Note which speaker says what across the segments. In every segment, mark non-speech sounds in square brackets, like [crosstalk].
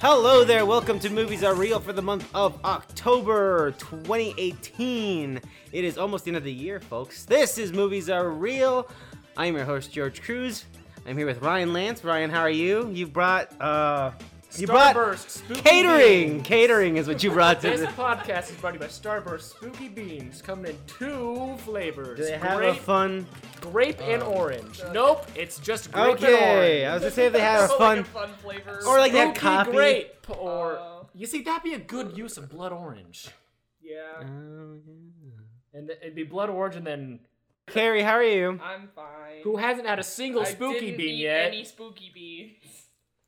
Speaker 1: Hello there, welcome to Movies Are Real for the month of October 2018. It is almost the end of the year, folks. This is Movies Are Real. I'm your host, George Cruz. I'm here with Ryan Lance. Ryan, how are you? You brought, uh, you brought
Speaker 2: Starburst spooky
Speaker 1: catering.
Speaker 2: Beans.
Speaker 1: Catering is what you brought to
Speaker 2: This
Speaker 1: the.
Speaker 2: podcast is brought to you by Starburst Spooky Beans, coming in two flavors.
Speaker 1: Do they have a
Speaker 2: grape,
Speaker 1: fun?
Speaker 2: grape and
Speaker 3: Oh.
Speaker 2: orange. Nope, it's just grape
Speaker 1: Okay, I
Speaker 2: and orange.
Speaker 1: was gonna say if they have a
Speaker 3: So,
Speaker 1: fun.
Speaker 3: [laughs] like a fun flavor.
Speaker 1: Or like they have
Speaker 2: Spooky
Speaker 1: coffee.
Speaker 2: grape or
Speaker 3: Uh.
Speaker 2: you see that'd be a good use of blood orange,
Speaker 3: yeah,
Speaker 2: Mm.
Speaker 1: Oh, yeah.
Speaker 2: and th- it'd be blood orange, and then
Speaker 1: Carrie, how are you?
Speaker 3: I'm fine.
Speaker 2: who hasn't had a single
Speaker 3: I
Speaker 2: spooky
Speaker 3: didn't
Speaker 2: bean
Speaker 3: eat
Speaker 2: yet?
Speaker 3: Any spooky beans?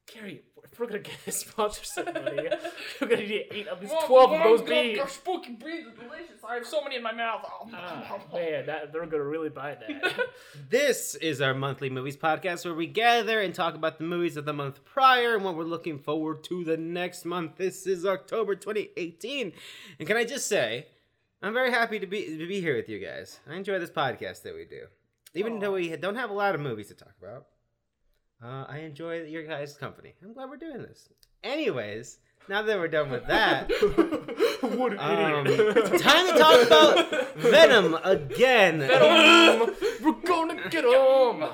Speaker 2: Carrie, if we're gonna get this sponsorship
Speaker 3: [laughs]
Speaker 2: money, we're gonna need to eat at least
Speaker 3: Mom,
Speaker 2: twelve of
Speaker 3: Mom,
Speaker 2: those
Speaker 3: the-
Speaker 2: beans.
Speaker 3: the spooky beans are delicious. I have so many in my mouth. Oh,
Speaker 2: Ah, man, that, they're gonna really buy
Speaker 3: [laughs]
Speaker 2: that.
Speaker 1: This is our monthly movies podcast where we gather and talk about the movies of the month prior and what we're looking forward to the next month. This is October 2018. And can I just say, I'm very happy to be to be here with you guys. I enjoy this podcast that we do. Even though we don't have a lot of movies to talk about, uh, I enjoy your guys' company. I'm glad we're doing this. Anyways, now that we're done with
Speaker 2: [laughs]
Speaker 1: that,
Speaker 2: what an
Speaker 1: um,
Speaker 2: idiot.
Speaker 1: it's time to talk about Venom again.
Speaker 2: We're
Speaker 1: [laughs]
Speaker 2: gonna get him.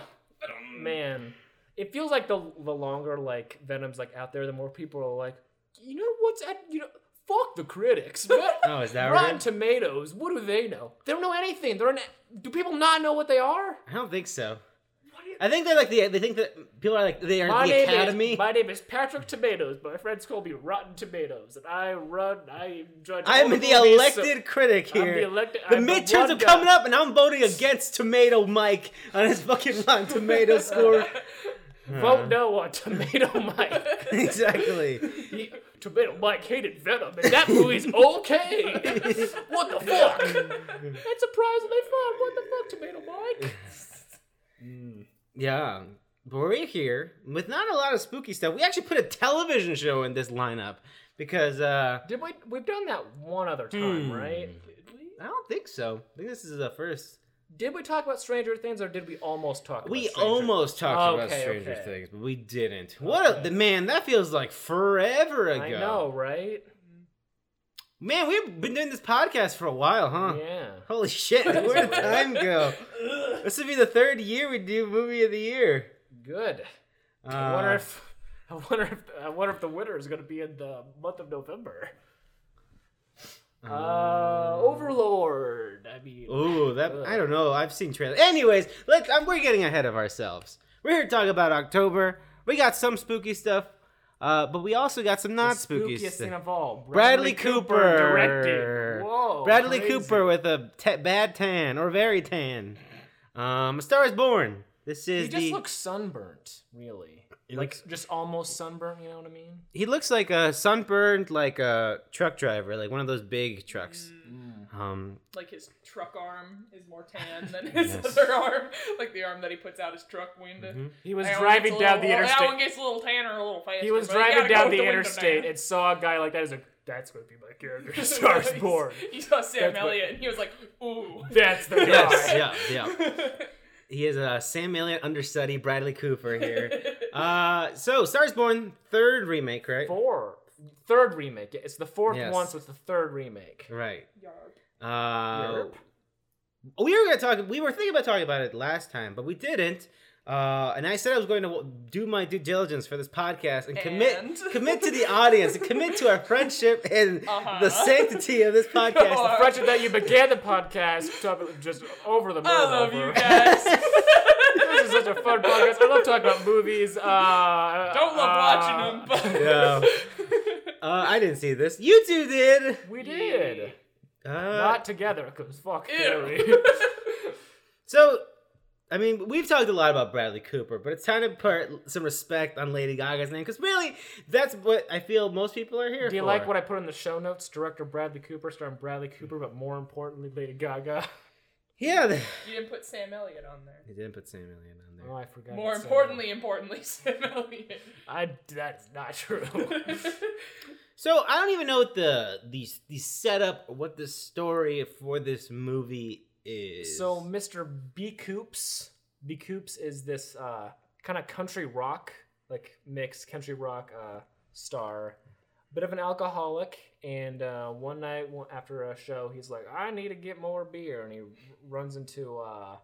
Speaker 2: Man, it feels like the the longer like Venom's like out there, the more people are like, you know what's at you know. Fuck the [laughs] critics. What?
Speaker 1: Oh, is that what it
Speaker 2: Rotten
Speaker 1: is?
Speaker 2: Tomatoes. What do they know? They don't know anything. They're an, do people not know what they are?
Speaker 1: I don't think so.
Speaker 3: What is-
Speaker 1: I think they're like the they think that people are like they are
Speaker 2: My
Speaker 1: the
Speaker 2: name
Speaker 1: academy.
Speaker 2: is my name is Patrick Tomatoes. My friends call me Rotten Tomatoes, and I run. I judge. all
Speaker 1: I'm the
Speaker 2: movies, so-
Speaker 1: elected critic
Speaker 2: I'm
Speaker 1: here.
Speaker 2: the elected.
Speaker 1: The
Speaker 2: I'm
Speaker 1: midterms
Speaker 2: one
Speaker 1: are
Speaker 2: guy.
Speaker 1: coming up, and I'm voting against Tomato Mike on his fucking Rotten
Speaker 2: [laughs]
Speaker 1: Tomato score. [laughs] Hmm.
Speaker 2: Vote no on Tomato [laughs] Mike.
Speaker 1: exactly.
Speaker 2: He, Tomato Mike hated Venom, and
Speaker 1: [laughs]
Speaker 2: that movie's okay. what the fuck? That's surprisingly fun. What the fuck, Tomato Mike?
Speaker 1: Yeah. But we're here with not a lot of spooky stuff. We actually put a television show in this lineup because uh
Speaker 2: Did we? We've done that one other time,
Speaker 1: Hmm.
Speaker 2: right?
Speaker 1: I don't think so. I think this is the first.
Speaker 2: Did we talk about Stranger Things, or did we almost talk?
Speaker 1: We
Speaker 2: about Stranger
Speaker 1: almost talked about
Speaker 2: Okay,
Speaker 1: Stranger
Speaker 2: okay.
Speaker 1: Things, but we didn't. What a the man! That feels like forever ago.
Speaker 2: I know, right?
Speaker 1: Man, we've been doing this podcast for a while, huh?
Speaker 2: Yeah.
Speaker 1: Holy
Speaker 2: [laughs]
Speaker 1: shit, where did time go? This would be the third year we do movie of the year.
Speaker 2: Good.
Speaker 1: Uh,
Speaker 2: I wonder if. I wonder if I wonder if the winner is going to be in the month of November. Uh, Overlord. I mean,
Speaker 1: Uh, Ooh, that I don't know. I've seen trailers. Anyways, let's. Um, we're getting ahead of ourselves. We're here to talk about October. We got some spooky stuff, uh, but we also got some not spooky
Speaker 2: spookiest thing
Speaker 1: stuff.
Speaker 2: of all.
Speaker 1: Bradley Cooper
Speaker 2: directed. Whoa,
Speaker 1: Bradley
Speaker 2: crazy.
Speaker 1: Cooper with a t- bad tan or very tan. Um, A Star Is Born. This is
Speaker 2: He just
Speaker 1: the.
Speaker 2: looks sunburnt, really.
Speaker 1: He
Speaker 2: like
Speaker 1: looks-
Speaker 2: just almost sunburnt. You know what I mean?
Speaker 1: he looks like a sunburned, like a truck driver, like one of those big trucks.
Speaker 3: Mm.
Speaker 1: Um,
Speaker 3: Like his truck arm is more tan
Speaker 2: [laughs]
Speaker 3: than his other arm. Like the arm that he puts out his truck window.
Speaker 2: He Mm-hmm. was
Speaker 3: That one
Speaker 2: driving
Speaker 3: gets a
Speaker 2: down
Speaker 3: little-
Speaker 2: the
Speaker 3: That one
Speaker 2: interstate.
Speaker 3: gets a little tanner, a little faster.
Speaker 2: He was
Speaker 3: but you
Speaker 2: driving
Speaker 3: gotta go
Speaker 2: down
Speaker 3: with
Speaker 2: the,
Speaker 3: window
Speaker 2: interstate
Speaker 3: down.
Speaker 2: and saw a guy like that. He's like, "That's gonna be my [laughs] character." Stars
Speaker 3: [laughs]
Speaker 2: born.
Speaker 3: He saw
Speaker 2: That's
Speaker 3: Sam
Speaker 2: what-
Speaker 3: Elliott and he was like, ooh.
Speaker 2: [laughs] That's the guy.
Speaker 1: yes, yeah, yeah.
Speaker 3: [laughs]
Speaker 1: He is a Sam Elliott understudy, Bradley Cooper here. [laughs] Uh, so Stars Born, third remake, right?
Speaker 2: Four. Third remake. It's the fourth
Speaker 1: Yes.
Speaker 2: one, so it's the third remake.
Speaker 1: Right.
Speaker 3: [laughs] Yarp.
Speaker 1: Uh,
Speaker 2: Yerp.
Speaker 1: we were gonna talk. We were thinking about talking about it last time, but we didn't. Uh, and I said I was going to do my due diligence for this podcast and commit
Speaker 3: And? [laughs]
Speaker 1: commit to the audience and commit to our friendship and
Speaker 3: Uh-huh.
Speaker 1: the sanctity
Speaker 3: [laughs]
Speaker 1: of this podcast.
Speaker 3: Sure.
Speaker 2: Frederick, that you began the podcast talking just over the moon.
Speaker 3: I love
Speaker 2: over.
Speaker 3: you guys.
Speaker 2: this is such a fun podcast. I love talking about movies. Uh,
Speaker 3: [laughs] Don't love
Speaker 2: Ah,
Speaker 3: watching them, but
Speaker 2: [laughs]
Speaker 3: [laughs]
Speaker 1: Yeah. [laughs] Uh, I didn't see this. You two did.
Speaker 2: We did.
Speaker 1: Uh,
Speaker 2: Not together, because fuck
Speaker 3: Ew. [laughs]
Speaker 2: Harry. [laughs]
Speaker 1: So, I mean, we've talked a lot about Bradley Cooper, but it's time to put some respect on Lady Gaga's name because really, that's what I feel most people are here
Speaker 2: Do you
Speaker 1: for.
Speaker 2: like what I put in the show notes? Director Bradley Cooper, starring Bradley Cooper, but more importantly, Lady Gaga.
Speaker 1: Yeah, they,
Speaker 3: you didn't put Sam Elliott on there.
Speaker 1: they didn't put Sam Elliott on there.
Speaker 2: Oh, I forgot.
Speaker 3: More
Speaker 2: to say
Speaker 3: importantly, importantly, [laughs] Sam Elliott.
Speaker 2: [laughs] that. I that is not true.
Speaker 3: [laughs]
Speaker 2: [laughs]
Speaker 1: So I don't even know what the the the setup, what the story for this movie is.
Speaker 2: so Mr. B Coops, B Coops is this uh, kind of country rock like mix, country rock uh, star, bit of an alcoholic. And uh, one night one- after a show, he's like, "I need to get more beer," and he r- runs into uh,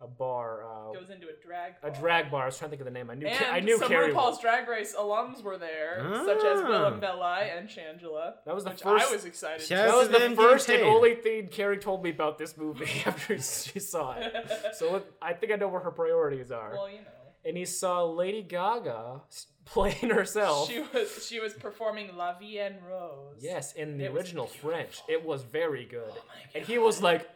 Speaker 2: a bar, uh,
Speaker 3: Goes into a drag.
Speaker 2: a
Speaker 3: bar.
Speaker 2: drag bar. I was trying to think of the name. I knew.
Speaker 3: And
Speaker 2: Ca- I knew
Speaker 3: some
Speaker 2: Carrie.
Speaker 3: RuPaul's
Speaker 2: was-
Speaker 3: Drag Race alums were there, such as Willem
Speaker 1: Ah.
Speaker 3: Belli and Shangela.
Speaker 2: That was the
Speaker 3: which
Speaker 2: first-
Speaker 3: I was excited.
Speaker 1: Shaz-
Speaker 2: That
Speaker 3: to
Speaker 2: was the
Speaker 1: Them
Speaker 2: first and
Speaker 1: getting paid.
Speaker 2: only thing Carrie told me about this movie [laughs] after she saw it.
Speaker 3: [laughs] see.
Speaker 2: So let- I think I know where her priorities are.
Speaker 3: well, you know,
Speaker 2: and he saw Lady Gaga s- playing [laughs] herself.
Speaker 3: she was she was performing La Vie en Rose. [laughs]
Speaker 2: yes, in the
Speaker 3: It was Oh
Speaker 2: original French. It was very good.
Speaker 3: my
Speaker 2: and he was like,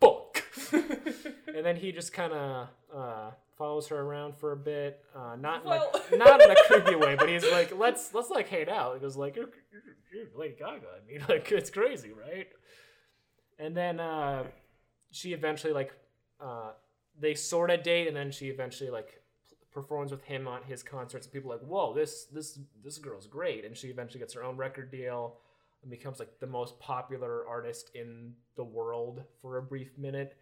Speaker 2: fuck. [laughs] and then he just kind of uh, follows her around for a bit. Uh, not
Speaker 3: Well-
Speaker 2: in like, [laughs] not in a creepy way, but he's like, let's let's like hang out. He goes like, you're, you're, you're Lady Gaga. I mean, [laughs] like it's crazy, right? And then uh, she eventually like uh, they sort of date, and then she eventually like p- performs with him on his concerts. And people are like, whoa, this this this girl's great. And she eventually gets her own record deal and becomes like the most popular artist in the world for a brief minute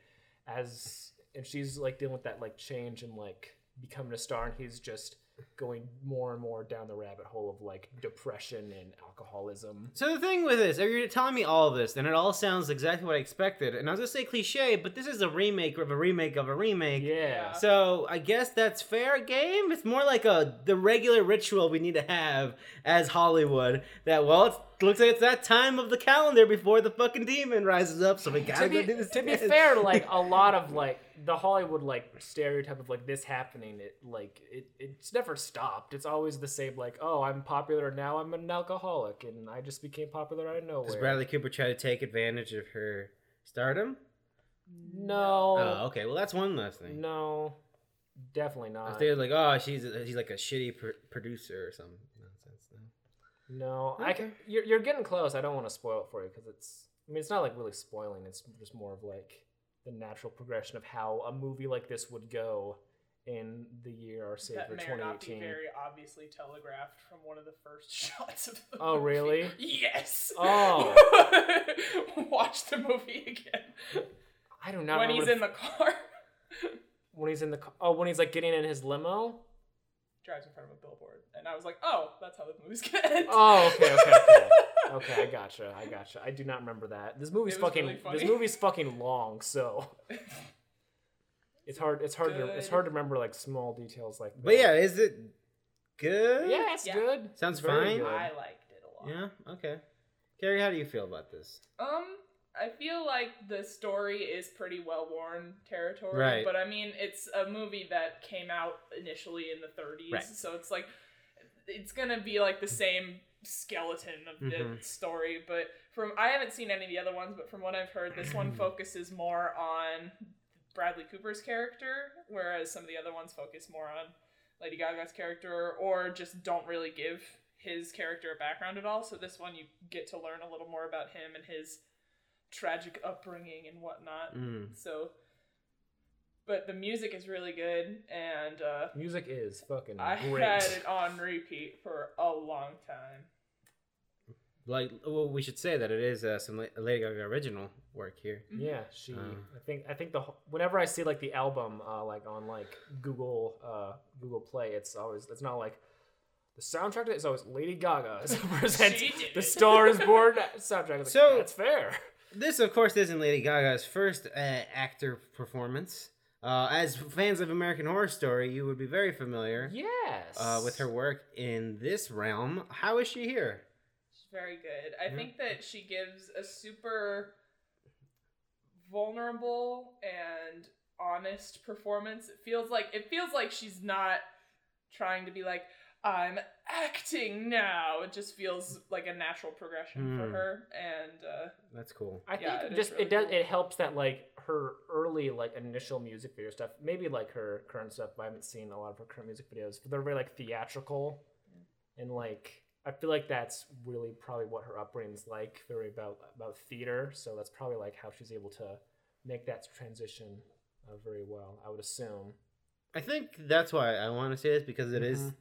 Speaker 2: as and she's like dealing with that like change and like becoming a star and he's just going more and more down the rabbit hole of like depression and alcoholism
Speaker 1: So the thing with this, if you're telling me all this, then it all sounds exactly what I expected. And I was gonna say cliche, but this is a remake of a remake of a remake.
Speaker 2: yeah
Speaker 1: So I guess that's fair game. It's more like a the regular ritual we need to have as Hollywood. That well, it looks like it's that time of the calendar before the fucking demon rises up. So we gotta
Speaker 2: to
Speaker 1: go
Speaker 2: be,
Speaker 1: do this.
Speaker 2: to be
Speaker 1: again. [laughs]
Speaker 2: fair like a lot of like the hollywood like stereotype of like this happening it like it, it's never stopped it's always the same like oh i'm popular now i'm an alcoholic and i just became popular out of
Speaker 1: does
Speaker 2: nowhere
Speaker 1: Bradley Cooper try to take advantage of her stardom?
Speaker 2: no
Speaker 1: Oh, okay. Well, that's one less thing.
Speaker 2: no definitely
Speaker 1: I was
Speaker 2: not
Speaker 1: thinking like, oh, she's she's like a shitty pr- producer or some nonsense. No.
Speaker 2: No, I can,
Speaker 1: Okay.
Speaker 2: you're, you're getting close. I don't want to spoil it for you because it's. I mean, it's not like really spoiling. It's just more of like the natural progression of how a movie like this would go in the year or say
Speaker 3: That
Speaker 2: for
Speaker 3: may or not be
Speaker 2: 2018.
Speaker 3: very obviously telegraphed from one of the first [laughs] shots of the
Speaker 2: Oh,
Speaker 3: movie.
Speaker 2: really?
Speaker 3: Yes.
Speaker 2: Oh.
Speaker 3: [laughs] Watch the movie again.
Speaker 2: I do not
Speaker 3: when
Speaker 2: know
Speaker 3: he's
Speaker 2: what
Speaker 3: in the car. [laughs]
Speaker 2: if- when he's in the ca- oh when he's like getting in his
Speaker 3: [laughs]
Speaker 2: limo.
Speaker 3: Drives in front of a billboard. And I was like, oh, that's how the movie's gonna end.
Speaker 2: Oh, okay, okay, okay. Okay, I gotcha. I gotcha. I do not remember that. This movie's
Speaker 3: It was
Speaker 2: fucking.
Speaker 3: really funny.
Speaker 2: this movie's fucking long, so it's hard. It's hard. To, it's
Speaker 3: Good.
Speaker 2: hard to remember like small details like.
Speaker 1: But yeah,
Speaker 2: that.
Speaker 1: is it good?
Speaker 2: yeah, it's
Speaker 3: Yeah.
Speaker 2: good.
Speaker 1: Sounds
Speaker 2: Very
Speaker 1: fine.
Speaker 2: good.
Speaker 3: I liked it a lot.
Speaker 1: Yeah. Okay. Carrie, how do you feel about this?
Speaker 3: Um, I feel like the story is pretty well worn territory,
Speaker 1: Right.
Speaker 3: but I mean, it's a movie that came out initially in the 30s,
Speaker 1: Right.
Speaker 3: so it's like it's gonna be like the same skeleton of the
Speaker 1: Mhm.
Speaker 3: story. But from I haven't seen any of the other ones, but from what I've heard, this
Speaker 1: [clears throat]
Speaker 3: one focuses more on Bradley Cooper's character, whereas some of the other ones focus more on Lady Gaga's character, or just don't really give his character a background at all. So this one, you get to learn a little more about him and his tragic upbringing and whatnot.
Speaker 1: Mm.
Speaker 3: So, but the music is really good, and uh,
Speaker 2: Music is fucking
Speaker 3: I
Speaker 2: great.
Speaker 3: had it on repeat for a long time.
Speaker 1: Like, well, we should say that it is uh, some La- Lady Gaga original work here.
Speaker 3: Mm-hmm.
Speaker 2: Yeah, she.
Speaker 1: Um,
Speaker 2: I think. I think the wh- whenever I see like the album, uh, like on like Google, uh, Google Play, it's always it's not like the soundtrack. to it is always Lady Gaga [laughs] is presents
Speaker 3: She did
Speaker 2: the
Speaker 3: it.
Speaker 2: Star Is Born soundtrack. It's like,
Speaker 1: So-
Speaker 2: that's fair.
Speaker 1: This, of course, isn't Lady Gaga's first uh, actor performance. Uh, as fans of American Horror Story, you would be very familiar
Speaker 2: Yes.
Speaker 1: uh, with her work in this realm. How is she here?
Speaker 3: She's very good. I
Speaker 1: Yeah.
Speaker 3: think that she gives a super vulnerable and honest performance. It feels like it feels like she's not trying to be like I'm acting now. It just feels like a natural progression for
Speaker 1: Hmm.
Speaker 3: her and uh
Speaker 1: That's cool.
Speaker 2: I think
Speaker 3: Yeah, it
Speaker 2: it
Speaker 3: is
Speaker 2: just
Speaker 3: really
Speaker 2: it does
Speaker 3: cool.
Speaker 2: it helps that like her early like initial music video stuff, maybe like her current stuff. But I haven't seen a lot of her current music videos, but they're very like theatrical, and like I feel like that's really probably what her upbringing's like, very about about theater. So that's probably like how she's able to make that transition uh, very well. I would assume.
Speaker 1: I think that's why I want to say this because it is-
Speaker 2: Mhm.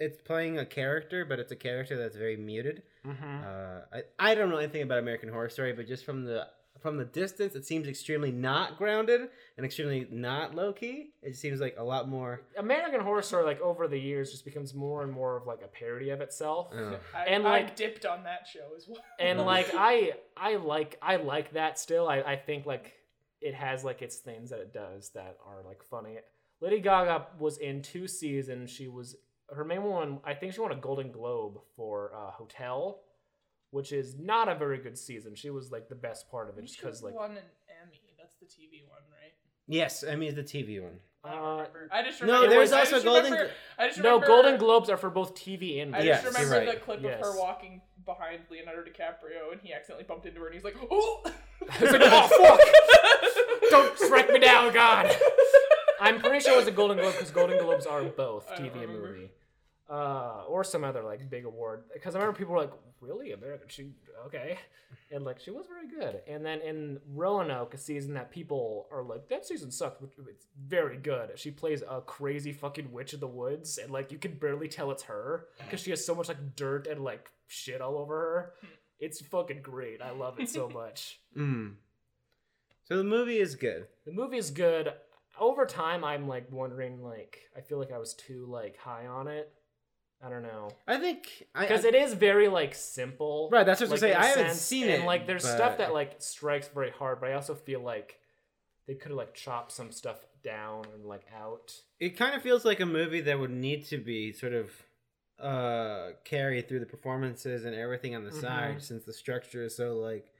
Speaker 1: It's playing a character, but it's a character that's very muted.
Speaker 2: Mm-hmm.
Speaker 1: Uh, I, I don't know anything about American Horror Story, but just from the from the distance, it seems extremely not grounded and extremely not low key. It seems like a lot more.
Speaker 2: American Horror Story, like over the years, just becomes more and more of like a parody of itself.
Speaker 1: uh,
Speaker 3: I,
Speaker 2: And,
Speaker 3: I
Speaker 2: like-
Speaker 3: dipped on that show as well.
Speaker 2: and
Speaker 3: [laughs]
Speaker 2: like I I like I like that still. I, I think like it has like its things that it does that are like funny. Lady Gaga was in two seasons. She was her main one. I think she won a Golden Globe for uh, Hotel, which is not a very good season. She was like the best part of it
Speaker 3: She
Speaker 2: because like
Speaker 3: won an Emmy. That's the TV one, right?
Speaker 1: Yes, I mean the TV one.
Speaker 3: I don't
Speaker 2: uh,
Speaker 3: remember. I just
Speaker 1: no,
Speaker 3: remember.
Speaker 1: there's
Speaker 3: I
Speaker 1: also
Speaker 3: just
Speaker 1: Golden
Speaker 3: Remember,
Speaker 1: Glo-
Speaker 3: I just
Speaker 2: no
Speaker 3: remember,
Speaker 2: Golden Globes are for both TV and
Speaker 3: I
Speaker 1: Yes,
Speaker 3: just
Speaker 1: you're
Speaker 2: [laughs]
Speaker 3: remember
Speaker 1: right.
Speaker 3: the clip of
Speaker 2: Yes.
Speaker 3: her walking behind Leonardo DiCaprio, and he accidentally bumped into her, and he's like,
Speaker 1: [laughs]
Speaker 3: "Oh!"
Speaker 2: It's like,
Speaker 3: [laughs]
Speaker 2: "Oh, Don't strike me down, God. I'm pretty sure it was a Golden Globe because Golden Globes are both
Speaker 3: I don't
Speaker 2: TV and
Speaker 3: remember.
Speaker 2: movie, uh, or some other like big award. Because I remember people were like, "Really, American? She okay?" And like she was very good. And then in Roanoke, a season that people are like, "That season sucked," but it's very good. She plays a crazy fucking witch of the woods, and like you can barely tell it's her because she has so much like dirt and like shit all over her. It's fucking great. I love it
Speaker 3: [laughs]
Speaker 2: so much.
Speaker 1: Mm. So the movie is good.
Speaker 2: the movie is good over time i'm like wondering like i feel like i was too like high on it i don't know
Speaker 1: I think I,
Speaker 2: because
Speaker 1: I-
Speaker 2: it is very like simple
Speaker 1: Right, that's what I was
Speaker 2: like,
Speaker 1: gonna say.
Speaker 2: in
Speaker 1: I
Speaker 2: a
Speaker 1: haven't
Speaker 2: sense,
Speaker 1: seen
Speaker 2: and,
Speaker 1: it,
Speaker 2: like there's
Speaker 1: but-
Speaker 2: stuff that like strikes very hard but i also feel like they could have like chopped some stuff down and like out
Speaker 1: it kind of feels like a movie that would need to be sort of uh carried through the performances and everything on the
Speaker 2: Mhm.
Speaker 1: side since the structure is so like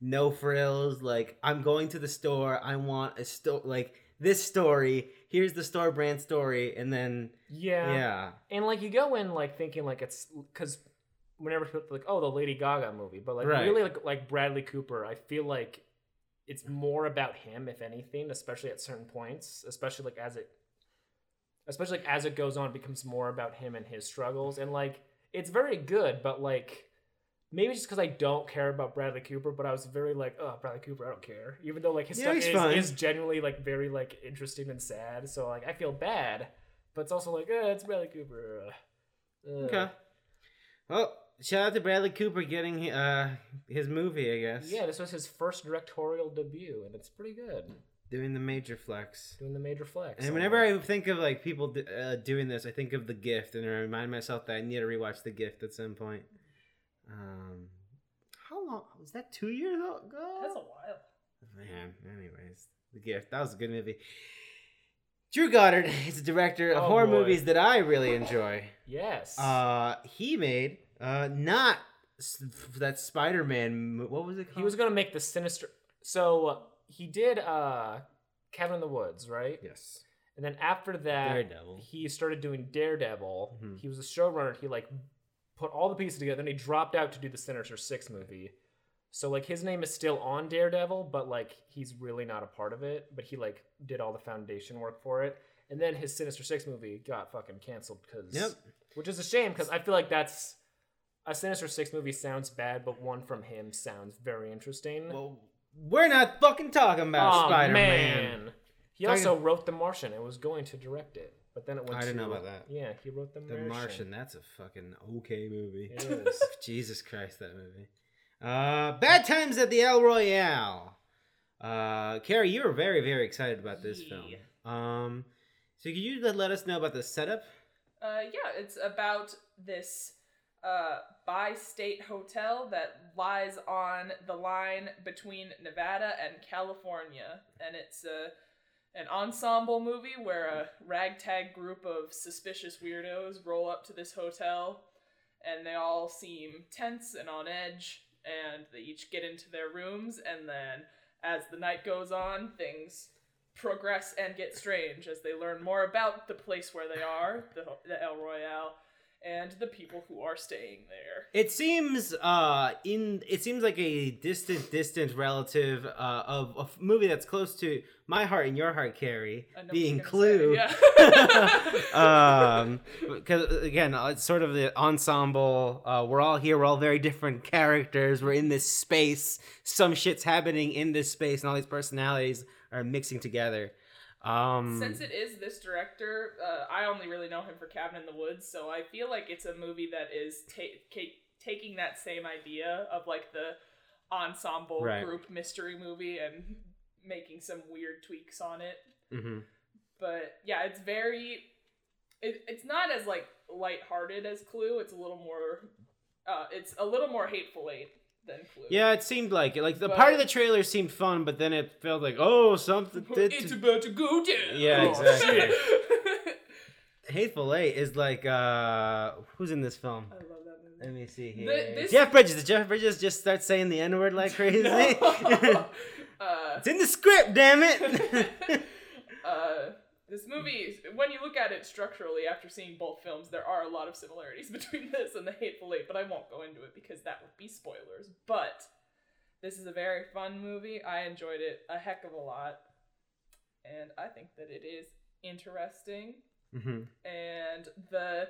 Speaker 1: no frills like i'm going to the store i want a store like this story here's the store brand story and then yeah,
Speaker 2: and like you go in like thinking like it's because whenever people like oh the Lady Gaga movie, but like
Speaker 1: Right.
Speaker 2: really like like Bradley Cooper, I feel like it's more about him if anything, especially at certain points, especially like as it, especially like as it goes on, it becomes more about him and his struggles, and like it's very good, but like. Maybe just because I don't care about Bradley Cooper, but I was very like, oh, Bradley Cooper, I don't care. Even though like his
Speaker 1: Yeah, he's
Speaker 2: stuff
Speaker 1: fine.
Speaker 2: is, is genuinely like very like interesting and sad, so like I feel bad, but it's also like, eh, it's Bradley Cooper. uh, uh,
Speaker 1: okay well shout out to bradley cooper getting uh his movie i guess
Speaker 2: Yeah, this was his first directorial debut, and it's pretty good.
Speaker 1: doing the major flex
Speaker 2: Doing the major flex.
Speaker 1: and whenever I think of like people d- uh, doing this, I think of The Gift, and I remind myself that I need to rewatch The Gift at some point. Um, how long was that? Two years ago?
Speaker 3: That's a while.
Speaker 1: Man, anyways, The Gift. That was a good movie. Drew Goddard [laughs] is a director of
Speaker 2: Oh,
Speaker 1: horror
Speaker 2: boy.
Speaker 1: movies that I really enjoy.
Speaker 2: yes,
Speaker 1: Uh, he made uh not s- that Spider-Man. mo- What was it called?
Speaker 2: he was gonna make the sinister. So he did uh, Cabin in the Woods, right?
Speaker 1: yes,
Speaker 2: And then after that,
Speaker 1: Daredevil.
Speaker 2: he started doing Daredevil.
Speaker 1: Mhm.
Speaker 2: He was a showrunner. He like put all the pieces together, and he dropped out to do the Sinister Six movie. So like his name is still on Daredevil, but like he's really not a part of it. But he like did all the foundation work for it. And then his Sinister Six movie got fucking canceled because,
Speaker 1: Yep.
Speaker 2: which is a shame because I feel like that's a Sinister Six movie sounds bad, but one from him sounds very interesting.
Speaker 1: Well, we're not fucking talking about
Speaker 2: Aw,
Speaker 1: Spider-Man.
Speaker 2: Oh, man. He
Speaker 1: Talking-
Speaker 2: also wrote The Martian and was going to direct it, but then it went.
Speaker 1: I didn't
Speaker 2: to-
Speaker 1: know about that.
Speaker 2: Yeah, he wrote The,
Speaker 1: The Martian. That's a fucking okay movie. [laughs]
Speaker 2: It is.
Speaker 1: Jesus Christ, that movie. Uh, Bad Times at the El Royale. Uh, Carrie, you were very, very excited about this
Speaker 3: Yeah.
Speaker 1: film. Um, so could you let- let us know about the setup?
Speaker 3: Uh, yeah, it's about this uh, bi state hotel that lies on the line between Nevada and California. And it's a, an ensemble movie where a ragtag group of suspicious weirdos roll up to this hotel and they all seem tense and on edge. And they each get into their rooms. And then as the night goes on, things progress and get strange as they learn more about the place where they are, the, the El Royale, and the people who are staying there.
Speaker 1: It seems uh in it seems like a distant, distant relative uh, of a f- movie that's close to my heart and your heart, Carrie,
Speaker 3: I know what
Speaker 1: being
Speaker 3: you're Uh, gonna
Speaker 1: Clue.
Speaker 3: say,
Speaker 1: [laughs]
Speaker 3: yeah. [laughs]
Speaker 1: um because again uh, it's sort of the ensemble uh we're all here we're all very different characters we're in this space some shit's happening in this space and all these personalities are mixing together um
Speaker 3: Since it is this director, uh, I only really know him for Cabin in the Woods, so I feel like it's a movie that is ta- ca- taking that same idea of like the ensemble
Speaker 1: Right.
Speaker 3: group mystery movie and making some weird tweaks on it.
Speaker 1: hmm
Speaker 3: But yeah, it's very it, it's not as like lighthearted as Clue. It's a little more uh it's a little more hateful eight than Clue. [laughs]
Speaker 1: Yeah, it seemed like it. Like the part of the
Speaker 3: But-
Speaker 1: trailer seemed fun, but then it felt like oh something.
Speaker 3: It's about to go down.
Speaker 1: Yeah,
Speaker 2: Oh, exactly.
Speaker 1: Hateful Eight is like uh who's in this film?
Speaker 3: [laughs] I love that movie.
Speaker 1: Let me see here.
Speaker 3: Th- this-
Speaker 1: Jeff Bridges. Did Jeff Bridges just start saying the N word
Speaker 3: [laughs]
Speaker 1: like crazy?
Speaker 3: No. [laughs] uh,
Speaker 1: [laughs] it's in the script, damn it. [laughs]
Speaker 3: [laughs] uh, this movie, when you look at it structurally after seeing both films, there are a lot of similarities [laughs] between this and The Hateful Eight, but I won't go into it because that would be spoilers. But this is a very fun movie. I enjoyed it a heck of a lot. And I think that it is interesting.
Speaker 1: hmm
Speaker 3: And the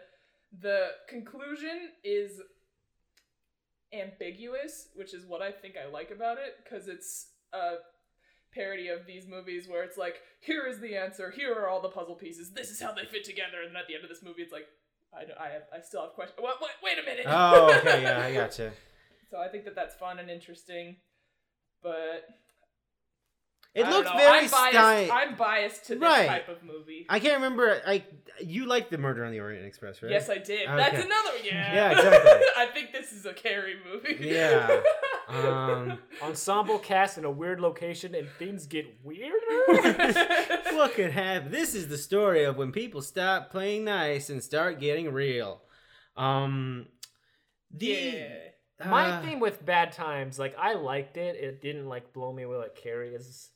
Speaker 3: the conclusion is ambiguous, which is what I think I like about it, because it's a parody of these movies where it's like, here is the answer, here are all the puzzle pieces, this is how they fit together, and then at the end of this movie, it's like, I, don't- I, have, I still have questions. What, what, wait a minute!
Speaker 1: Oh, okay, yeah,
Speaker 3: [laughs]
Speaker 1: I gotcha.
Speaker 3: So I think that that's fun and interesting, but
Speaker 1: It
Speaker 3: I don't
Speaker 1: looks
Speaker 3: know.
Speaker 1: very
Speaker 3: I'm biased.
Speaker 1: stylized.
Speaker 3: I'm biased to this
Speaker 1: Right.
Speaker 3: type of movie.
Speaker 1: I can't remember. I you liked the Murder on the Orient Express, right?
Speaker 3: Yes, I did.
Speaker 1: Okay.
Speaker 3: That's another
Speaker 1: [laughs]
Speaker 3: yeah.
Speaker 1: Yeah, exactly.
Speaker 3: [laughs] I think this is a Carrie movie. [laughs]
Speaker 1: Yeah. Um,
Speaker 2: Ensemble cast in a weird location and things get weirder.
Speaker 1: [laughs] what could happen? This is the story of when people stop playing nice and start getting real. Um, the
Speaker 3: yeah.
Speaker 2: My
Speaker 1: uh,
Speaker 2: thing with Bad Times, like I liked it. It didn't like blow me away like Carrie's.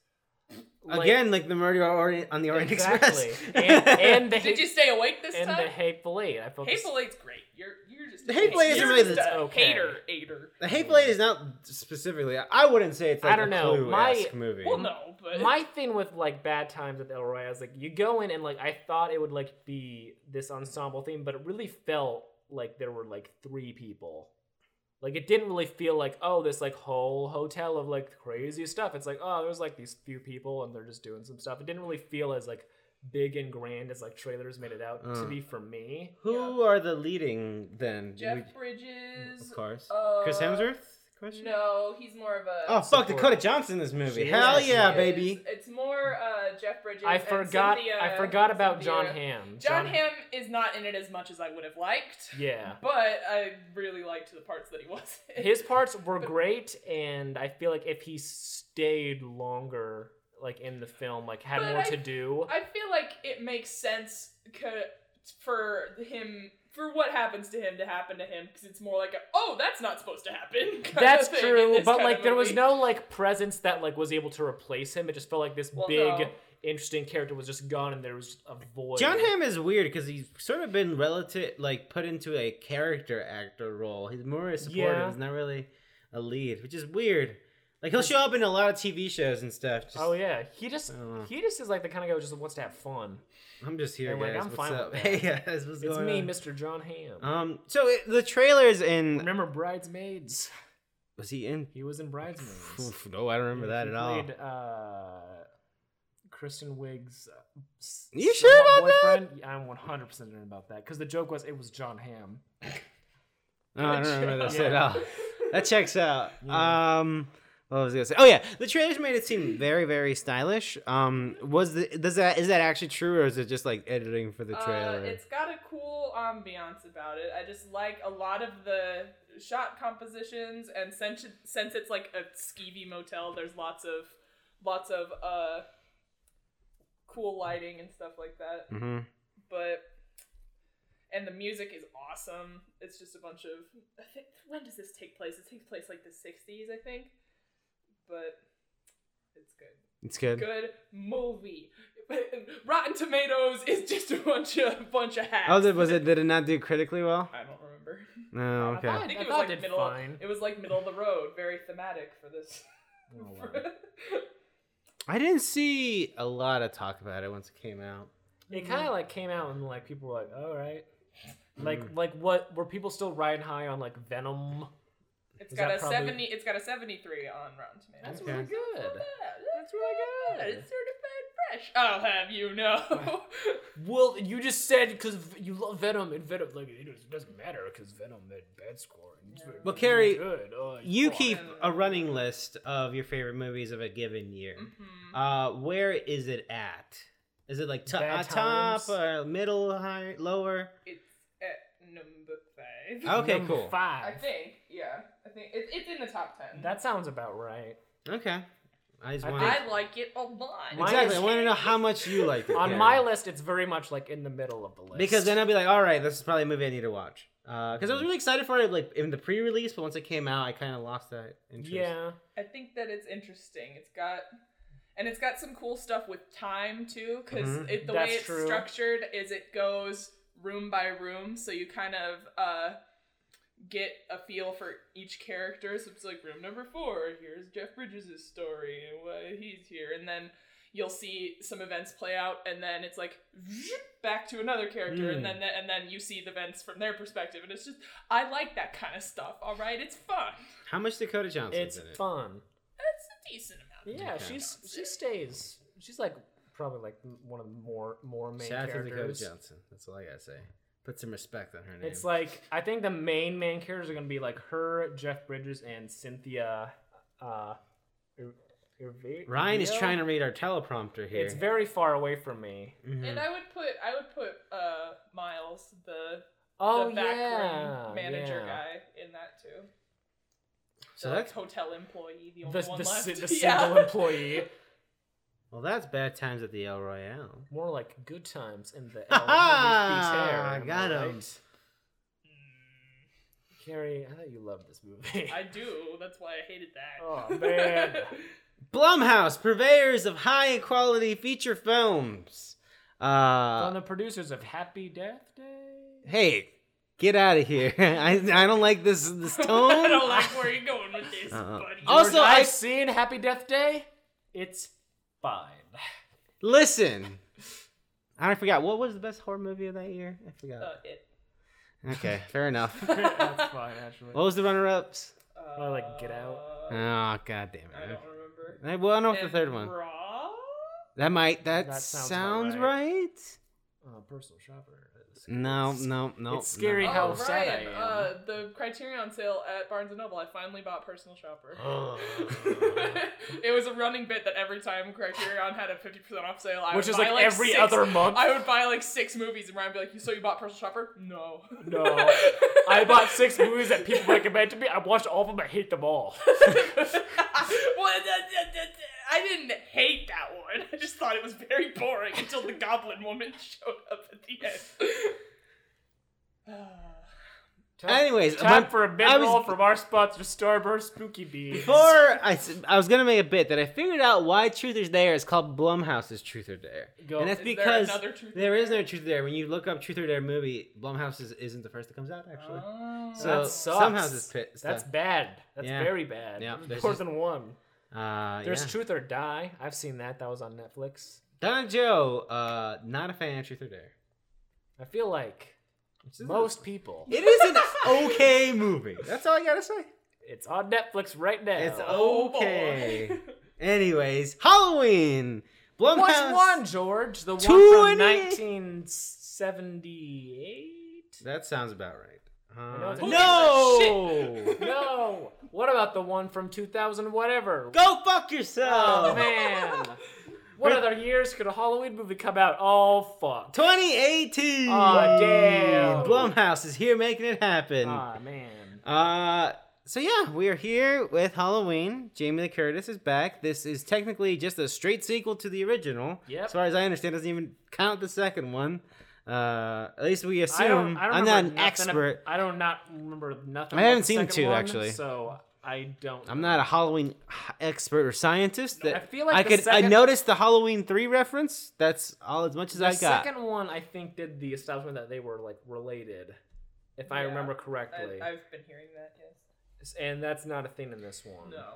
Speaker 2: Like,
Speaker 1: again, like the Murder on Orient- on the Orient
Speaker 2: exactly.
Speaker 1: [laughs] Express.
Speaker 2: and, and the
Speaker 3: [laughs] Did you
Speaker 2: hate,
Speaker 3: stay awake this
Speaker 2: and the
Speaker 3: time?
Speaker 2: hateful eight. I felt the
Speaker 3: Hateful Eight's great. You're you're just
Speaker 1: The Hateful Eight isn't
Speaker 3: you're
Speaker 1: really
Speaker 3: just
Speaker 1: the-
Speaker 3: a
Speaker 2: okay.
Speaker 3: hater hater.
Speaker 1: the Hateful Eight is not specifically. I wouldn't say it's
Speaker 2: I
Speaker 1: like
Speaker 2: don't
Speaker 1: a
Speaker 2: know.
Speaker 1: Clue-esque
Speaker 2: My-
Speaker 1: movie.
Speaker 3: Well, no, but
Speaker 2: my thing with like bad times with El Royale is like you go in and like I thought it would like be this ensemble thing, but it really felt like there were like three people. Like it didn't really feel like oh this like whole hotel of like crazy stuff. It's like oh there's like these few people and they're just doing some stuff. It didn't really feel as like big and grand as like trailers made it out to
Speaker 1: Mm.
Speaker 2: be for me.
Speaker 1: Who are the leading then?
Speaker 3: Jeff
Speaker 1: Who-
Speaker 3: Bridges.
Speaker 1: of course,
Speaker 3: uh,
Speaker 1: Chris Hemsworth. Question.
Speaker 3: No, he's more of a
Speaker 1: Oh fuck,
Speaker 2: Support.
Speaker 1: Dakota Johnson in this movie.
Speaker 2: She is
Speaker 1: Hell
Speaker 2: awesome.
Speaker 1: yeah,
Speaker 3: is-
Speaker 1: baby.
Speaker 3: It's more uh, Jeff Bridges.
Speaker 2: I
Speaker 3: and
Speaker 2: forgot I
Speaker 3: Cynthia-
Speaker 2: forgot about John
Speaker 3: Cynthia-
Speaker 2: Hamm.
Speaker 3: John Hamm is not in it as much as I would have liked.
Speaker 2: Yeah.
Speaker 3: But I really liked the parts that he [laughs] was in.
Speaker 2: his parts were great and i feel like if he stayed longer like in the film like had
Speaker 3: But
Speaker 2: more
Speaker 3: I-
Speaker 2: to do
Speaker 3: I feel like it makes sense co- for him for what happens to him to happen to him because it's more like a, oh that's not supposed to happen. [laughs] kind
Speaker 2: that's
Speaker 3: of thing in
Speaker 2: true
Speaker 3: this
Speaker 2: but
Speaker 3: kind
Speaker 2: like
Speaker 3: of
Speaker 2: there was
Speaker 3: movie.
Speaker 2: no like presence that like was able to replace him it just felt like this
Speaker 3: Well,
Speaker 2: big
Speaker 3: no.
Speaker 2: interesting character was just gone and there was a void
Speaker 1: John Hamm is weird because he's sort of been relative, like put into a character actor role. He's more a supportive.
Speaker 2: Yeah.
Speaker 1: He's not really a lead, which is weird. Like he'll show up in a lot of TV shows and stuff. Just,
Speaker 2: oh yeah he just
Speaker 1: I don't know.
Speaker 2: he just is like the kind of guy who just wants to have fun
Speaker 1: I'm just here,
Speaker 2: And,
Speaker 1: guys.
Speaker 2: like, I'm
Speaker 1: what's
Speaker 2: fine
Speaker 1: up? [laughs]
Speaker 2: with
Speaker 1: Hey
Speaker 2: that.
Speaker 1: guys, what's
Speaker 2: it's
Speaker 1: going
Speaker 2: me
Speaker 1: on?
Speaker 2: mr john ham
Speaker 1: Um, so it, the trailers in
Speaker 2: remember bridesmaids
Speaker 1: was he in?
Speaker 2: he was in bridesmaids
Speaker 1: Oof, no, I don't remember that
Speaker 2: he
Speaker 1: at all.
Speaker 2: played, uh, Kristen Wiig's. uh, s-
Speaker 1: You
Speaker 2: somewhat
Speaker 1: sure about that?
Speaker 2: boyfriend. I'm 100 percent certain about that because the joke was it was John Hamm.
Speaker 1: No, I don't
Speaker 3: [laughs]
Speaker 1: remember
Speaker 2: job. [laughs]
Speaker 1: this at all. That checks out.
Speaker 2: Yeah.
Speaker 1: Um, what was I gonna say? Oh yeah, the trailers made it seem very, very stylish. Um, was the does that is that actually true or is it just like editing for the
Speaker 3: Uh,
Speaker 1: trailer?
Speaker 3: it's got a cool ambiance about it. I just like a lot of the shot compositions, and since since it's like a skeevy motel, there's lots of lots of uh cool lighting and stuff like that.
Speaker 1: hmm
Speaker 3: But and the music is awesome. It's just a bunch of I think when does this take place? It takes place like the '60s, I think. But it's good
Speaker 1: It's good.
Speaker 3: good movie. [laughs] Rotten Tomatoes is just a bunch of bunch of hacks.
Speaker 1: Oh, did, was it? Did it not do critically well?
Speaker 3: I don't remember.
Speaker 1: No.
Speaker 2: I
Speaker 1: Okay.
Speaker 2: thought-
Speaker 3: I think
Speaker 2: thought
Speaker 3: it was like
Speaker 2: did
Speaker 3: middle.
Speaker 2: fine.
Speaker 3: It was like middle of the road, very thematic for this.
Speaker 2: Oh,
Speaker 3: [laughs]
Speaker 2: wow.
Speaker 1: I didn't see a lot of talk about it once it came out.
Speaker 2: It
Speaker 1: Mm-hmm.
Speaker 2: kind of like came out and like people were like, "All right." Like, like what were people still riding high on like Venom?
Speaker 3: it's
Speaker 2: Is
Speaker 3: got
Speaker 2: that
Speaker 3: a
Speaker 2: probably-
Speaker 3: seventy. It's got a seventy-three on Rotten Tomatoes.
Speaker 2: That's
Speaker 1: Okay.
Speaker 2: really
Speaker 3: Not
Speaker 2: good.
Speaker 3: bad.
Speaker 2: That's really
Speaker 3: Not bad.
Speaker 2: good.
Speaker 3: It's certified trash. I'll have
Speaker 2: [laughs]
Speaker 3: you know.
Speaker 2: Well, you just said because you love Venom and Venom, like it doesn't- doesn't matter because Venom had bad score. And it's
Speaker 1: Well, Carrie,
Speaker 2: good. Oh,
Speaker 1: You
Speaker 2: fuck.
Speaker 1: keep a running list of your favorite movies of a given year.
Speaker 3: Mhm.
Speaker 1: Uh, where is it at? Is it like to-
Speaker 2: Bad
Speaker 1: uh, top
Speaker 2: times.
Speaker 1: or middle, higher, lower?
Speaker 3: It's at number five.
Speaker 1: Okay,
Speaker 2: Number
Speaker 1: cool.
Speaker 3: I
Speaker 2: Five.
Speaker 3: think, yeah. I think it, it's in the top ten.
Speaker 2: That sounds
Speaker 1: [laughs]
Speaker 2: about right.
Speaker 1: Okay. I just
Speaker 2: I
Speaker 1: want
Speaker 3: I like it a lot.
Speaker 2: Mine
Speaker 1: exactly. I
Speaker 2: is-
Speaker 1: want to know how much you like it.
Speaker 2: [laughs] On
Speaker 1: Gary.
Speaker 2: my list, it's very much like in the middle of the list.
Speaker 1: because then I'll be like, all right, this is probably a movie I need to watch. Because
Speaker 2: Mm.
Speaker 1: I was really excited for it, like in the pre-release, but once it came out, I kind of lost that interest.
Speaker 2: yeah,
Speaker 3: I think that it's interesting. It's got and it's got some cool stuff with time too because
Speaker 1: Mhm.
Speaker 3: the
Speaker 2: Mm-hmm. That's
Speaker 3: way it's
Speaker 2: true.
Speaker 3: structured is it goes room by room so you kind of uh get a feel for each character so it's like room number four here's jeff bridges' story and why he's here and then you'll see some events play out and then it's like zoop, back to another character
Speaker 2: Hmm.
Speaker 3: and
Speaker 1: Mm.
Speaker 3: then and then you see the events from their perspective and it's just i like that kind of stuff all right it's fun
Speaker 1: How much Dakota Johnson
Speaker 2: it's
Speaker 1: in it?
Speaker 2: fun.
Speaker 3: that's a decent amount of
Speaker 2: Yeah,
Speaker 1: Okay.
Speaker 2: she's she stays. She's like probably like one of the more more main
Speaker 1: Shout out to Dakota
Speaker 2: characters.
Speaker 1: Johnson. That's all I gotta say. Put some respect on her name.
Speaker 2: It's like I think the main main characters are gonna be like her, Jeff Bridges, and Cynthia. Uh, Ir- Irve-
Speaker 1: Ryan is
Speaker 2: Irvio?
Speaker 1: trying to read our teleprompter here.
Speaker 2: It's very far away from me.
Speaker 1: Mhm.
Speaker 3: And I would put I would put uh Miles, the,
Speaker 2: Oh
Speaker 3: the back
Speaker 2: yeah,
Speaker 3: room manager
Speaker 2: yeah.
Speaker 3: guy in that too.
Speaker 1: so
Speaker 3: the, like,
Speaker 1: that's
Speaker 3: hotel employee, the
Speaker 2: The,
Speaker 3: only
Speaker 2: the,
Speaker 3: one
Speaker 2: si-
Speaker 3: left.
Speaker 2: the
Speaker 3: [laughs] yeah.
Speaker 2: single employee.
Speaker 1: well, that's bad times at the El
Speaker 3: [laughs]
Speaker 1: Royale.
Speaker 2: More like good times in the
Speaker 1: [laughs]
Speaker 3: Oh,
Speaker 1: Ha
Speaker 2: L
Speaker 1: ha! [laughs]
Speaker 2: hair.
Speaker 1: I
Speaker 2: am
Speaker 1: Ah, got
Speaker 2: I
Speaker 1: 'em.
Speaker 2: right? Carrie, I thought you loved this movie.
Speaker 3: I do. That's why I hated that. [laughs]
Speaker 2: Oh, man.
Speaker 1: Blumhouse, purveyors of high quality feature films.
Speaker 2: From
Speaker 1: Uh,
Speaker 2: the producers of Happy Death Day.
Speaker 1: hey, get out of here! [laughs] I, I don't like this this tone.
Speaker 3: [laughs] I don't like where you're going with this,
Speaker 1: Uh-uh.
Speaker 3: buddy.
Speaker 1: Also,
Speaker 2: George, I've
Speaker 1: I-
Speaker 2: seen Happy Death Day. It's fine.
Speaker 1: Listen, I forgot what was the best horror movie of that year. I forgot.
Speaker 2: [laughs]
Speaker 3: uh, it. [laughs]
Speaker 1: okay, fair enough.
Speaker 2: [laughs] That's fine, actually.
Speaker 1: What was the runner ups?
Speaker 3: Uh,
Speaker 2: I like Get Out. Uh,
Speaker 1: Oh
Speaker 3: I
Speaker 1: god damn it!
Speaker 3: don't remember.
Speaker 1: I, well, I don't know if the
Speaker 3: And
Speaker 1: third one.
Speaker 3: Raw?
Speaker 1: That might. That,
Speaker 2: That
Speaker 1: sounds,
Speaker 2: sounds about
Speaker 1: right.
Speaker 2: right. Uh, personal shopper. It's-
Speaker 1: No,
Speaker 2: it's-
Speaker 1: no, no.
Speaker 2: it's scary
Speaker 1: no.
Speaker 2: how
Speaker 3: oh,
Speaker 2: sad I
Speaker 3: Ryan,
Speaker 2: am.
Speaker 3: Uh, the Criterion sale at Barnes and Noble. I finally bought Personal Shopper.
Speaker 1: [laughs]
Speaker 3: it was a running bit that every time Criterion had a 50% off sale, I
Speaker 2: Which
Speaker 3: would
Speaker 2: is
Speaker 3: buy
Speaker 2: like, every
Speaker 3: six-
Speaker 2: other month.
Speaker 3: I would buy like six movies, and Ryan would be like, "So you bought Personal Shopper? No,
Speaker 2: No. [laughs] I bought six movies that people recommend to me. I watched all of them. I hate them all.
Speaker 3: [laughs] well, that- that- that- I didn't hate that one. I just thought it was very boring until the Goblin Woman [laughs] showed up at the end. [sighs]
Speaker 1: Anyways,
Speaker 2: [laughs] time
Speaker 1: my-
Speaker 2: for a
Speaker 1: I
Speaker 2: big
Speaker 1: was-
Speaker 2: roll from our sponsor, Starburst Spooky Bees.
Speaker 1: Before I, s- I was gonna make a bit that I figured out why Truth or Dare is called Blumhouse's Truth or Dare,
Speaker 2: Go.
Speaker 1: and that's
Speaker 3: Is
Speaker 1: because
Speaker 3: there another truth?
Speaker 1: there is no Truth or Dare. When you look up Truth or Dare movie, Blumhouse is, isn't the first that comes out actually.
Speaker 3: Oh.
Speaker 1: so
Speaker 2: that sucks.
Speaker 1: Somehow this pit
Speaker 2: That's
Speaker 1: stuff.
Speaker 2: bad. That's
Speaker 1: Yeah.
Speaker 2: very bad.
Speaker 1: Yeah,
Speaker 2: There's
Speaker 1: there's
Speaker 2: more
Speaker 1: just-
Speaker 2: than one.
Speaker 1: Uh,
Speaker 2: There's
Speaker 1: yeah.
Speaker 2: Truth or Die. I've seen that. That was on Netflix.
Speaker 1: Don Joe, uh, not a fan of Truth or Dare.
Speaker 2: I feel like
Speaker 1: Which is-
Speaker 2: most people.
Speaker 1: [laughs] It is an okay movie. That's all I gotta say.
Speaker 2: It's on Netflix right now.
Speaker 1: It's
Speaker 3: Oh, boy. [laughs]
Speaker 1: okay. Anyways, Halloween.
Speaker 2: What's
Speaker 1: Blumhouse.
Speaker 2: one, George? The one
Speaker 1: Twenty-
Speaker 2: from 1978.
Speaker 1: That sounds about right.
Speaker 2: know
Speaker 1: Uh,
Speaker 2: it's-
Speaker 1: no. [laughs]
Speaker 2: No. What about the one from 2000? Whatever.
Speaker 1: Go fuck yourself.
Speaker 2: Oh man. What other years could a Halloween movie come out? Oh fuck.
Speaker 1: 2018.
Speaker 2: Aw, damn.
Speaker 1: Blumhouse is here making it happen.
Speaker 2: Ah man.
Speaker 1: Uh, so yeah, we are here with Halloween. Jamie Lee Curtis is back. This is technically just a straight sequel to the original.
Speaker 2: Yep.
Speaker 1: As far as I understand, doesn't even count the second one. Uh, at least we assume.
Speaker 2: I don't. I don't
Speaker 1: am not an
Speaker 2: remember nothing ab-
Speaker 1: expert.
Speaker 2: I don't not remember nothing.
Speaker 1: I
Speaker 2: about
Speaker 1: haven't
Speaker 2: the
Speaker 1: seen
Speaker 2: second
Speaker 1: two,
Speaker 2: one,
Speaker 1: actually.
Speaker 2: So I don't.
Speaker 1: I'm not a Halloween h- expert or scientist. That
Speaker 2: I feel like
Speaker 1: I
Speaker 2: the
Speaker 1: could. I
Speaker 2: second-
Speaker 1: noticed the Halloween three reference. That's all as much as
Speaker 2: The
Speaker 1: I got.
Speaker 2: second one, I think, did the establishment that they were like related, if I
Speaker 3: Yeah.
Speaker 2: remember
Speaker 3: I,
Speaker 2: correctly.
Speaker 3: I've been hearing that. Yes.
Speaker 2: And that's not a thing in this one.
Speaker 3: No.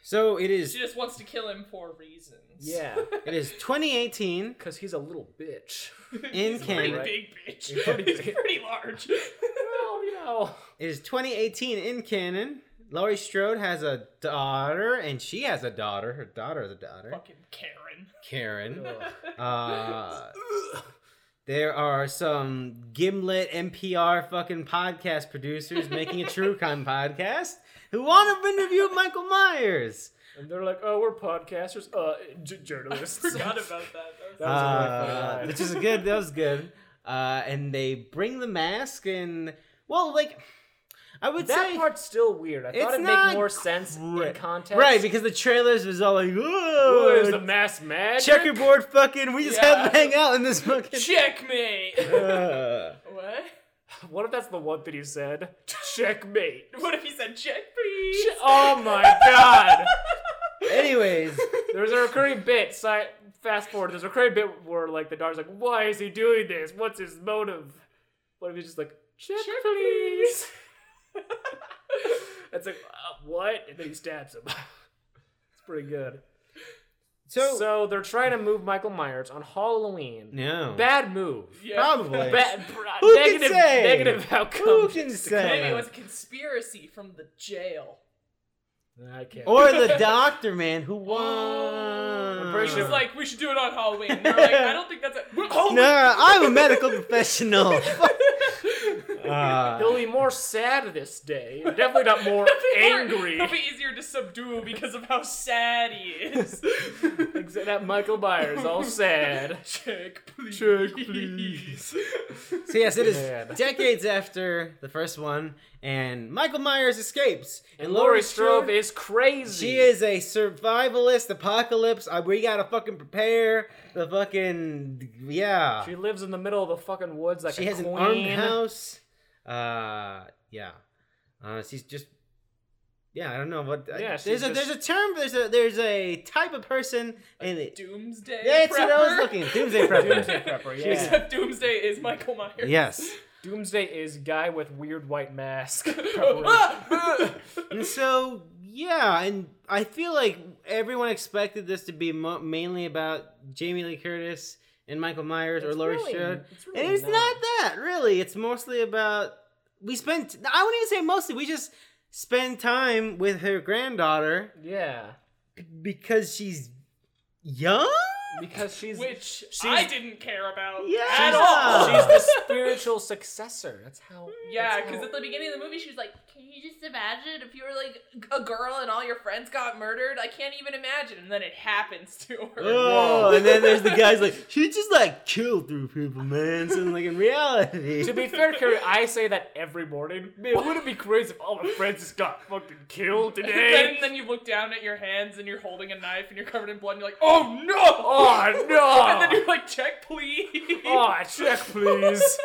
Speaker 1: So it is.
Speaker 3: She just wants to kill him for reasons. [laughs]
Speaker 2: Yeah,
Speaker 1: It is 2018.
Speaker 2: because he's a little bitch.
Speaker 3: He's a pretty
Speaker 1: Canada.
Speaker 3: big bitch.
Speaker 2: He's pretty
Speaker 3: He's
Speaker 2: big.
Speaker 3: pretty large.
Speaker 2: well, you know.
Speaker 1: It is 2018 in canon. Laurie Strode has a daughter, and she has a daughter. Her daughter is a daughter.
Speaker 3: Fucking Karen. Karen.
Speaker 1: Karen.
Speaker 2: Ugh.
Speaker 1: Uh, there are some Gimlet NPR fucking podcast producers
Speaker 2: [laughs]
Speaker 1: making a true crime podcast who want to interview Michael Myers.
Speaker 2: and they're like, oh, we're podcasters, uh, j-
Speaker 3: [laughs]
Speaker 2: journalists.
Speaker 3: Forgot about that. That was-
Speaker 2: That was a really funny
Speaker 1: Uh,
Speaker 2: line.
Speaker 1: which is good. That was good. Uh, and they bring the mask and well, like I would
Speaker 2: [laughs] that
Speaker 1: say.
Speaker 2: part's still weird. I
Speaker 1: It's
Speaker 2: thought it'd
Speaker 1: not
Speaker 2: make more sense
Speaker 1: Right.
Speaker 2: in context.
Speaker 1: Right, because the trailers was all like,
Speaker 2: Ooh, there's the
Speaker 1: "Whoa,
Speaker 2: mass magic.
Speaker 1: checkerboard, fucking, we just
Speaker 3: Yeah.
Speaker 1: had to hang out in this fucking."
Speaker 3: [laughs] Checkmate.
Speaker 1: Uh,
Speaker 3: what?
Speaker 2: What if that's the one that
Speaker 1: [laughs]
Speaker 2: he said? Checkmate.
Speaker 3: What if he said check, please?
Speaker 2: Che- oh my god.
Speaker 1: anyways,
Speaker 2: There's a recurring bit. Si- fast forward. There's a recurring bit where like the daughter's like, "Why is he doing this? What's his motive?" What if he's just like, "Check,
Speaker 3: Check,
Speaker 2: please." it's like, uh, what? And then he stabs him. [laughs] it's pretty good.
Speaker 1: so,
Speaker 2: [laughs] so they're trying to move Michael Myers on Halloween.
Speaker 1: no,
Speaker 2: Bad move.
Speaker 3: [laughs] Yeah.
Speaker 1: probably.
Speaker 2: Bad,
Speaker 1: Who can
Speaker 2: negative,
Speaker 1: say?
Speaker 2: negative outcome.
Speaker 1: Who can
Speaker 2: just to
Speaker 1: say?
Speaker 3: Maybe it was a conspiracy from the jail.
Speaker 2: come- I can't.
Speaker 1: or the
Speaker 2: [laughs]
Speaker 1: doctor man
Speaker 2: Oh.
Speaker 1: who won.
Speaker 2: I'm pretty
Speaker 3: She's
Speaker 2: sure-
Speaker 3: like, we should do it on Halloween. And they're like, I don't think that's it.
Speaker 2: "Oh,
Speaker 3: Halloween.
Speaker 1: No, I'm a
Speaker 3: [laughs]
Speaker 1: medical [laughs]
Speaker 2: [laughs]
Speaker 1: professional.
Speaker 2: He'll
Speaker 1: Uh,
Speaker 2: be more sad this day. Definitely not more angry.
Speaker 3: It'll be easier to subdue because of how sad he
Speaker 2: [laughs]
Speaker 3: is.
Speaker 2: Except that Michael Myers, all sad.
Speaker 3: Check, please.
Speaker 2: Check,
Speaker 3: [laughs]
Speaker 2: please.
Speaker 1: so yes, it is
Speaker 2: Man.
Speaker 1: decades after the first one, and Michael Myers escapes,
Speaker 2: And Laurie
Speaker 1: Strode-
Speaker 2: Strode is crazy.
Speaker 1: She is a survivalist apocalypse. Uh, we gotta fucking prepare the fucking yeah.
Speaker 2: She lives in the middle of the fucking woods like
Speaker 1: She
Speaker 2: a
Speaker 1: has
Speaker 2: queen.
Speaker 1: an armed house. Uh, yeah. Uh, she's just. Yeah, I don't know what. I-
Speaker 2: Yeah,
Speaker 1: there's
Speaker 2: she's
Speaker 1: a there's a term. There's a there's a type of person, and it,
Speaker 3: Doomsday.
Speaker 1: yeah, it's what I was
Speaker 3: prepper.
Speaker 1: looking. Doomsday prepper.
Speaker 2: Doomsday prepper. Yeah.
Speaker 3: Except Doomsday is Michael Myers.
Speaker 1: Yes.
Speaker 2: Doomsday is guy with weird white mask.
Speaker 3: [laughs]
Speaker 2: [laughs]
Speaker 3: Ah!
Speaker 1: And so yeah, and I feel like everyone expected this to be mo- mainly about Jamie Lee Curtis and Michael Myers or
Speaker 2: It's
Speaker 1: Laurie
Speaker 2: really-
Speaker 1: Strode.
Speaker 2: It's, really
Speaker 1: And it's not that really. It's mostly about we spent. I wouldn't even say mostly. We just spend time with her granddaughter
Speaker 2: Yeah,
Speaker 1: because she's young.
Speaker 2: because she's
Speaker 3: [laughs] Which
Speaker 2: She's-
Speaker 3: I didn't care about
Speaker 1: Yeah.
Speaker 3: at
Speaker 2: she's,
Speaker 3: all.
Speaker 2: she's the spiritual successor. That's how.
Speaker 3: [laughs] Yeah,
Speaker 2: that's
Speaker 3: because
Speaker 2: how-
Speaker 3: at the beginning of the movie, she was like, "Can you just imagine if you were like a girl and all your friends got murdered? I can't even imagine." And then it happens to her.
Speaker 1: Oh, and then there's the guys like she just like killed through people, man. So like in reality,
Speaker 2: To be fair, Carrie, I say that every morning. Man, wouldn't it be crazy if all my friends just got fucking killed [laughs]
Speaker 3: then,
Speaker 2: today?
Speaker 3: then you look down at your hands and you're holding a knife and you're covered in blood and you're like, "Oh no!"
Speaker 2: oh
Speaker 3: [laughs] And then
Speaker 2: no!
Speaker 3: you're like, "Check, please."
Speaker 2: Oh, check please.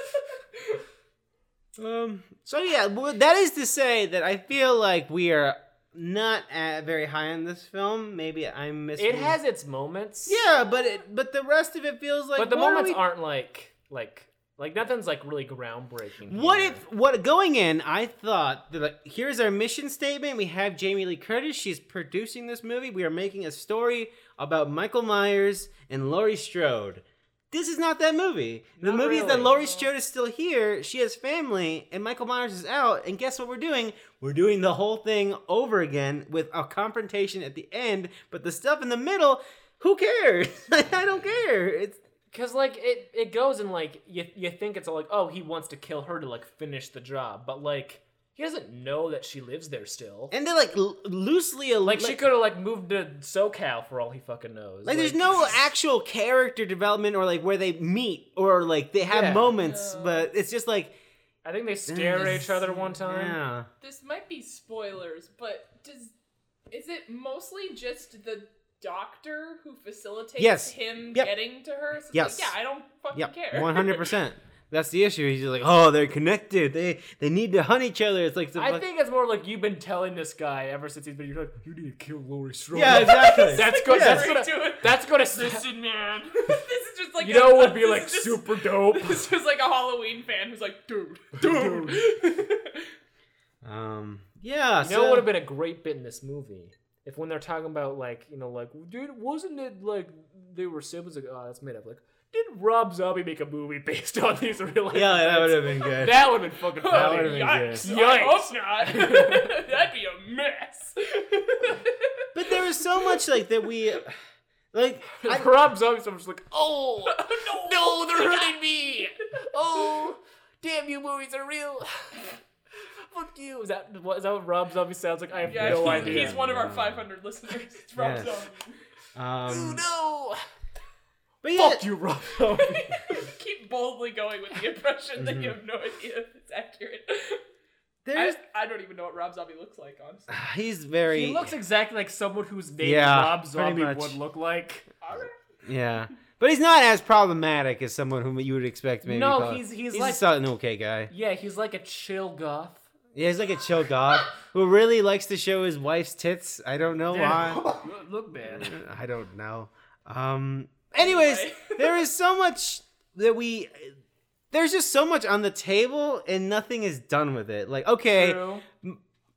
Speaker 1: Um. So yeah, well, that is to say that I feel like we are not at very high on this film. Maybe I'm missing.
Speaker 2: it has its moments.
Speaker 1: Yeah, but it but the rest of it feels like.
Speaker 2: but the
Speaker 1: what are
Speaker 2: moments
Speaker 1: we-
Speaker 2: aren't like like like nothing's like really groundbreaking.
Speaker 1: What
Speaker 2: here.
Speaker 1: if what going in? I thought that like, here's our mission statement. We have Jamie Lee Curtis. She's producing this movie. We are making a story about Michael Myers and Laurie Strode. This is not that movie. The
Speaker 2: Not
Speaker 1: movie is that
Speaker 2: really.
Speaker 1: Laurie Strode is still here. She has family, and Michael Myers is out. And guess what we're doing? We're doing the whole thing over again with a confrontation at the end. But the stuff in the middle, who cares? [laughs] I don't care. It's
Speaker 2: Cause like it, it goes and like you you think it's all like oh he wants to kill her to like finish the job, but like he doesn't know that she lives there still.
Speaker 1: and they're like l- loosely al-
Speaker 2: like, she could have like moved to SoCal for all he fucking knows.
Speaker 1: Like, there's
Speaker 2: [laughs]
Speaker 1: no actual character development or like where they meet or like they have
Speaker 2: Yeah.
Speaker 1: moments,
Speaker 3: No.
Speaker 1: but it's just like
Speaker 2: I think they stare at each other one time.
Speaker 1: Yeah.
Speaker 3: [laughs] this might be spoilers, but does is it mostly just the doctor who facilitates
Speaker 1: Yes.
Speaker 3: him
Speaker 1: Yep.
Speaker 3: getting to her? So it's
Speaker 1: Yes.
Speaker 3: Like, yeah, I don't fucking
Speaker 1: Yep.
Speaker 3: care.
Speaker 1: One hundred
Speaker 2: [laughs]
Speaker 1: percent. That's the issue. He's just like, oh, they're connected. They they need to hunt each other. It's like the
Speaker 2: I
Speaker 1: fuck-
Speaker 2: think it's more like you've been telling this guy ever since he's been. You're like you need to kill Laurie Strode.
Speaker 1: Yeah, exactly.
Speaker 2: [laughs] That's good.
Speaker 1: Yeah.
Speaker 2: That's gonna.
Speaker 3: Doing
Speaker 2: That's gonna.
Speaker 3: Listen, man. [laughs] this is just
Speaker 2: [laughs]
Speaker 3: like
Speaker 2: you know
Speaker 3: a,
Speaker 2: what would be
Speaker 3: [laughs] this
Speaker 2: like
Speaker 3: is just-
Speaker 2: super
Speaker 3: [laughs]
Speaker 2: dope.
Speaker 3: This is like a Halloween fan who's
Speaker 2: [laughs]
Speaker 3: like, dude, dude.
Speaker 2: Dude.
Speaker 3: [laughs]
Speaker 1: Um. Yeah.
Speaker 2: You
Speaker 1: so,
Speaker 2: know what would have been a great bit in this movie? If when they're talking about like, you know, like, dude, wasn't it like they were siblings? Like, oh, that's made up. Like, did Rob Zombie make a movie [laughs] based on these real life?
Speaker 1: Yeah, that would
Speaker 2: events?
Speaker 1: have been good.
Speaker 2: That would have been fucking
Speaker 1: That
Speaker 2: funny.
Speaker 1: would've been
Speaker 3: Yikes!
Speaker 2: good.
Speaker 3: I
Speaker 2: Yikes.
Speaker 3: hope not.
Speaker 2: [laughs]
Speaker 3: That'd be a mess. [laughs]
Speaker 1: but there was so much like that we Like,
Speaker 2: [laughs]
Speaker 1: I,
Speaker 2: Rob Zombie, so I'm just like, oh,
Speaker 3: no.
Speaker 2: no,
Speaker 3: [laughs]
Speaker 2: they're hurting me. Oh, damn you, movies are real. [laughs] Fuck you. Is that, what, is that what Rob Zombie sounds like? I have
Speaker 3: Yeah,
Speaker 2: no
Speaker 3: he-
Speaker 2: idea.
Speaker 3: he's one of our 500 listeners. It's Rob
Speaker 1: Yes.
Speaker 3: Zombie.
Speaker 1: um,
Speaker 2: no.
Speaker 1: but yeah,
Speaker 2: Fuck you, Rob Zombie.
Speaker 3: [laughs] Keep boldly going with the impression that you have no idea if it's accurate. I,
Speaker 1: Mm-hmm. there's [sighs]
Speaker 3: I don't even know what Rob Zombie looks like,
Speaker 1: [laughs]
Speaker 3: honestly.
Speaker 1: he's very
Speaker 2: he looks exactly like someone whose name
Speaker 1: Yeah,
Speaker 2: Rob
Speaker 1: pretty
Speaker 2: Zombie
Speaker 1: much.
Speaker 2: would look like.
Speaker 3: All right.
Speaker 1: yeah, but he's not as problematic as someone whom you would expect. Maybe
Speaker 2: No,
Speaker 1: call-
Speaker 2: he's- he's
Speaker 1: he's
Speaker 2: like-
Speaker 1: just an okay guy.
Speaker 2: Yeah, he's like a chill goth.
Speaker 1: Yeah, he's like a chill god who really likes to show his wife's tits. I don't know why.
Speaker 2: Look- Look bad.
Speaker 1: I don't know. Um. Anyways,
Speaker 3: Anyway.
Speaker 1: there is so much that we. There's just so much on the table and nothing is done with it. Like, okay,
Speaker 2: True.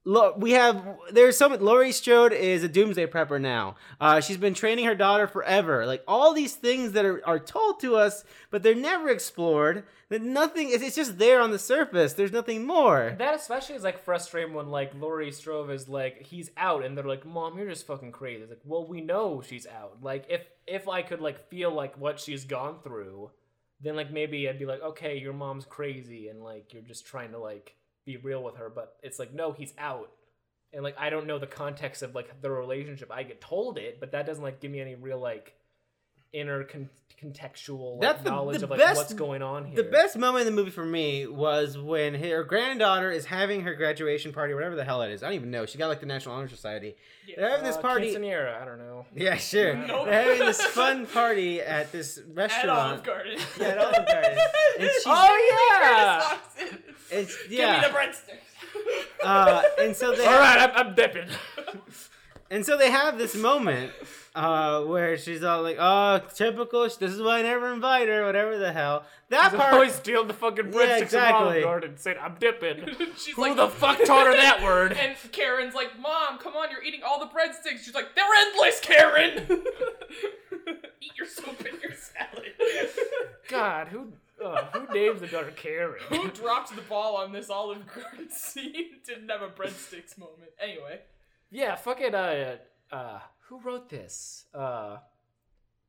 Speaker 1: Lo- we have there's so much. Laurie Strode is a doomsday prepper now. Uh, she's been training her daughter forever. Like all these things that are, are told to us, but they're never explored. That nothing is. It's just there on the surface. There's nothing more.
Speaker 2: That especially is like frustrating when like Laurie Strove is like he's out and they're like, "Mom, you're just fucking crazy." It's like, well, we know she's out. Like if if I could like feel like what she's gone through, then like maybe I'd be like, "Okay, your mom's crazy and like you're just trying to like be real with her." But it's like, no, he's out. And like I don't know the context of like the relationship. I get told it, but that doesn't like give me any real like inner con- contextual like,
Speaker 1: That's the-
Speaker 2: knowledge
Speaker 1: the
Speaker 2: of like
Speaker 1: best-
Speaker 2: what's going on here.
Speaker 1: The best moment in the movie for me was when her granddaughter is having her graduation party, whatever the hell it is. I don't even know. She got like the National Honor Society. They're
Speaker 3: Yeah.
Speaker 1: having this
Speaker 2: Uh,
Speaker 1: party.
Speaker 2: quinceanera, I don't know.
Speaker 1: [laughs] Yeah, sure.
Speaker 3: Nope.
Speaker 1: They're having this fun party at this
Speaker 3: At Olive
Speaker 1: restaurant.
Speaker 3: Garden.
Speaker 1: Yeah, at Olive
Speaker 3: [laughs]
Speaker 1: Garden. And she's-
Speaker 2: Oh yeah!
Speaker 3: Curtis Fox is-
Speaker 1: It's,
Speaker 3: Give me the
Speaker 1: yeah.
Speaker 3: breadsticks.
Speaker 1: Uh, and so
Speaker 3: [laughs]
Speaker 1: they
Speaker 2: All right, I'm, I'm
Speaker 1: [laughs]
Speaker 2: dipping.
Speaker 1: and so they have this moment uh, where she's all like, "Oh, typical. This is why I never invite her. Whatever the hell." That
Speaker 2: I
Speaker 1: part.
Speaker 2: always steal the fucking breadsticks
Speaker 1: Yeah,
Speaker 2: from
Speaker 1: exactly.
Speaker 2: Olive Garden and said, I'm dipping.
Speaker 3: [laughs] She's
Speaker 2: Who
Speaker 3: like-
Speaker 2: the fuck taught her that word?
Speaker 3: [laughs] And Karen's like, Mom, come on, you're eating all the breadsticks. She's like, They're endless, Karen!
Speaker 2: [laughs]
Speaker 3: Eat your soup and your salad. [laughs]
Speaker 2: God, who uh, who names the daughter Karen?
Speaker 3: Who dropped the ball on this Olive Garden [laughs] scene? Didn't have a breadsticks moment. Anyway.
Speaker 2: [laughs] yeah, fucking uh, uh, who wrote this? Uh,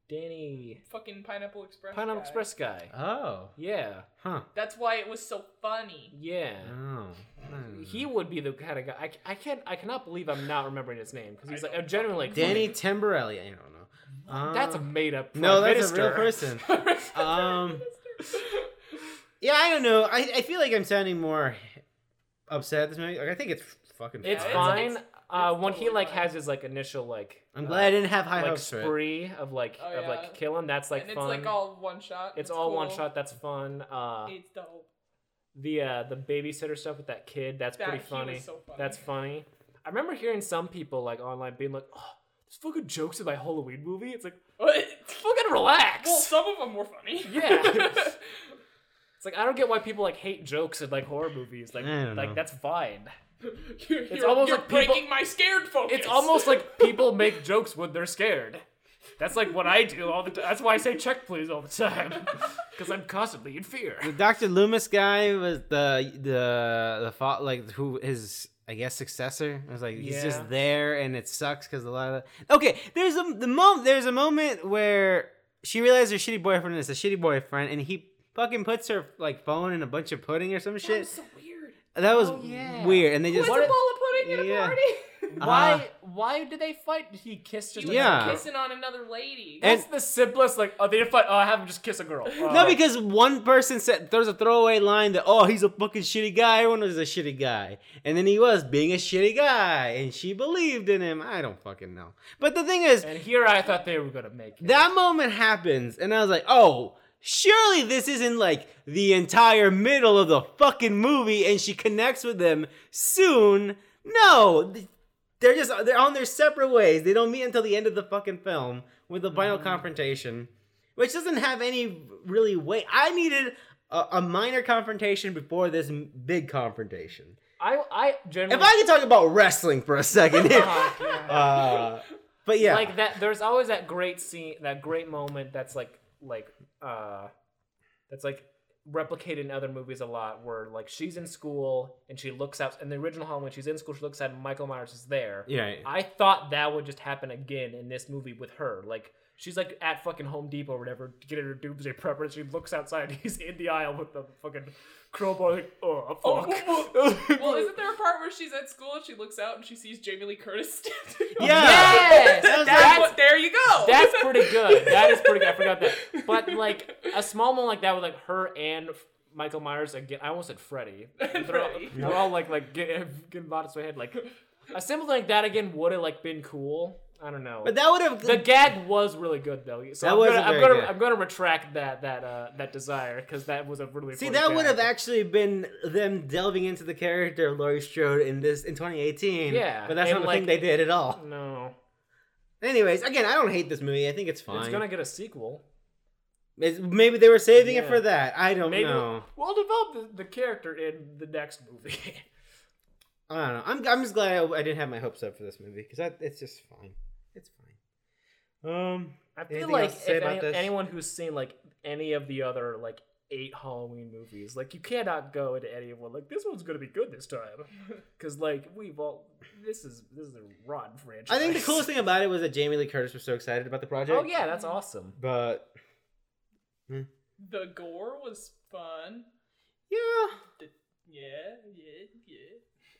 Speaker 2: Danny
Speaker 3: Fucking Pineapple Express.
Speaker 2: Pineapple
Speaker 3: guy.
Speaker 2: Express guy.
Speaker 1: [laughs] oh,
Speaker 2: Yeah,
Speaker 1: huh.
Speaker 3: That's why it was so funny.
Speaker 2: yeah.
Speaker 1: Oh,
Speaker 2: He would be the kind of guy. I, c- I can't. I cannot believe I'm not remembering his name because he's like a genuinely like, [laughs]
Speaker 1: Danny Timberelli. I don't know. Um,
Speaker 2: That's a made up.
Speaker 1: no. That's a real person.
Speaker 3: [laughs]
Speaker 1: Um, yeah, I don't know. I, I feel like I'm sounding more upset at this movie. Like, I think it's fucking.
Speaker 2: It's
Speaker 3: Yeah, it's-
Speaker 2: fine.
Speaker 3: it's-
Speaker 2: uh, when he
Speaker 3: totally
Speaker 2: like
Speaker 3: fine.
Speaker 2: has his like initial like.
Speaker 1: I'm
Speaker 2: uh,
Speaker 1: glad I didn't have high
Speaker 2: like
Speaker 1: hopes for it.
Speaker 2: spree of like
Speaker 3: Oh,
Speaker 2: of
Speaker 3: yeah.
Speaker 2: like killing. That's like
Speaker 3: and it's
Speaker 2: fun.
Speaker 3: like all one shot.
Speaker 2: It's all one
Speaker 3: cool.
Speaker 2: shot. That's fun. Uh,
Speaker 3: It's dope.
Speaker 2: the uh, the babysitter stuff with that kid. That's
Speaker 3: That-
Speaker 2: pretty
Speaker 3: he was
Speaker 2: funny.
Speaker 3: so funny. [laughs]
Speaker 2: That's funny. I remember hearing some people like online being like, "Oh, there's fucking jokes in my Halloween movie." It's like, fucking relax.
Speaker 3: Well, some of them were funny.
Speaker 2: Yeah. it's like I don't get why people like hate jokes in like horror movies. Like,
Speaker 1: I don't
Speaker 2: like
Speaker 1: know.
Speaker 2: that's fine.
Speaker 3: [laughs] you're,
Speaker 2: It's
Speaker 3: you're-
Speaker 2: almost
Speaker 3: you're
Speaker 2: like people-
Speaker 3: breaking my scared focus.
Speaker 2: It's almost like people make jokes when they're scared. That's like what I do all the time. That's why I say check please all the time. [laughs] Because I'm constantly in fear.
Speaker 1: The Dr. Loomis guy was the the the fa- like who his I guess successor. I was like he's
Speaker 2: Yeah.
Speaker 1: just there and it sucks because a lot of okay. There's a the moment there's a moment where she realizes her shitty boyfriend is a shitty boyfriend and he fucking puts her like phone in a bunch of pudding or some
Speaker 3: That was
Speaker 1: shit.
Speaker 3: so weird.
Speaker 1: That was
Speaker 2: Oh, yeah.
Speaker 1: weird and they
Speaker 3: Who
Speaker 1: just
Speaker 3: has a bowl of pudding at a
Speaker 1: Yeah.
Speaker 2: [laughs]
Speaker 3: party?
Speaker 2: Why why do they fight? Did he kiss just
Speaker 1: Ah. Yeah.
Speaker 2: another kiss?
Speaker 3: Kissing on another lady.
Speaker 1: And-
Speaker 2: That's the simplest, like, oh, they didn't fight. Oh, I have him just kiss a girl. Oh.
Speaker 1: No, because one person said there's a throwaway line that oh he's a fucking shitty guy. Everyone was a shitty guy, and then he was being a shitty guy, and she believed in him. I don't fucking know. But the thing is,
Speaker 2: And here I thought they were going to make it.
Speaker 1: that moment happens, and I was like, oh, surely this isn't like the entire middle of the fucking movie, and she connects with them soon. No, th- they're just they're on their separate ways. They don't meet until the end of the fucking film with the
Speaker 2: Mm-hmm.
Speaker 1: final confrontation, which doesn't have any really weight. I needed a, a minor confrontation before this m- big confrontation.
Speaker 2: I, I
Speaker 1: If
Speaker 2: generally.
Speaker 1: I could talk about wrestling for a second,
Speaker 2: [laughs] Oh, God.
Speaker 1: uh, but yeah,
Speaker 2: like that there's always that great scene that great moment that's like like uh that's like replicated in other movies a lot where like she's in school and she looks out in the original home when she's in school she looks out and michael myers is there
Speaker 1: yeah.
Speaker 2: i thought that would just happen again in this movie with her like She's like at fucking Home Depot or whatever, getting her doomsday prep, and she looks outside. [laughs] He's in the aisle with the fucking crowbar. Like, oh fuck.
Speaker 3: Oh, [laughs] Well, isn't there a part where she's at school and she looks out and she sees Jamie Lee Curtis standing? [laughs]
Speaker 1: Yeah.
Speaker 2: Yes!
Speaker 1: That was
Speaker 3: That's,
Speaker 1: like-
Speaker 3: what, there you go.
Speaker 2: [laughs] That's pretty good. That is pretty good. I forgot that.
Speaker 3: [laughs]
Speaker 2: But like a small moment like that with like her and Michael Myers again. I almost said
Speaker 3: [laughs]
Speaker 2: Freddy. They're all,
Speaker 3: Freddy.
Speaker 2: they're all like like get- getting bodies to my head. Like a simple thing like that again would have like been cool. I don't know.
Speaker 1: but that would have.
Speaker 2: the gag was really good though. So
Speaker 1: That
Speaker 2: I'm
Speaker 1: was
Speaker 2: gonna, I'm
Speaker 1: very
Speaker 2: gonna
Speaker 1: good.
Speaker 2: I'm gonna retract that that uh that desire because that was a really
Speaker 1: See,
Speaker 2: funny
Speaker 1: that would have
Speaker 2: gag.
Speaker 1: actually been them delving into the character of Laurie Strode in this in 2018.
Speaker 2: Yeah,
Speaker 1: but that's
Speaker 2: and
Speaker 1: not
Speaker 2: like-
Speaker 1: the thing they did at all.
Speaker 2: no.
Speaker 1: Anyways, again, I don't hate this movie. I think it's fine.
Speaker 2: It's gonna get a sequel.
Speaker 1: It's- maybe they were saving it
Speaker 2: Yeah.
Speaker 1: for that. I don't
Speaker 2: Maybe
Speaker 1: know.
Speaker 2: we'll develop the, the character in the next movie. [laughs]
Speaker 1: I don't know. I'm I'm just glad I, I didn't have my hopes up for this movie because it's just fine. It's fine. Um,
Speaker 2: I feel
Speaker 1: Anything
Speaker 2: like
Speaker 1: else to
Speaker 2: if
Speaker 1: say about
Speaker 2: any-
Speaker 1: this?
Speaker 2: anyone who's seen like any of the other like eight Halloween movies, like you cannot go into any of one like this one's gonna be good this time,
Speaker 1: [laughs]
Speaker 2: because like we've all this is this is a rotten franchise.
Speaker 1: I think the coolest thing about it was that Jamie Lee Curtis was so excited about the project.
Speaker 2: Oh yeah, that's awesome.
Speaker 1: but
Speaker 3: the gore was fun.
Speaker 1: yeah,
Speaker 3: Yeah, yeah,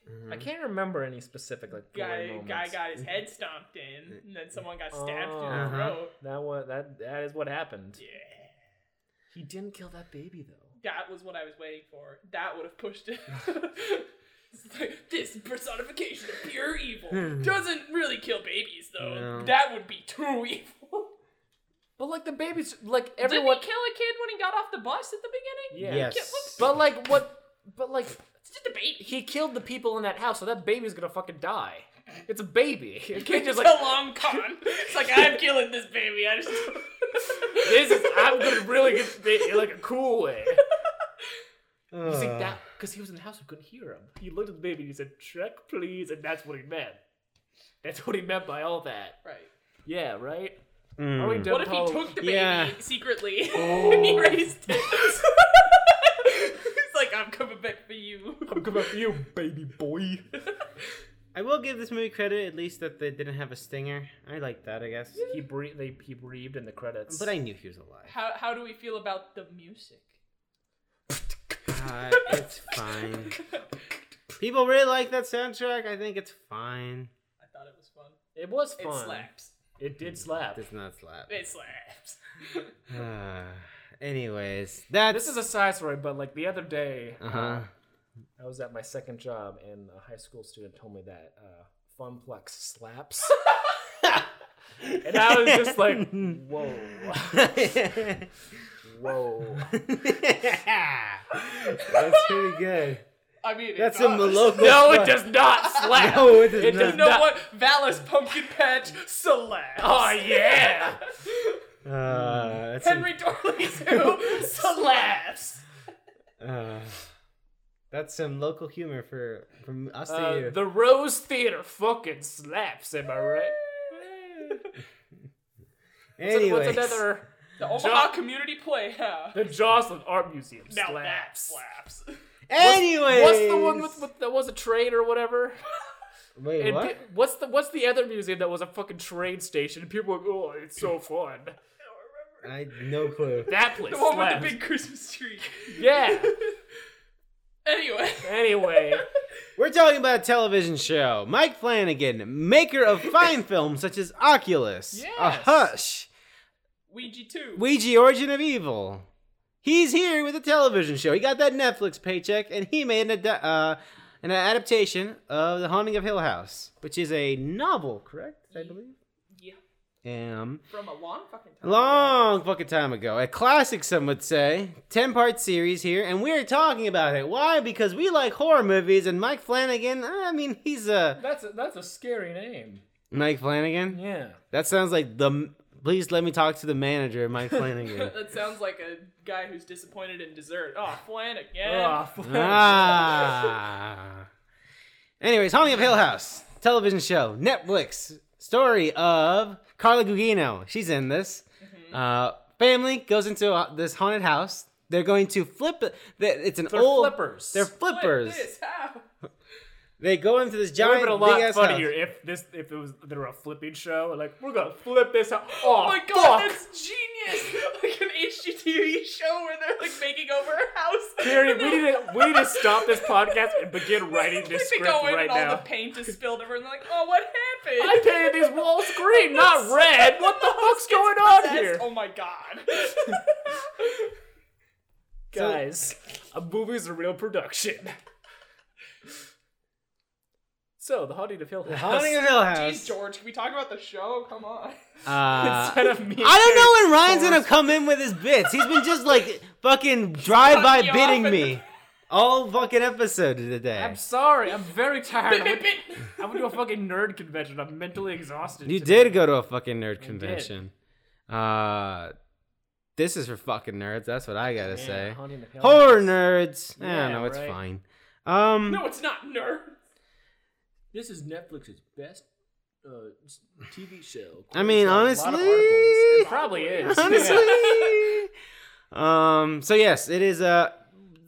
Speaker 1: Mhm.
Speaker 2: I can't remember any specific like
Speaker 3: yeah.
Speaker 2: Mm-hmm. guy,
Speaker 3: Guy,
Speaker 2: moments.
Speaker 3: guy got his head stomped in, and then someone got stabbed in
Speaker 2: Uh-huh.
Speaker 3: the throat.
Speaker 2: That was that that is what happened.
Speaker 3: Yeah,
Speaker 2: He didn't kill that baby though.
Speaker 3: that was what I was waiting for. That would have pushed it. [laughs] It's like, this personification of pure evil
Speaker 2: Hmm.
Speaker 3: doesn't really kill babies, though.
Speaker 1: No.
Speaker 3: That would be too evil.
Speaker 2: But like the baby's like
Speaker 3: Everyone...
Speaker 2: everyone.
Speaker 3: Did he kill a kid when he got off the bus at the beginning?
Speaker 2: yeah.
Speaker 1: yes,
Speaker 2: But like what? But like
Speaker 3: It's just a baby.
Speaker 2: he killed the people in that house, so that baby's gonna fucking die. It's a [laughs] baby. It can't
Speaker 3: It's
Speaker 2: just
Speaker 3: a
Speaker 2: like [laughs]
Speaker 3: long con. It's like I'm killing this baby. I just
Speaker 2: this is. I'm gonna really get the- in like a cool way. You see
Speaker 1: Ugh.
Speaker 2: that because he was in the house, we couldn't hear him. He looked at the baby and he said, "Check, please," and that's what he meant. That's what he meant by all that.
Speaker 3: right.
Speaker 2: Yeah, right.
Speaker 1: Mm.
Speaker 2: Are we done
Speaker 3: What if he
Speaker 2: Halloween?
Speaker 3: took the baby
Speaker 1: Yeah.
Speaker 3: secretly [laughs] and
Speaker 2: Oh.
Speaker 3: he raised it? [laughs] He's like, I'm coming back for you.
Speaker 2: [laughs] I'm coming for you, baby boy.
Speaker 1: I will give this movie credit at least that they didn't have a stinger. I like that, I guess.
Speaker 2: He breathed. They, he breathed in the credits.
Speaker 1: But I knew he was alive.
Speaker 3: How how do we feel about the music?
Speaker 1: God, it's
Speaker 3: [laughs]
Speaker 2: [laughs]
Speaker 1: fine. People really like that soundtrack. I think it's fine.
Speaker 3: I thought it was fun.
Speaker 2: it was
Speaker 3: It
Speaker 2: fun.
Speaker 3: slaps.
Speaker 2: It did slap.
Speaker 1: It's not slap.
Speaker 3: It slaps.
Speaker 1: Ah, [sighs] Anyways, that's
Speaker 2: This is a side story, but like the other day,
Speaker 1: uh huh.
Speaker 2: I was at my second job, and a high school student told me that uh,
Speaker 1: [laughs]
Speaker 2: Funplex slaps, and I was just like, "Whoa,
Speaker 1: [laughs]
Speaker 2: whoa!"
Speaker 1: Ah. that's pretty good.
Speaker 3: I mean, it
Speaker 1: That's
Speaker 3: does.
Speaker 1: some
Speaker 3: [laughs]
Speaker 1: local.
Speaker 2: No, it
Speaker 1: fun.
Speaker 2: does not
Speaker 1: [laughs]
Speaker 2: slap.
Speaker 1: No, it does
Speaker 2: It
Speaker 1: not.
Speaker 2: does
Speaker 3: You know
Speaker 2: not.
Speaker 3: what? Valis pumpkin patch slaps.
Speaker 2: [laughs] Oh yeah,
Speaker 1: [laughs] Uh, that's some-
Speaker 3: [laughs] Henry Dorley's who slaps.
Speaker 1: uh, that's some local humor for from us to
Speaker 2: uh,
Speaker 1: you.
Speaker 2: the Rose Theater fucking slaps. Am I
Speaker 1: [laughs]
Speaker 2: right? So
Speaker 1: Anyways,
Speaker 2: What's another?
Speaker 3: The Omaha Community Playhouse.
Speaker 2: The Jocelyn Art Museum
Speaker 3: Now that
Speaker 2: slaps.
Speaker 3: slaps. [laughs]
Speaker 1: Anyways,
Speaker 2: What's the one with, with that was a train or whatever?
Speaker 1: Wait,
Speaker 2: And
Speaker 1: what?
Speaker 2: pe- what's the what's the other museum that was a fucking train station? And people were like, oh, it's so fun.
Speaker 1: I no clue.
Speaker 2: That place.
Speaker 3: [laughs] The one with
Speaker 2: slaps.
Speaker 3: the big Christmas tree. [laughs]
Speaker 2: Yeah.
Speaker 3: Anyway, [laughs]
Speaker 2: Anyway,
Speaker 1: We're talking about a television show. Mike Flanagan, maker
Speaker 2: [laughs]
Speaker 1: of fine films such as Oculus, A
Speaker 2: Yes.
Speaker 1: Hush,
Speaker 3: Ouija 2.
Speaker 1: Ouija Origin of Evil. He's here with a television show. He got that Netflix paycheck, and he made an, ad- uh, an adaptation of The Haunting of Hill House, which is a novel, correct? I believe.
Speaker 3: yeah.
Speaker 1: Um,
Speaker 3: From a long fucking time.
Speaker 1: long fucking time ago. A classic, some would say. 10 part series here, and we're talking about it. Why? Because we like horror movies, and Mike Flanagan, I mean, he's a.
Speaker 2: [laughs] that's a, that's a scary name.
Speaker 1: Mike Flanagan?
Speaker 2: Yeah.
Speaker 1: That sounds like the. Please let me talk to the manager, Mike
Speaker 3: [laughs]
Speaker 1: Flanagan.
Speaker 3: That sounds like a guy who's disappointed in dessert. Oh, Flan again.
Speaker 2: [laughs] Ah, fuck.
Speaker 1: ah. Anyways, Haunting of Hill House, television show, Netflix, story of Carla Gugino. She's in this.
Speaker 2: Mm-hmm.
Speaker 1: Uh, family goes into uh, this haunted house. They're going to flip it. Th- It's an
Speaker 2: They're
Speaker 1: old.
Speaker 2: flippers.
Speaker 1: They're
Speaker 3: Flip
Speaker 1: flippers.
Speaker 3: this, how?
Speaker 1: They go into this
Speaker 2: It
Speaker 1: giant
Speaker 2: would have been a
Speaker 1: big
Speaker 2: lot
Speaker 1: ass
Speaker 2: funnier
Speaker 1: house.
Speaker 2: if this if it was there were a flipping show and like we're gonna flip this
Speaker 3: [laughs]
Speaker 2: out. Oh,
Speaker 3: Oh my god,
Speaker 2: fuck.
Speaker 3: that's genius! Like an HGTV show where they're like making over a house.
Speaker 2: Carrie,
Speaker 3: And
Speaker 2: we
Speaker 3: they're-
Speaker 2: need to
Speaker 3: [laughs]
Speaker 2: we need to stop this podcast and begin writing
Speaker 3: like,
Speaker 2: this
Speaker 3: they
Speaker 2: script
Speaker 3: go in
Speaker 2: right
Speaker 3: and all
Speaker 2: now.
Speaker 3: the paint is spilled over, and they're like, "Oh, what happened?"
Speaker 2: I painted these walls
Speaker 1: [laughs]
Speaker 2: green, not red. What [laughs] the fuck's going on
Speaker 3: Possessed.
Speaker 2: here,
Speaker 3: Oh my
Speaker 2: [laughs]
Speaker 3: god.
Speaker 2: guys? A movie's a real production. [laughs] So the haunting of Hill House.
Speaker 1: Haunting of Hill
Speaker 3: Jeez,
Speaker 1: House.
Speaker 3: George, can we talk about the show? Come on.
Speaker 1: Uh,
Speaker 2: [laughs] Instead of me. and
Speaker 1: I don't
Speaker 2: Carrie
Speaker 1: know when Ryan's gonna
Speaker 2: forced-
Speaker 1: come in with his bits. He's been just like fucking drive by
Speaker 3: Cut me off
Speaker 1: bidding
Speaker 3: and-
Speaker 1: me all fucking episode of the day.
Speaker 2: I'm sorry. I'm very tired. I
Speaker 1: [laughs]
Speaker 3: Bit,
Speaker 2: went,
Speaker 3: bit, bit.
Speaker 2: I went to a fucking nerd convention. I'm mentally exhausted.
Speaker 1: You
Speaker 2: today.
Speaker 1: did go to a fucking nerd convention. Uh, this is for fucking nerds. That's what I gotta
Speaker 2: Yeah,
Speaker 1: say.
Speaker 2: Haunting of Hill
Speaker 1: Horror
Speaker 2: House.
Speaker 1: nerds. Yeah,
Speaker 2: Yeah,
Speaker 1: no, it's
Speaker 2: right.
Speaker 1: fine. Um,
Speaker 3: No, it's not nerd.
Speaker 2: This is Netflix's best uh, s- TV show.
Speaker 1: I mean,
Speaker 2: According to a lot of
Speaker 1: honestly-
Speaker 2: articles. it probably is.
Speaker 1: honestly. [laughs]
Speaker 2: Yeah.
Speaker 1: um. So yes, it is. Uh,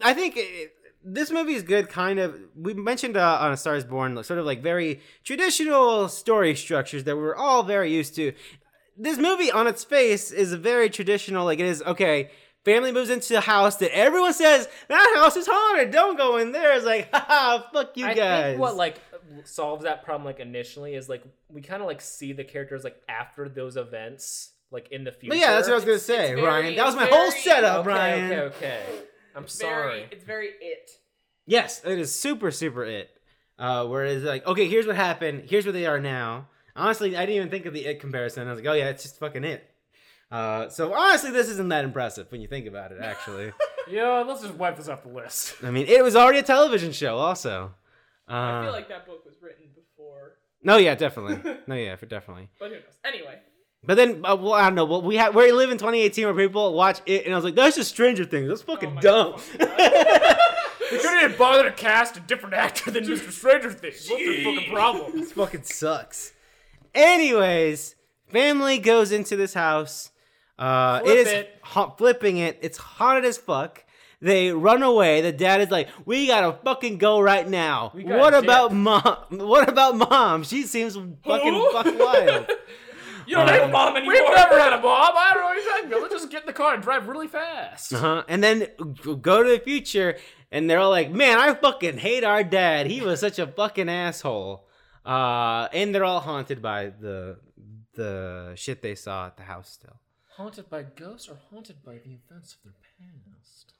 Speaker 1: I think it, this movie is good. Kind of, we mentioned uh, on A Star Is Born, like, sort of like very traditional story structures that we're all very used to. This movie, on its face, is very traditional. Like it is okay. Family moves into a house that everyone says that house is haunted. Don't go in there. It's like, [laughs] haha, fuck you
Speaker 2: I
Speaker 1: guys.
Speaker 2: think what like solves that problem like initially is like we kind of like see the characters like after those events like in the future.
Speaker 1: but yeah, that's what I was gonna say,
Speaker 3: very-
Speaker 1: Ryan. That was my
Speaker 3: it's
Speaker 1: whole
Speaker 3: very-
Speaker 1: setup,
Speaker 2: Okay,
Speaker 1: Ryan.
Speaker 2: okay, okay. I'm sorry.
Speaker 3: Very, [laughs] it's very it.
Speaker 1: Yes, it is super, super it. Uh, where it's like, okay, here's what happened. Here's where they are now. Honestly, I didn't even think of the it comparison. I was like, oh yeah, it's just fucking it. Uh, so honestly, this isn't that impressive when you think about it.
Speaker 3: [laughs]
Speaker 1: Actually,
Speaker 2: [laughs] Yeah, let's just wipe this off the [laughs] list.
Speaker 1: I mean, it was already a television show. Also, uh,
Speaker 3: I feel like that book was written before,
Speaker 1: no, yeah, definitely, no, yeah, for definitely.
Speaker 3: but who knows? Anyway,
Speaker 1: But then, uh, well, I don't know. Well, we have we live in 2018 where people watch it, and I was like, that's just Stranger Things. That's fucking
Speaker 3: Oh my
Speaker 1: dumb. [laughs]
Speaker 2: We couldn't even bother to cast a different actor than Mr. Stranger Things. What's the fucking problem? [laughs]
Speaker 1: This fucking sucks. Anyways, family goes into this house. Uh,
Speaker 2: Flip
Speaker 1: it is
Speaker 2: it.
Speaker 1: ha- flipping it. It's haunted as fuck. They run away. The dad is like, "We gotta fucking go right now."
Speaker 2: gotta
Speaker 1: What
Speaker 2: dip.
Speaker 1: about mom? [laughs] What about mom? She seems fucking
Speaker 3: Who?
Speaker 1: fuck wild.
Speaker 2: [laughs]
Speaker 3: you don't have a mom anymore.
Speaker 2: We've never had a bomb. I don't know what you're talking about. Let's just get in the car and drive really fast.
Speaker 1: Uh-huh. And then g- go to the future, and they're all like, "Man, I fucking hate our dad. He was such a fucking asshole." Uh, and they're all haunted by the the shit they saw at the house still.
Speaker 2: Haunted by ghosts or haunted by the events of their past?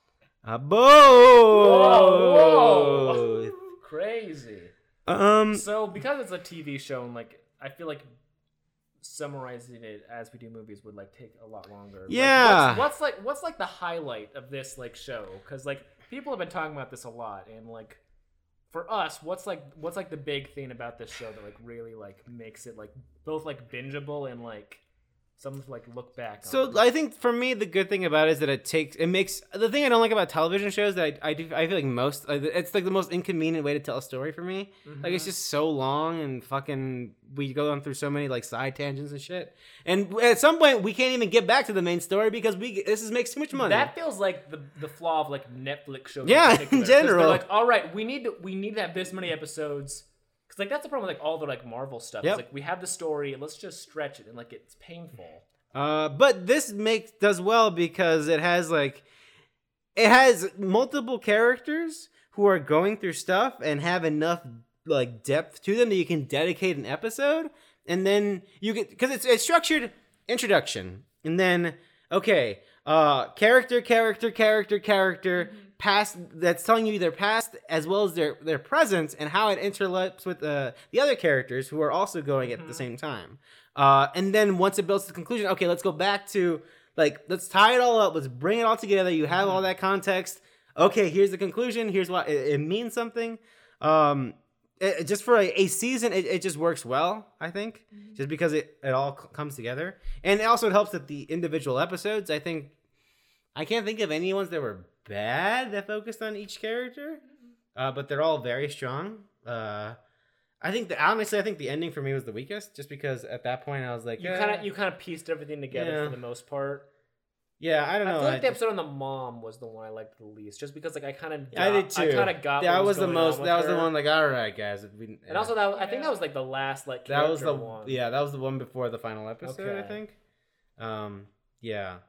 Speaker 1: Uh,
Speaker 2: Whoa,
Speaker 1: whoa!
Speaker 2: Crazy.
Speaker 1: Um,
Speaker 2: So because it's a TV show and like I feel like summarizing it as we do movies would like take a lot longer. Like,
Speaker 1: Yeah.
Speaker 2: what's, what's like what's like the highlight of this like show? Because like people have been talking about this a lot and like for us, what's like what's like the big thing about this show that like really like makes it like both like bingeable and like something to like look back.
Speaker 1: so
Speaker 2: on.
Speaker 1: I think for me the good thing about it is that it takes it makes the thing I don't like about television shows that I, I do I feel like most it's like the most inconvenient way to tell a story for me. Like it's just so long and fucking we go on through so many like side tangents and shit. And at some point we can't even get back to the main story because we this is makes too much money.
Speaker 2: That feels like the the flaw of like Netflix shows.
Speaker 1: Yeah, in
Speaker 2: particular, 'cause
Speaker 1: general.
Speaker 2: They're like, all right, we need to we need to have this many episodes. Cause like that's the problem with like all the like Marvel stuff.
Speaker 1: Yep.
Speaker 2: It's like we have the story, let's just stretch it, and like it's painful.
Speaker 1: Uh, but this makes does well because it has like it has multiple characters who are going through stuff and have enough like depth to them that you can dedicate an episode and then you can because it's it's structured introduction and then okay uh character character character character past that's telling you their past as well as their their presence and how it interlaps with uh, the other characters who are also going at the same time uh, and then once it builds to the conclusion, okay, let's go back to like let's tie it all up. Let's bring it all together. You have
Speaker 2: Mm-hmm.
Speaker 1: all that context. Okay, here's the conclusion. Here's why it, it means something. Um, it, it- just for a, a season, it, it just works well. I think
Speaker 2: Mm-hmm.
Speaker 1: just because it it all c- comes together, and it also helps that the individual episodes. I think I can't think of any ones that were bad that focused on each character,
Speaker 2: Mm-hmm.
Speaker 1: uh, but they're all very strong. Uh, I think the honestly, I think the ending for me was the weakest, just because at that point I was like,
Speaker 2: You
Speaker 1: eh.
Speaker 2: kind of you kind of pieced everything together
Speaker 1: Yeah.
Speaker 2: for the most part.
Speaker 1: Yeah, I don't
Speaker 2: I
Speaker 1: know.
Speaker 2: feel like the
Speaker 1: I-
Speaker 2: episode on the mom was the one I liked the least, just because like I kind of
Speaker 1: I did
Speaker 2: I
Speaker 1: too.
Speaker 2: kind of got
Speaker 1: that
Speaker 2: what
Speaker 1: was the
Speaker 2: going on
Speaker 1: most.
Speaker 2: with
Speaker 1: That was the
Speaker 2: her.
Speaker 1: one. Like, all right, guys. We,
Speaker 2: And also that I think
Speaker 3: Yeah.
Speaker 2: that was like the last like
Speaker 1: that was the
Speaker 2: character one.
Speaker 1: yeah that was the one before the final episode i
Speaker 2: Okay.
Speaker 1: think um yeah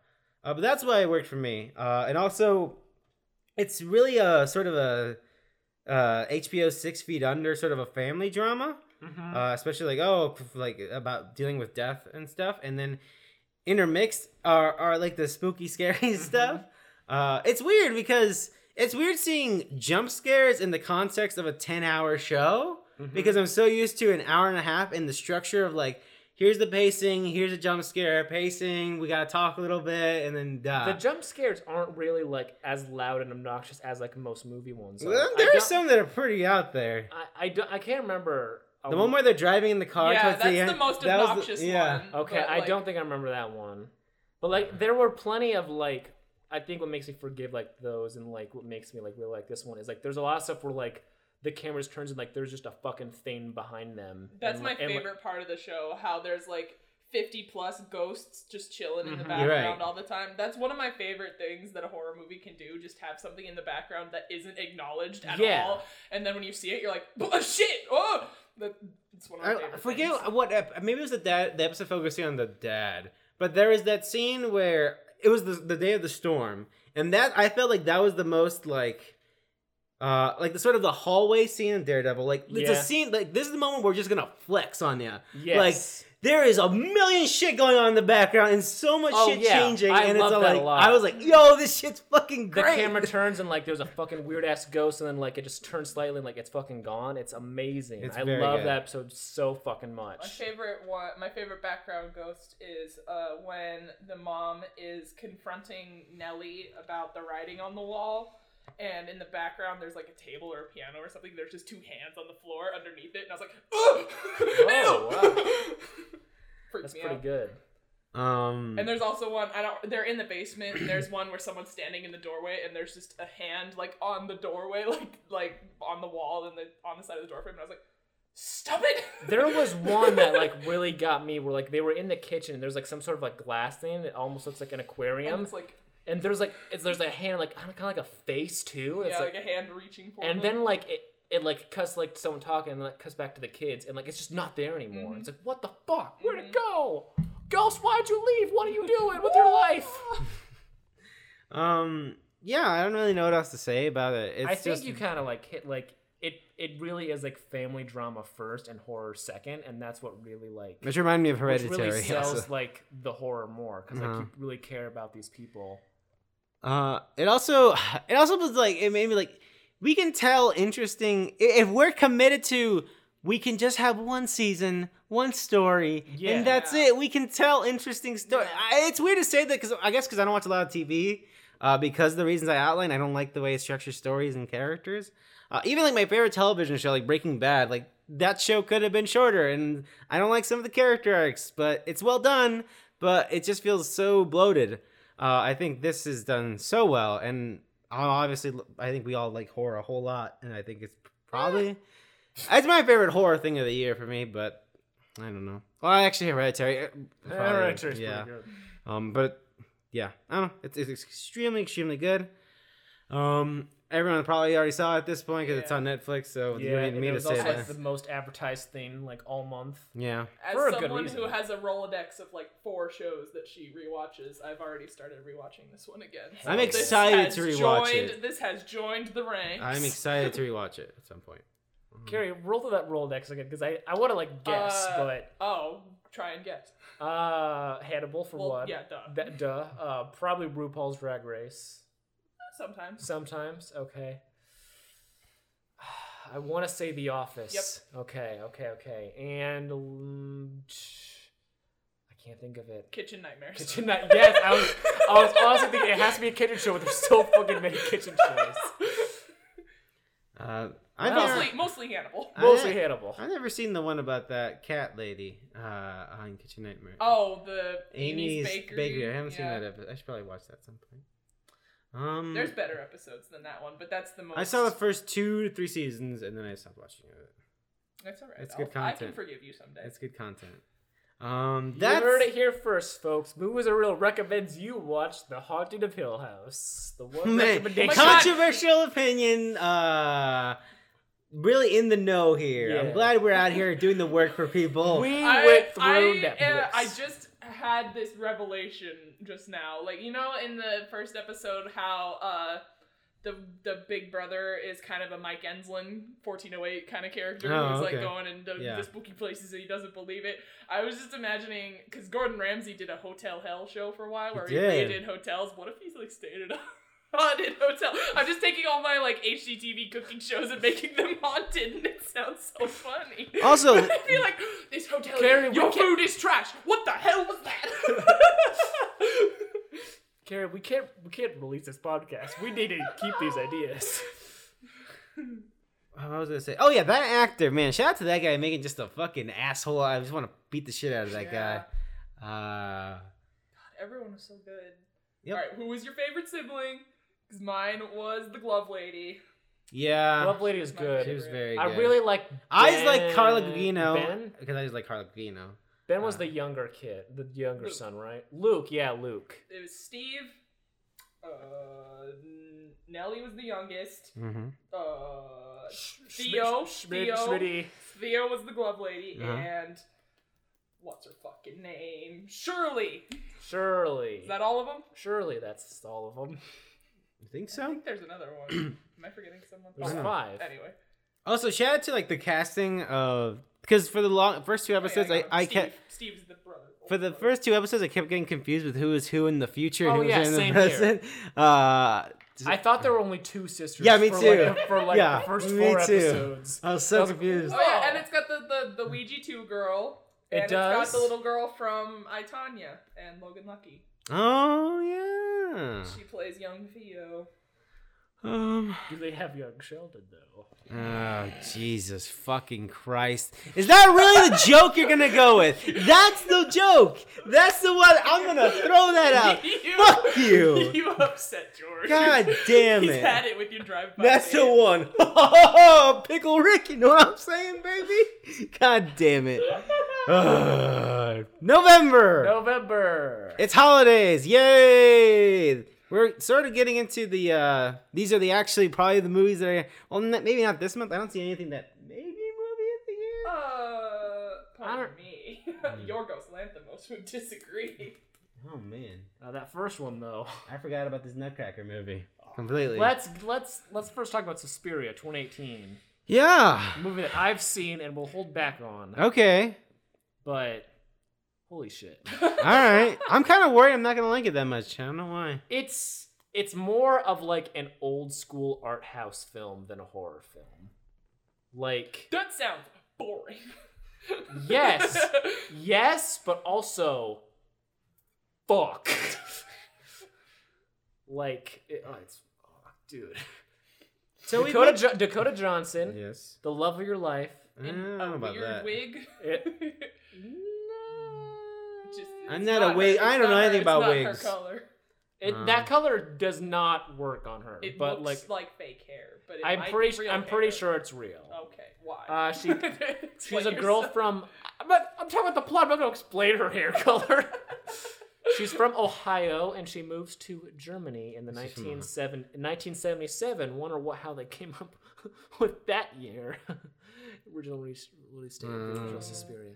Speaker 1: uh, but that's why it worked for me uh and also it's really a sort of a uh hbo six feet under sort of a family drama
Speaker 2: Mhm.
Speaker 1: uh especially like oh f- like about dealing with death and stuff and then intermixed are are like the spooky [laughs] scary
Speaker 3: Mm-hmm.
Speaker 1: stuff uh it's weird because it's weird seeing jump scares in the context of a 10 hour show
Speaker 3: Mm-hmm.
Speaker 2: Mhm.
Speaker 1: because I'm so used to an hour and a half and the structure of like, here's the pacing, here's a jump scare, pacing, we gotta talk a little bit, and then
Speaker 2: the
Speaker 1: die.
Speaker 2: jump scares aren't really like as loud and obnoxious as like most movie ones. are.
Speaker 1: Well,
Speaker 2: I
Speaker 1: there are
Speaker 2: don't-
Speaker 1: some that are pretty out there.
Speaker 2: I I, don't, I can't remember a-
Speaker 1: The one where they're driving in the car
Speaker 3: yeah,
Speaker 1: towards
Speaker 3: that's
Speaker 1: the
Speaker 3: the,
Speaker 1: end.
Speaker 3: most
Speaker 1: that was the-
Speaker 3: obnoxious
Speaker 1: yeah.
Speaker 3: one.
Speaker 2: Okay,
Speaker 3: but,
Speaker 2: I
Speaker 3: like,
Speaker 2: don't think I remember that one. But like there were plenty of like I think what makes me forgive like those and like what makes me like really like this one is like there's a lot of stuff where like the camera just turns and like there's just a fucking thing behind them.
Speaker 3: That's
Speaker 2: And,
Speaker 3: my
Speaker 2: like- and, like-
Speaker 3: favorite part of the show. How there's like fifty plus ghosts just chilling in the
Speaker 2: Mhm.
Speaker 1: You're right.
Speaker 3: background all the time. That's one of my favorite things that a horror movie can do. Just have something in the background that isn't acknowledged at
Speaker 2: Yeah.
Speaker 3: all, and then when you see it, you're like, "Oh shit! Oh!" That, it's one of my
Speaker 1: I
Speaker 3: favorite.
Speaker 1: I forget
Speaker 3: things.
Speaker 1: what ep- maybe it was the dad the episode focusing on the dad, but there was that scene where it was the, the day of the storm, and that I felt like that was the most like. Uh, like the sort of the hallway scene in Daredevil, like it's
Speaker 2: Yeah.
Speaker 1: a scene like this is the moment we're just gonna flex on you.
Speaker 2: Yes.
Speaker 1: Like there is a million shit going on in the background and so much
Speaker 2: Oh,
Speaker 1: shit
Speaker 2: yeah.
Speaker 1: changing,
Speaker 2: I
Speaker 1: and
Speaker 2: love
Speaker 1: it's all
Speaker 2: that a
Speaker 1: like
Speaker 2: lot.
Speaker 1: I was like, yo, this shit's fucking
Speaker 2: the
Speaker 1: great.
Speaker 2: camera turns and like there's a fucking weird ass ghost and then like it just turns slightly and like it's fucking gone. It's amazing.
Speaker 1: It's
Speaker 2: I
Speaker 1: very
Speaker 2: love
Speaker 1: good.
Speaker 2: that episode so fucking
Speaker 3: My
Speaker 2: much.
Speaker 3: favorite one, my favorite background ghost is uh, when the mom is confronting Nellie about the writing on the wall, and in the background there's like a table or a piano or something. There's just two hands on the floor underneath it, and I was like, "Oh, [laughs]
Speaker 2: Oh,
Speaker 3: ew!" Freaked
Speaker 2: That's
Speaker 3: me
Speaker 2: pretty
Speaker 3: out.
Speaker 2: good.
Speaker 1: Um,
Speaker 3: And there's also one I don't. They're in the basement. And there's one where someone's standing in the doorway, and there's just a hand like on the doorway, [laughs] like like on the wall and the on the side of the doorframe. And I was like, "Stop it!"
Speaker 2: There
Speaker 3: [laughs]
Speaker 2: was one that like really got me where like they were in the kitchen and there's like some sort of like glass thing. It almost looks like an
Speaker 3: And
Speaker 2: aquarium.
Speaker 3: it's like
Speaker 2: And there's like it's, there's a hand like kind of like a face too. It's
Speaker 3: yeah,
Speaker 2: like,
Speaker 3: like, a hand reaching for
Speaker 2: and
Speaker 3: them.
Speaker 2: then like it it like cuts like to someone talking and then, like cuts back to the kids and like it's just not there anymore.
Speaker 3: Mhm.
Speaker 2: It's like what the fuck? Where'd
Speaker 3: Mhm.
Speaker 2: it go? Ghost, why'd you leave? What are you doing with your life?
Speaker 1: um, yeah, I don't really know what else to say about it. It's
Speaker 2: I think
Speaker 1: just,
Speaker 2: you kind of like hit like it. It really is like family drama first and horror second, and that's what really like
Speaker 1: which reminded me of
Speaker 2: which
Speaker 1: Hereditary. [laughs]
Speaker 2: really sells
Speaker 1: also.
Speaker 2: like the horror more because
Speaker 1: Uh-huh.
Speaker 2: like you really care about these people.
Speaker 1: Uh, it also [sighs] it also was like it made me like we can tell interesting i- if we're committed to we can just have one season, one story,
Speaker 2: Yeah.
Speaker 1: and that's it. We can tell interesting story.
Speaker 3: Yeah.
Speaker 1: I It's weird to say that because I guess because I don't watch a lot of TV. Uh, because the reasons I outlined, I don't like the way it structures stories and characters. Uh, even like my favorite television show, like Breaking Bad, like that show could have been shorter, and I don't like some of the character arcs, but it's well done. But it just feels so bloated. Uh, I think this is done so well, and obviously, I think we all like horror a whole lot, and I think it's probably it's my favorite horror thing of the year for me. But I don't know. Well, actually, Hereditary. uh, probably,
Speaker 2: Hereditary's pretty
Speaker 1: yeah.
Speaker 2: good.
Speaker 1: Um, but yeah, I don't know. It's, it's extremely, extremely good. Um, everyone probably already saw it at this point because it's
Speaker 3: Yeah.
Speaker 1: on Netflix, so you
Speaker 2: Yeah,
Speaker 1: don't need
Speaker 2: and
Speaker 1: me
Speaker 2: it
Speaker 1: to
Speaker 2: was
Speaker 1: say
Speaker 2: also
Speaker 1: that.
Speaker 2: like, the most advertised thing like all month.
Speaker 1: Yeah.
Speaker 3: As
Speaker 2: For a good
Speaker 3: someone
Speaker 2: reason.
Speaker 3: who has a Rolodex of like four shows that she rewatches, I've already started rewatching this one again.
Speaker 1: I'm
Speaker 3: this
Speaker 1: excited
Speaker 3: has
Speaker 1: to rewatch
Speaker 3: joined,
Speaker 1: it.
Speaker 3: This has joined the
Speaker 2: [laughs]
Speaker 3: ranks.
Speaker 1: I'm excited to rewatch it at some point.
Speaker 2: Carrie, roll through that Rolodex again because I I want to like guess,
Speaker 3: Uh, Oh, try and guess.
Speaker 2: but uh, Hannibal for
Speaker 3: well,
Speaker 2: one.
Speaker 3: yeah, duh.
Speaker 2: That duh. Uh, probably RuPaul's Drag Race.
Speaker 3: Sometimes.
Speaker 2: Sometimes, okay. [sighs] I want to say The Office. Yep. Okay, okay, okay. And um, I can't think of it.
Speaker 3: Kitchen nightmares. [laughs]
Speaker 2: Kitchen [laughs] night. Yes, I was. I was honestly thinking it has to be a kitchen show, but there's so fucking many kitchen shows.
Speaker 1: Uh, I've,
Speaker 2: Well,
Speaker 1: never,
Speaker 3: mostly, mostly Hannibal.
Speaker 1: I-
Speaker 2: Mostly Hannibal.
Speaker 1: I've never seen the one about that cat lady uh, on Kitchen Nightmare.
Speaker 3: Oh, the Amy's,
Speaker 1: Amy's
Speaker 3: Bakery.
Speaker 1: I haven't seen
Speaker 3: Yeah.
Speaker 1: that episode. I should probably watch that at some point. Um,
Speaker 3: There's better episodes than that one, but that's the most.
Speaker 1: I saw the first two to three seasons, and then I stopped watching it.
Speaker 3: That's all right.
Speaker 1: It's good
Speaker 3: I'll- I can
Speaker 1: content.
Speaker 3: forgive you someday.
Speaker 1: It's good content. Um,
Speaker 2: You
Speaker 1: that's
Speaker 2: heard it here first, folks. Movies are real recommends you watch The Haunting of Hill House.
Speaker 1: [laughs]
Speaker 2: The one
Speaker 1: Man,
Speaker 2: recommendation.
Speaker 3: God.
Speaker 1: controversial opinion. Uh, really in the know here. I'm
Speaker 2: Yeah.
Speaker 1: glad we're out here doing the work for people.
Speaker 2: We
Speaker 3: I,
Speaker 2: went through
Speaker 3: I,
Speaker 2: Netflix.
Speaker 3: uh, I just had this revelation just now. Like you know, in the first episode, how uh, the the Big Brother is kind of a Mike Enslin, fourteen oh eight kind of character
Speaker 1: Oh,
Speaker 3: who's
Speaker 1: okay.
Speaker 3: like going into
Speaker 1: Yeah.
Speaker 3: the spooky places and he doesn't believe it. I was just imagining because Gordon Ramsay did a Hotel Hell show for a while
Speaker 1: He
Speaker 3: where
Speaker 1: did.
Speaker 3: he stayed in hotels. What if he's like stayed in a [laughs] haunted hotel? I'm just taking all my like HGTV cooking shows and making them [laughs] haunted, and it sounds so funny.
Speaker 1: Also-
Speaker 3: [laughs] I feel like this hotel.
Speaker 2: Carrie,
Speaker 3: your
Speaker 2: we can't-
Speaker 3: food is trash. What the hell was that? [laughs]
Speaker 2: Karen, we can't we can't release this podcast. We need
Speaker 3: [laughs]
Speaker 2: to keep these ideas.
Speaker 1: Oh, I was gonna say, oh yeah, that actor, man. Shout out to that guy making just a fucking asshole. I just want to beat the shit out of that
Speaker 3: Yeah.
Speaker 1: guy. Uh,
Speaker 3: Everyone was so good.
Speaker 1: Yep.
Speaker 3: All right, who was your favorite sibling? Because mine was the glove lady.
Speaker 1: yeah,
Speaker 2: Love Lady is
Speaker 3: my
Speaker 1: she
Speaker 2: good.
Speaker 1: was Ah, very.
Speaker 2: I
Speaker 1: good.
Speaker 2: really like.
Speaker 1: I just like Carla
Speaker 2: Ben-
Speaker 1: Gugino
Speaker 2: Ben?
Speaker 1: because I just like Carla Gugino.
Speaker 2: Ben was
Speaker 1: Uh,
Speaker 2: the younger kid, the younger
Speaker 3: Luke.
Speaker 2: son, right? Luke, yeah, Luke.
Speaker 3: It was Steve. Uh, N- Nellie was the youngest.
Speaker 1: Mm-hmm.
Speaker 3: Uh,
Speaker 2: Sh-
Speaker 3: Theo,
Speaker 2: Schmid- Schmid-
Speaker 3: Theo.
Speaker 2: Schmitty.
Speaker 3: Theo was the glove lady,
Speaker 1: Uh-huh.
Speaker 3: and what's her fucking name? Shirley.
Speaker 2: Shirley.
Speaker 3: Is that all of them?
Speaker 2: Surely that's all of them.
Speaker 1: You think
Speaker 3: I
Speaker 1: so?
Speaker 3: think there's another
Speaker 1: [clears throat]
Speaker 3: one. Am I forgetting someone?
Speaker 2: There's
Speaker 1: I know.
Speaker 2: five.
Speaker 3: Anyway.
Speaker 1: Also, shout out to like the casting of because for the long first two
Speaker 3: Oh, yeah,
Speaker 1: episodes,
Speaker 3: got
Speaker 1: I
Speaker 3: him.
Speaker 1: I
Speaker 3: Steve.
Speaker 1: kept
Speaker 3: Steve's the brother.
Speaker 1: for the
Speaker 3: brother.
Speaker 1: first two episodes, I kept getting confused with who is who in the future and
Speaker 2: Oh,
Speaker 1: who was in
Speaker 2: yeah,
Speaker 1: the
Speaker 2: same
Speaker 1: present. [laughs] Uh,
Speaker 2: I thought there were only two sisters.
Speaker 1: Yeah, me
Speaker 2: for
Speaker 1: too.
Speaker 2: Like, for like
Speaker 1: Yeah,
Speaker 2: the first
Speaker 1: me too.
Speaker 2: four
Speaker 1: Uh,
Speaker 2: episodes.
Speaker 1: I was so confused.
Speaker 3: Oh yeah, and it's got the the, the Ouija two girl.
Speaker 2: It
Speaker 3: And
Speaker 2: does.
Speaker 3: It's got the little girl from I Tanya and Logan Lucky.
Speaker 1: Oh yeah.
Speaker 3: She plays young Theo.
Speaker 1: Um.
Speaker 2: Do they have young Sheldon though?
Speaker 1: Oh Jesus fucking Christ! Is that really the joke you're gonna go with? That's the joke. That's the one I'm gonna throw that out.
Speaker 3: [laughs] you,
Speaker 1: [laughs] Fuck you.
Speaker 3: [laughs] You upset George. [laughs]
Speaker 1: God damn
Speaker 3: He's
Speaker 1: it.
Speaker 3: had it with your drive by.
Speaker 1: That's the [laughs] one. Pickle Rick, you know what I'm saying, baby? God damn it. Ugh. November.
Speaker 2: November.
Speaker 1: It's holidays. Yay! We're sort of getting into the uh these are the actually probably the movies that are well n- maybe not this month. I don't see anything that maybe movie of the year.
Speaker 3: Uh,
Speaker 2: I don't-
Speaker 3: pardon me. [laughs] Yorgos Lanthimos would disagree.
Speaker 1: Oh man.
Speaker 2: Uh, that first one though.
Speaker 1: I forgot about this Nutcracker movie. Completely.
Speaker 2: Let's let's let's first talk about Suspiria 2018,
Speaker 1: yeah.
Speaker 2: a movie that I've seen and will hold back on,
Speaker 1: Okay.
Speaker 2: but holy shit, [laughs]
Speaker 1: All right. I'm kind of worried I'm not going to like it that much. I don't know why.
Speaker 2: it's it's more of like an old school art house film than a horror film. Like
Speaker 3: That sounds boring.
Speaker 2: yes, yes, but also fuck. like it- oh, it's oh, dude.
Speaker 1: So
Speaker 2: Dakota jo- Dakota Johnson,
Speaker 1: Yes.
Speaker 2: The Love of Your Life.
Speaker 1: I don't
Speaker 3: [laughs] In
Speaker 1: know
Speaker 3: a
Speaker 1: about
Speaker 3: weird
Speaker 1: that.
Speaker 3: wig.
Speaker 2: It-
Speaker 3: Just-
Speaker 1: I'm
Speaker 3: it's
Speaker 1: not a
Speaker 3: her-
Speaker 1: wig- I
Speaker 3: it's
Speaker 1: don't know
Speaker 3: not her-
Speaker 1: anything
Speaker 3: it's
Speaker 1: about
Speaker 3: not her
Speaker 1: wigs.
Speaker 3: color.
Speaker 2: It,
Speaker 1: Um,
Speaker 2: that color does not work on her,
Speaker 3: It
Speaker 2: but like
Speaker 3: looks like, fake hair, but it might
Speaker 2: I'm
Speaker 3: be
Speaker 2: pretty,
Speaker 3: real
Speaker 2: I'm pretty
Speaker 3: hair.
Speaker 2: sure it's real.
Speaker 3: Okay, why?
Speaker 2: Uh,
Speaker 3: [laughs]
Speaker 2: she-
Speaker 3: It's
Speaker 2: She's a
Speaker 3: like
Speaker 2: girl
Speaker 3: [laughs] yourself.
Speaker 2: from. I'm, not, I'm talking about the plot. I'm not gonna explain her hair [laughs] color. She's from Ohio, and she moves to Germany in the
Speaker 1: This is from
Speaker 2: 1970 1977. Wonder what how they came up [laughs] with that year. [laughs] Original release release date of the original
Speaker 1: Mm.
Speaker 2: Suspiria.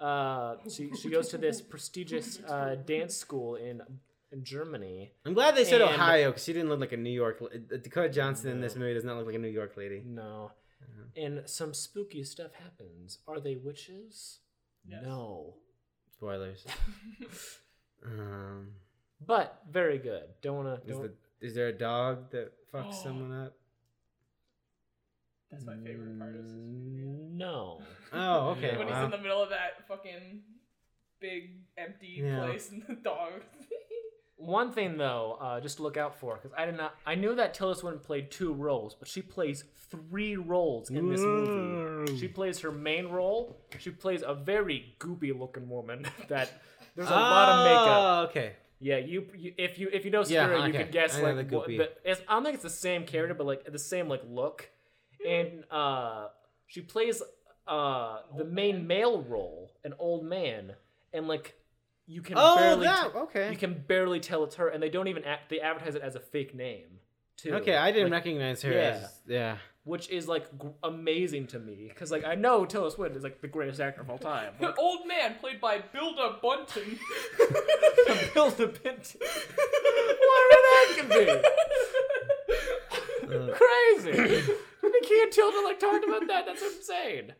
Speaker 2: Uh, she she goes to this prestigious uh, dance school in in Germany.
Speaker 1: I'm glad they said
Speaker 2: And-
Speaker 1: Ohio because she didn't look like a New York. la- uh, Dakota Johnson in
Speaker 2: No.
Speaker 1: this movie does not look like a New York lady.
Speaker 2: No.
Speaker 1: Mm-hmm.
Speaker 2: And some spooky stuff happens. Are they witches?
Speaker 3: Yes.
Speaker 2: No. [laughs]
Speaker 1: Spoilers. um,
Speaker 2: But very good. Don't wanna.
Speaker 1: is,
Speaker 2: Don't,
Speaker 1: the, is there a dog that fucks
Speaker 2: Oh.
Speaker 1: someone up?
Speaker 3: That's my favorite part of this movie.
Speaker 2: No. [laughs]
Speaker 1: Oh, Mm, okay.
Speaker 3: When he's
Speaker 1: wow.
Speaker 3: in the middle of that fucking big empty
Speaker 1: Yeah.
Speaker 3: place and the
Speaker 1: [laughs]
Speaker 3: dog.
Speaker 2: One thing though, uh, just to look out for, because I did not. I knew that Tilda Swinton played two roles, but she plays three roles in this movie. She plays her main role. She plays a very goopy looking woman [laughs] that there's a lot of makeup.
Speaker 1: Oh, okay.
Speaker 2: Yeah, you, you if you if you know
Speaker 1: Yeah,
Speaker 2: Spirit, you
Speaker 1: okay.
Speaker 2: could guess
Speaker 1: I know
Speaker 2: like
Speaker 1: the
Speaker 2: what,
Speaker 1: goopy.
Speaker 2: but it's, I don't think it's the same character, but like the same like look. And uh, she plays uh the main male role, an old man, and like you can
Speaker 1: Oh,
Speaker 2: barely
Speaker 1: that
Speaker 2: te-
Speaker 1: okay.
Speaker 2: you can barely tell it's her, and they don't even act, they advertise it as a fake name too.
Speaker 1: Okay, I didn't
Speaker 2: Like,
Speaker 1: recognize her.
Speaker 2: yeah.
Speaker 1: As, yeah.
Speaker 2: which is like gr- amazing to me because like I know Taylor Swift is like the greatest actor of all time.
Speaker 3: The
Speaker 1: [laughs]
Speaker 3: old man played by
Speaker 2: [laughs]
Speaker 3: Bilda Bunton.
Speaker 2: Bill the Bint. Whatever that could be. [laughs] Crazy. We can't tell to like talked about that. That's insane.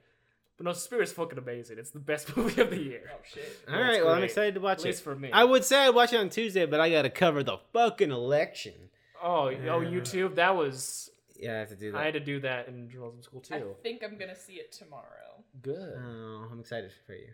Speaker 2: But no, Spirit's fucking amazing. It's the best [laughs] movie of the year.
Speaker 3: oh shit.
Speaker 1: All
Speaker 2: That's
Speaker 1: right. Well, I'm
Speaker 2: great.
Speaker 1: excited to watch
Speaker 2: At least
Speaker 1: it.
Speaker 2: for me.
Speaker 1: I would say I'd watch it on Tuesday, but I gotta cover the fucking election.
Speaker 2: oh, oh, YouTube. That was.
Speaker 1: Yeah, I have to do that.
Speaker 2: I had to do that in journalism school
Speaker 3: I
Speaker 2: too.
Speaker 3: think I'm gonna see it tomorrow.
Speaker 2: Good.
Speaker 1: Oh, I'm excited for you.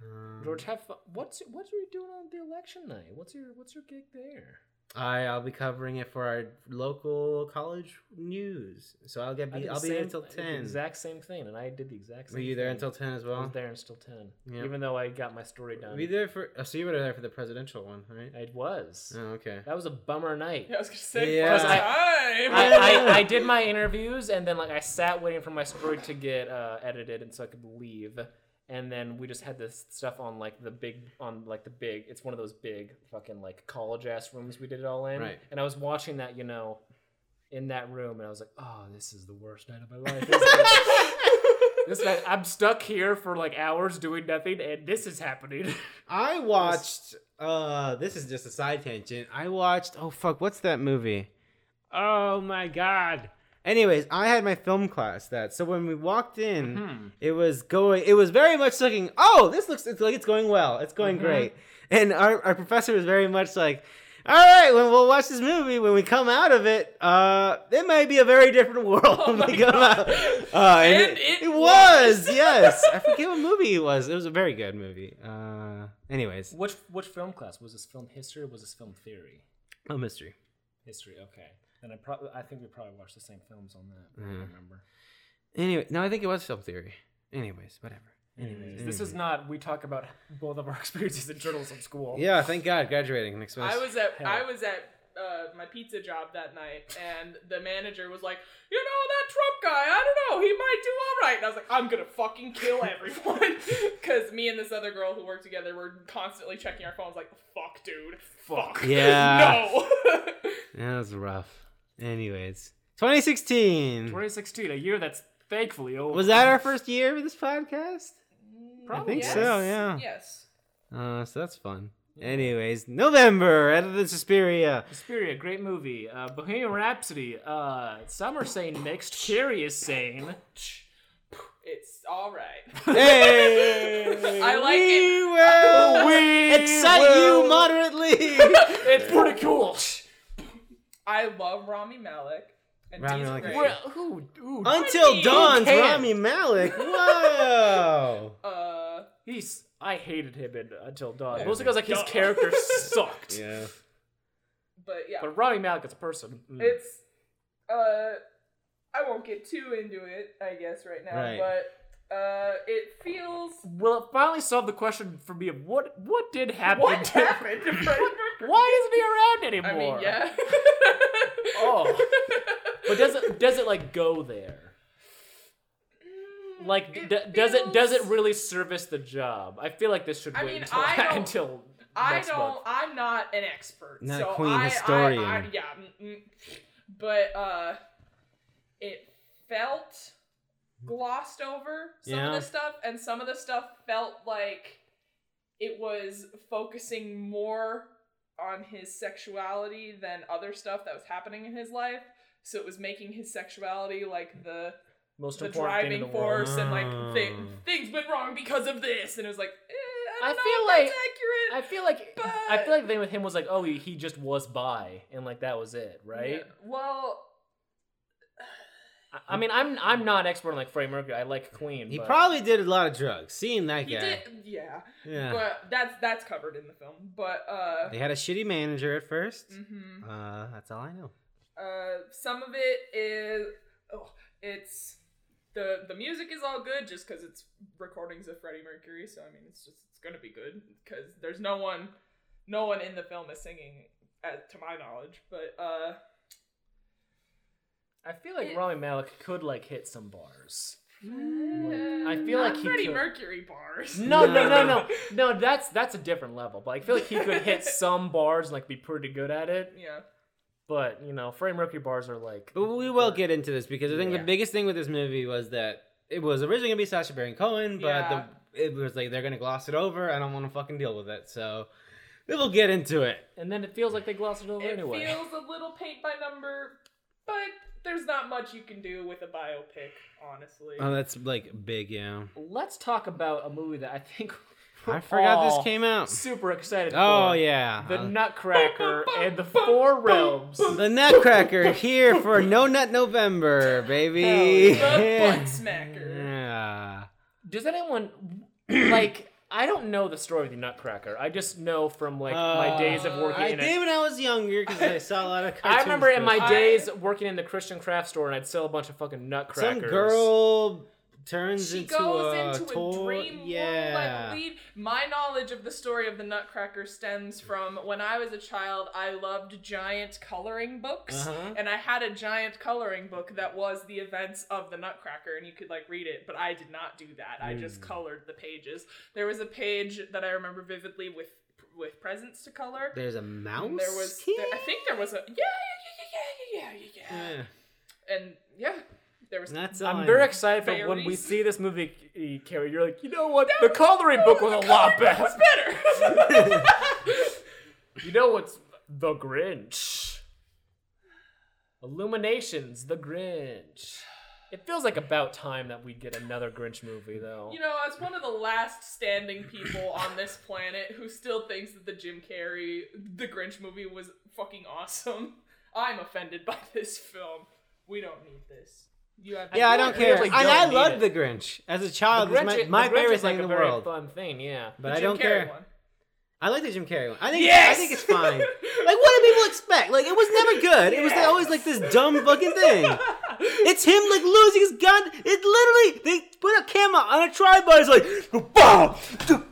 Speaker 1: Um,
Speaker 2: George, have fun. What's what's you doing on the election night? What's your what's your gig there?
Speaker 1: I I'll be covering it for our local college news, so I'll get
Speaker 2: I did
Speaker 1: be,
Speaker 2: the
Speaker 1: I'll be there
Speaker 2: same-
Speaker 1: until
Speaker 2: I did the
Speaker 1: ten.
Speaker 2: exact same thing, and I did the exact same.
Speaker 1: Were you there
Speaker 2: thing.
Speaker 1: until ten as
Speaker 2: I was
Speaker 1: well?
Speaker 2: there until ten,
Speaker 1: Yeah.
Speaker 2: even though I got my story done.
Speaker 1: Were you there for? Oh, so you were there for the presidential one, right?
Speaker 2: I was.
Speaker 1: Oh, okay.
Speaker 2: That was a bummer night.
Speaker 3: Yeah, I was gonna say
Speaker 1: Yeah.
Speaker 3: first time.
Speaker 2: [laughs] I, I, I did my interviews and then like I sat waiting for my story to get uh, edited and so I could leave. And then we just had this stuff on like the big on like the big. It's one of those big fucking like college ass rooms we did it all in.
Speaker 1: Right.
Speaker 2: And I was watching that, you know, in that room, and I was like, oh, this is the worst night of
Speaker 1: [laughs]
Speaker 2: my life. isn't it?" [laughs] this night, I'm stuck here for like hours doing nothing, and this is happening. [laughs]
Speaker 1: I watched. Uh, this is just a side tangent. I watched. Oh fuck, what's that movie? Oh my god. Anyways, I had my film class that. So when we walked in,
Speaker 2: Hmm.
Speaker 3: Mm-hmm.
Speaker 1: it was going. It was very much looking. Oh, this looks it's like it's going well. It's
Speaker 3: Mm-hmm.
Speaker 1: going great. And our our professor was very much like. All right, when we'll watch this movie, when we come out of it, uh, it may be a very different world when we come out. Uh, and,
Speaker 3: Oh And
Speaker 1: it,
Speaker 3: it
Speaker 1: it was, yes.
Speaker 3: [laughs]
Speaker 1: I forget what movie it was. It was a very good movie. Uh, anyways,
Speaker 2: which which film class was this? Film history or was this film theory?
Speaker 1: no mystery.
Speaker 2: History, okay. And I probably I think we probably watched the same films on that. I don't remember.
Speaker 1: Anyway, no, I think it was film theory. Anyways, whatever.
Speaker 2: Anyways, this is not. We talk about both of our [laughs] experiences in journalism school.
Speaker 1: Yeah, thank God, graduating next month.
Speaker 3: I was at I was at uh, my pizza job that night, and the manager was like, "You know that Trump guy? I don't know. He might do all right." And I was like, "I'm gonna fucking kill everyone," [laughs] because me and this other girl who worked together were constantly checking our phones, like, "Fuck, dude.
Speaker 2: [laughs]
Speaker 3: Fuck.
Speaker 1: Yeah.
Speaker 3: [laughs] no."
Speaker 1: That was rough. Anyways, 2016
Speaker 2: 2016, a year that's thankfully over.
Speaker 1: was that our first year with this podcast?
Speaker 3: [laughs]
Speaker 2: Probably,
Speaker 1: think so. yeah.
Speaker 3: Oh, Yes.
Speaker 1: Uh, so that's fun. Anyways, November, out of the
Speaker 2: [laughs]
Speaker 1: Suspiria.
Speaker 2: Suspiria, great movie. Uh, Bohemian Rhapsody. Uh, some are saying mixed. Cherry is saying.
Speaker 3: It's all right.
Speaker 1: Hey,
Speaker 3: I like
Speaker 1: we
Speaker 3: it.
Speaker 1: Will
Speaker 2: [laughs] we
Speaker 1: excite
Speaker 2: will-
Speaker 1: you
Speaker 2: [laughs]
Speaker 1: moderately.
Speaker 2: It's pretty cool.
Speaker 3: I love Rami Malek. And
Speaker 1: Rami
Speaker 3: Rami
Speaker 1: Malek is
Speaker 2: We're- who? Ooh,
Speaker 1: Until
Speaker 3: Who
Speaker 1: Dawn's
Speaker 2: can?
Speaker 1: Rami Malek.
Speaker 2: [laughs]
Speaker 1: Wow.
Speaker 3: Uh,
Speaker 2: he's. I hated him in Until Dawn. Mostly because like his [laughs] character sucked.
Speaker 1: yeah.
Speaker 3: but yeah,
Speaker 2: But Rami Malek as a person. mm.
Speaker 3: it's uh i won't get too into it i guess right now
Speaker 1: Right.
Speaker 3: but uh it feels
Speaker 2: Well, it finally solved the question for me of what what did happen.
Speaker 3: what
Speaker 2: to-
Speaker 3: happened to Fred
Speaker 2: [laughs]
Speaker 3: Burke?
Speaker 2: Why isn't he around
Speaker 3: i
Speaker 2: anymore?
Speaker 3: mean yeah [laughs]
Speaker 2: Oh, but does it does it like go there? Like, d-
Speaker 3: Mm, It
Speaker 2: does it does it
Speaker 3: feels-
Speaker 2: really service the job? I feel like this should
Speaker 3: I
Speaker 2: wait
Speaker 3: mean,
Speaker 2: until, [laughs]
Speaker 3: I don't-
Speaker 2: until
Speaker 3: i
Speaker 2: next
Speaker 3: don't
Speaker 2: month.
Speaker 3: i'm not an expert
Speaker 1: Not a
Speaker 3: so
Speaker 1: queen
Speaker 3: I,
Speaker 1: historian.
Speaker 3: I, I, yeah mm, mm. but uh it felt glossed over some
Speaker 1: Yeah.
Speaker 3: of the stuff and some of the stuff felt like it was focusing more on his sexuality than other stuff that was happening in his life so it was making his sexuality like the
Speaker 2: Most
Speaker 3: the
Speaker 2: important thing in the
Speaker 3: driving
Speaker 2: world. Ah.
Speaker 3: [laughs] force and like
Speaker 1: Oh.
Speaker 3: thi- things went wrong because of this and it was like eh,
Speaker 2: I
Speaker 3: I, don't
Speaker 2: feel
Speaker 3: know if that's
Speaker 2: like-
Speaker 3: accurate
Speaker 2: I feel like
Speaker 3: But-
Speaker 2: I feel like the thing with him was like, oh, he, he just was bi, and like that was it, right?
Speaker 3: Yeah. well
Speaker 2: I, I mean, I'm I'm not expert on like Freddie Mercury. I like Queen.
Speaker 1: He
Speaker 2: but
Speaker 1: probably did a lot of drugs. Seeing that
Speaker 3: he
Speaker 1: guy.
Speaker 3: did yeah
Speaker 1: Yeah.
Speaker 3: but that's that's covered in the film but uh
Speaker 1: they had a shitty manager at first.
Speaker 3: mhm.
Speaker 1: Uh, that's all I know.
Speaker 3: uh some of it is oh, it's the the music is all good just because it's recordings of freddie mercury so i mean it's just it's gonna be good because there's no one no one in the film is singing uh, to my knowledge but uh
Speaker 2: I feel like
Speaker 3: It-
Speaker 2: Rami Malek could like hit some bars. I feel
Speaker 3: Not
Speaker 2: like he
Speaker 3: Freddie
Speaker 2: could-
Speaker 3: Mercury bars.
Speaker 2: No, no, no,
Speaker 1: No.
Speaker 2: [laughs] no, no. That's that's a different level. But I feel like he could [laughs] hit some bars and like be pretty good at it.
Speaker 3: [laughs] Yeah.
Speaker 2: But you know, Freddie Mercury bars are like.
Speaker 1: But we will get into this because I think
Speaker 2: Yeah.
Speaker 1: the biggest thing with this movie was that it was originally gonna be Sasha Baron Cohen, but
Speaker 3: Yeah.
Speaker 1: the, it was like they're gonna gloss it over. I don't want to fucking deal with it, so we will get into it.
Speaker 2: And then it feels like they glossed it over
Speaker 3: It
Speaker 2: anyway.
Speaker 3: feels a little paint by number, but there's not much you can do with a biopic, honestly.
Speaker 1: Oh, that's like big, yeah.
Speaker 2: Let's talk about a movie that I think.
Speaker 1: [laughs]
Speaker 2: we're
Speaker 1: I forgot
Speaker 2: all
Speaker 1: this came out.
Speaker 2: Super excited.
Speaker 1: Oh
Speaker 2: for.
Speaker 1: yeah,
Speaker 2: The
Speaker 1: Uh,
Speaker 2: Nutcracker and the Four Realms.
Speaker 1: the Nutcracker here for No Nut
Speaker 2: [laughs]
Speaker 1: November, baby. [laughs]
Speaker 3: Hell yeah. The butt smacker.
Speaker 1: Yeah.
Speaker 2: Does anyone [clears throat] like? I don't know the story of the Nutcracker. I just know from like my
Speaker 1: Uh,
Speaker 2: days of working
Speaker 1: I
Speaker 2: in.
Speaker 1: did
Speaker 2: A,
Speaker 1: when I was younger because I saw a lot of.
Speaker 2: I
Speaker 1: Cartoons
Speaker 2: remember in my
Speaker 1: growing up.
Speaker 3: I-
Speaker 2: days working in the Christian craft store, and I'd sell a bunch of fucking Nutcrackers.
Speaker 1: some girl turns
Speaker 3: she
Speaker 1: into
Speaker 3: goes
Speaker 1: a
Speaker 3: into
Speaker 1: toy-
Speaker 3: a dream world, I
Speaker 1: yeah.
Speaker 3: believe. My knowledge of the story of the Nutcracker stems from when I was a child. I loved giant coloring books,
Speaker 1: Uh-huh.
Speaker 3: and I had a giant coloring book that was the events of the Nutcracker, and you could like read it. But I did not do that. I just
Speaker 1: Mm.
Speaker 3: colored the pages. There was a page that I remember vividly with with presents to color.
Speaker 1: There's a mouse.
Speaker 3: And there was,
Speaker 1: kid?
Speaker 3: there, I think there was a yeah yeah yeah yeah yeah yeah yeah,
Speaker 1: Yeah.
Speaker 3: yeah. and yeah, there was.
Speaker 1: That's all I
Speaker 2: I'm very
Speaker 1: know.
Speaker 2: excited for when we
Speaker 3: Fairies.
Speaker 2: see this movie, Carrie. You're like, you know what? The coloring book was a lot
Speaker 3: That was
Speaker 2: better.
Speaker 3: [laughs] better. [laughs]
Speaker 2: You know what's the Grinch? Illuminations, the Grinch. It feels like about time that we get another Grinch movie, though.
Speaker 3: you know, as one of the last standing people on this planet who still thinks that the Jim Carrey, the Grinch movie was fucking awesome, I'm offended by this film. We don't need this. You have.
Speaker 1: Yeah, I don't
Speaker 2: feel like we
Speaker 1: care.
Speaker 2: really
Speaker 1: and
Speaker 2: don't
Speaker 1: I
Speaker 2: need
Speaker 1: love
Speaker 2: it.
Speaker 1: The Grinch as a
Speaker 2: the
Speaker 1: child.
Speaker 2: Grinch,
Speaker 1: it's
Speaker 2: the
Speaker 1: my, my
Speaker 2: Grinch
Speaker 1: favorite
Speaker 2: is like
Speaker 1: thing
Speaker 2: a
Speaker 1: in the
Speaker 2: very
Speaker 1: world.
Speaker 2: fun thing, yeah.
Speaker 1: But I
Speaker 3: Jim
Speaker 1: don't
Speaker 3: Carrey
Speaker 1: care.
Speaker 3: One.
Speaker 1: I like the Jim Carrey one. I think
Speaker 3: Yes!
Speaker 1: I think it's
Speaker 2: [laughs]
Speaker 1: fine. Like what do people expect? Like it was never good. It was like, always like this dumb fucking thing.
Speaker 2: [laughs]
Speaker 1: It's him like losing his gun. It literally they put a camera on a tripod. It's like bomb,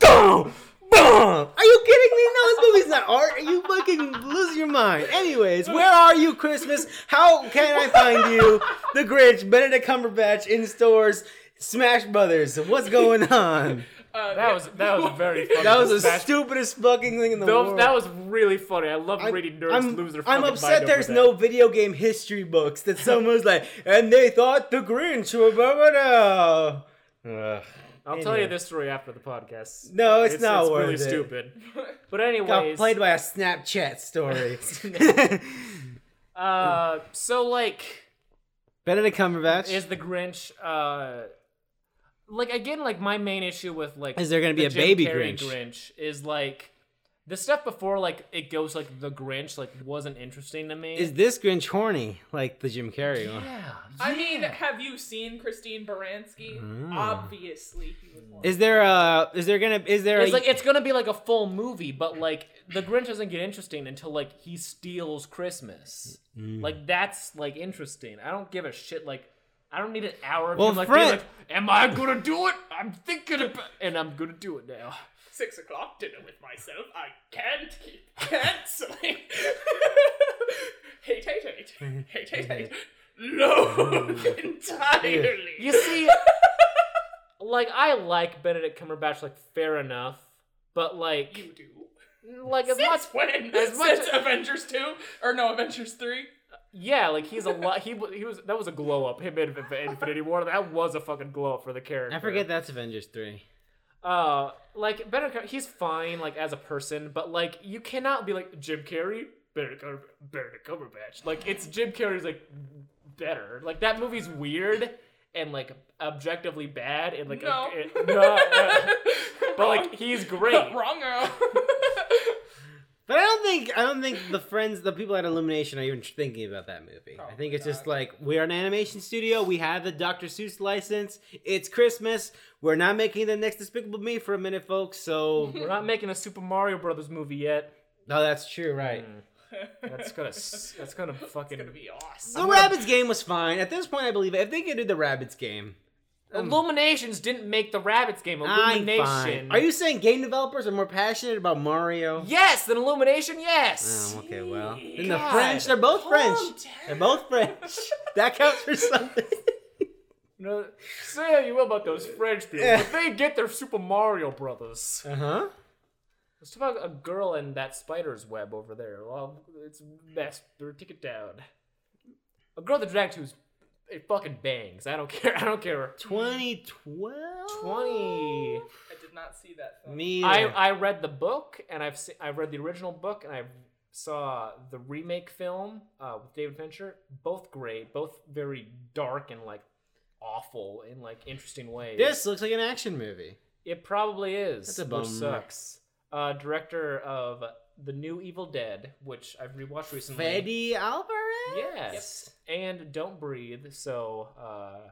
Speaker 1: bomb, bomb. Are you kidding me? No, this movie's not art. Are you fucking losing your mind? Anyways, where are you, Christmas? How can I find you? The Grinch, Benedict Cumberbatch in stores. Smash Brothers. What's going on?
Speaker 3: [laughs] Uh,
Speaker 2: That was that was
Speaker 3: [laughs]
Speaker 2: very funny.
Speaker 1: That was the
Speaker 2: Smash-
Speaker 1: stupidest fucking thing in the
Speaker 2: That was-
Speaker 1: world.
Speaker 2: that was really funny. I love
Speaker 1: I'm-
Speaker 2: reading nerds
Speaker 1: I'm,
Speaker 2: lose their
Speaker 1: I'm
Speaker 2: fucking mind
Speaker 1: upset
Speaker 2: over
Speaker 1: there's
Speaker 2: that.
Speaker 1: no video game history books that someone's like, and they thought the Grinch were blah, blah, blah." Ugh.
Speaker 2: I'll tell you
Speaker 1: Anyway.
Speaker 2: this story after the podcast.
Speaker 1: No, it's not
Speaker 2: it's really
Speaker 1: worth it. [laughs]
Speaker 2: stupid. But
Speaker 1: Got
Speaker 2: anyways,
Speaker 1: played by a Snapchat
Speaker 2: [laughs]
Speaker 1: story. [laughs]
Speaker 2: uh, so like.
Speaker 1: Benedict Cumberbatch.
Speaker 2: is the Grinch uh like again like my main issue with like
Speaker 1: Is there gonna be
Speaker 2: the
Speaker 1: a
Speaker 2: Jim
Speaker 1: baby
Speaker 2: Carrey
Speaker 1: Grinch?
Speaker 2: is like the stuff before like it goes like the Grinch like wasn't interesting to me.
Speaker 1: Is this Grinch horny like the Jim Carrey one?
Speaker 2: yeah.
Speaker 3: I mean, have you seen Christine Baranski?
Speaker 1: Mm.
Speaker 3: Obviously, he was one.
Speaker 1: Is there a? Is there gonna? Is there?
Speaker 2: It's
Speaker 1: a,
Speaker 2: like it's gonna be like a full movie, but like the Grinch doesn't get interesting until like he steals Christmas.
Speaker 1: Mm.
Speaker 2: Like that's like interesting. I don't give a shit. Like I don't need an hour of
Speaker 1: Well,
Speaker 2: him like,
Speaker 1: Fred-
Speaker 2: being like, "Am I gonna do it? I'm thinking about," and I'm gonna do it now.
Speaker 3: six o'clock dinner with myself. I can't keep canceling. [laughs] hate, hate, hate,
Speaker 2: Mm-hmm.
Speaker 3: hate, hate, hate. Loathe [laughs] entirely.
Speaker 1: [laughs]
Speaker 2: You see, like I like Benedict Cumberbatch, like fair enough, but
Speaker 3: You
Speaker 2: like,
Speaker 3: do.
Speaker 2: like as much,
Speaker 3: Since when?
Speaker 2: as much-
Speaker 3: Since Avengers two or no Avengers three?
Speaker 2: yeah, like he's a lot. He wa- he was that was a glow up. Him in Inf- Infinity War, that was a fucking glow up for the character.
Speaker 1: I forget that's Avengers three.
Speaker 2: Uh, like Benedict, Cum- he's fine, like as a person, but like you cannot be like Jim Carrey, Benedict, Cum- Benedict Cumberbatch. Like it's Jim Carrey's like better. Like that movie's weird and like objectively bad and like
Speaker 3: No.
Speaker 2: it- Uh, no, no.
Speaker 3: [laughs]
Speaker 2: but like he's great.
Speaker 3: Wrong. uh.
Speaker 1: But I don't think I don't think the friends, the people at Illumination, are even thinking about that movie. I think
Speaker 3: Probably
Speaker 1: it's just
Speaker 3: not.
Speaker 1: like we're an animation studio. We have the Dr. Seuss license. It's Christmas. We're not making the next Despicable Me for a minute, folks.
Speaker 3: [laughs]
Speaker 1: So
Speaker 2: We're not making a Super Mario Brothers movie yet.
Speaker 1: no, that's true, right?
Speaker 3: Hmm. [laughs]
Speaker 2: That's gonna s- that's gonna fucking
Speaker 3: It's gonna be awesome.
Speaker 1: The Rabbits game was fine. At this point, I believe it. if they could do the Rabbits game,
Speaker 2: Mm. Illuminations didn't make the Rabbits game.
Speaker 1: I'm
Speaker 2: Illumination.
Speaker 1: fine. Are you saying game developers are more passionate about Mario?
Speaker 2: Yes, then Illumination. Yes.
Speaker 1: Oh, okay, well, then the
Speaker 2: God.
Speaker 1: French. They're both
Speaker 3: Calm
Speaker 1: French.
Speaker 3: down.
Speaker 1: [laughs]
Speaker 3: [laughs]
Speaker 1: They're both French. That counts for something.
Speaker 2: No, say how you will about those French people, but they get their Super Mario Brothers.
Speaker 1: Uh
Speaker 3: Uh-huh.
Speaker 1: huh.
Speaker 2: Let's talk about a girl in that spider's web over there. Well, it's mess. They're ticket down. A girl that dragged who's it fucking bangs. I don't [laughs] care. I don't care.
Speaker 1: Mm. 2012?
Speaker 2: Twenty.
Speaker 3: I did not see that film.
Speaker 1: Me.
Speaker 2: I,
Speaker 1: either.
Speaker 2: I read the book and I've se- I read the original book and I saw the remake film uh, with David Fincher. Both great, both very dark and like awful in like interesting ways.
Speaker 1: This looks like an action movie.
Speaker 2: it probably is.
Speaker 1: That's a
Speaker 2: which
Speaker 1: bummer.
Speaker 2: sucks. Uh, director of the new Evil Dead, which I've rewatched recently.
Speaker 1: Freddy Alvarez?
Speaker 2: Yes. And Don't Breathe. So, uh,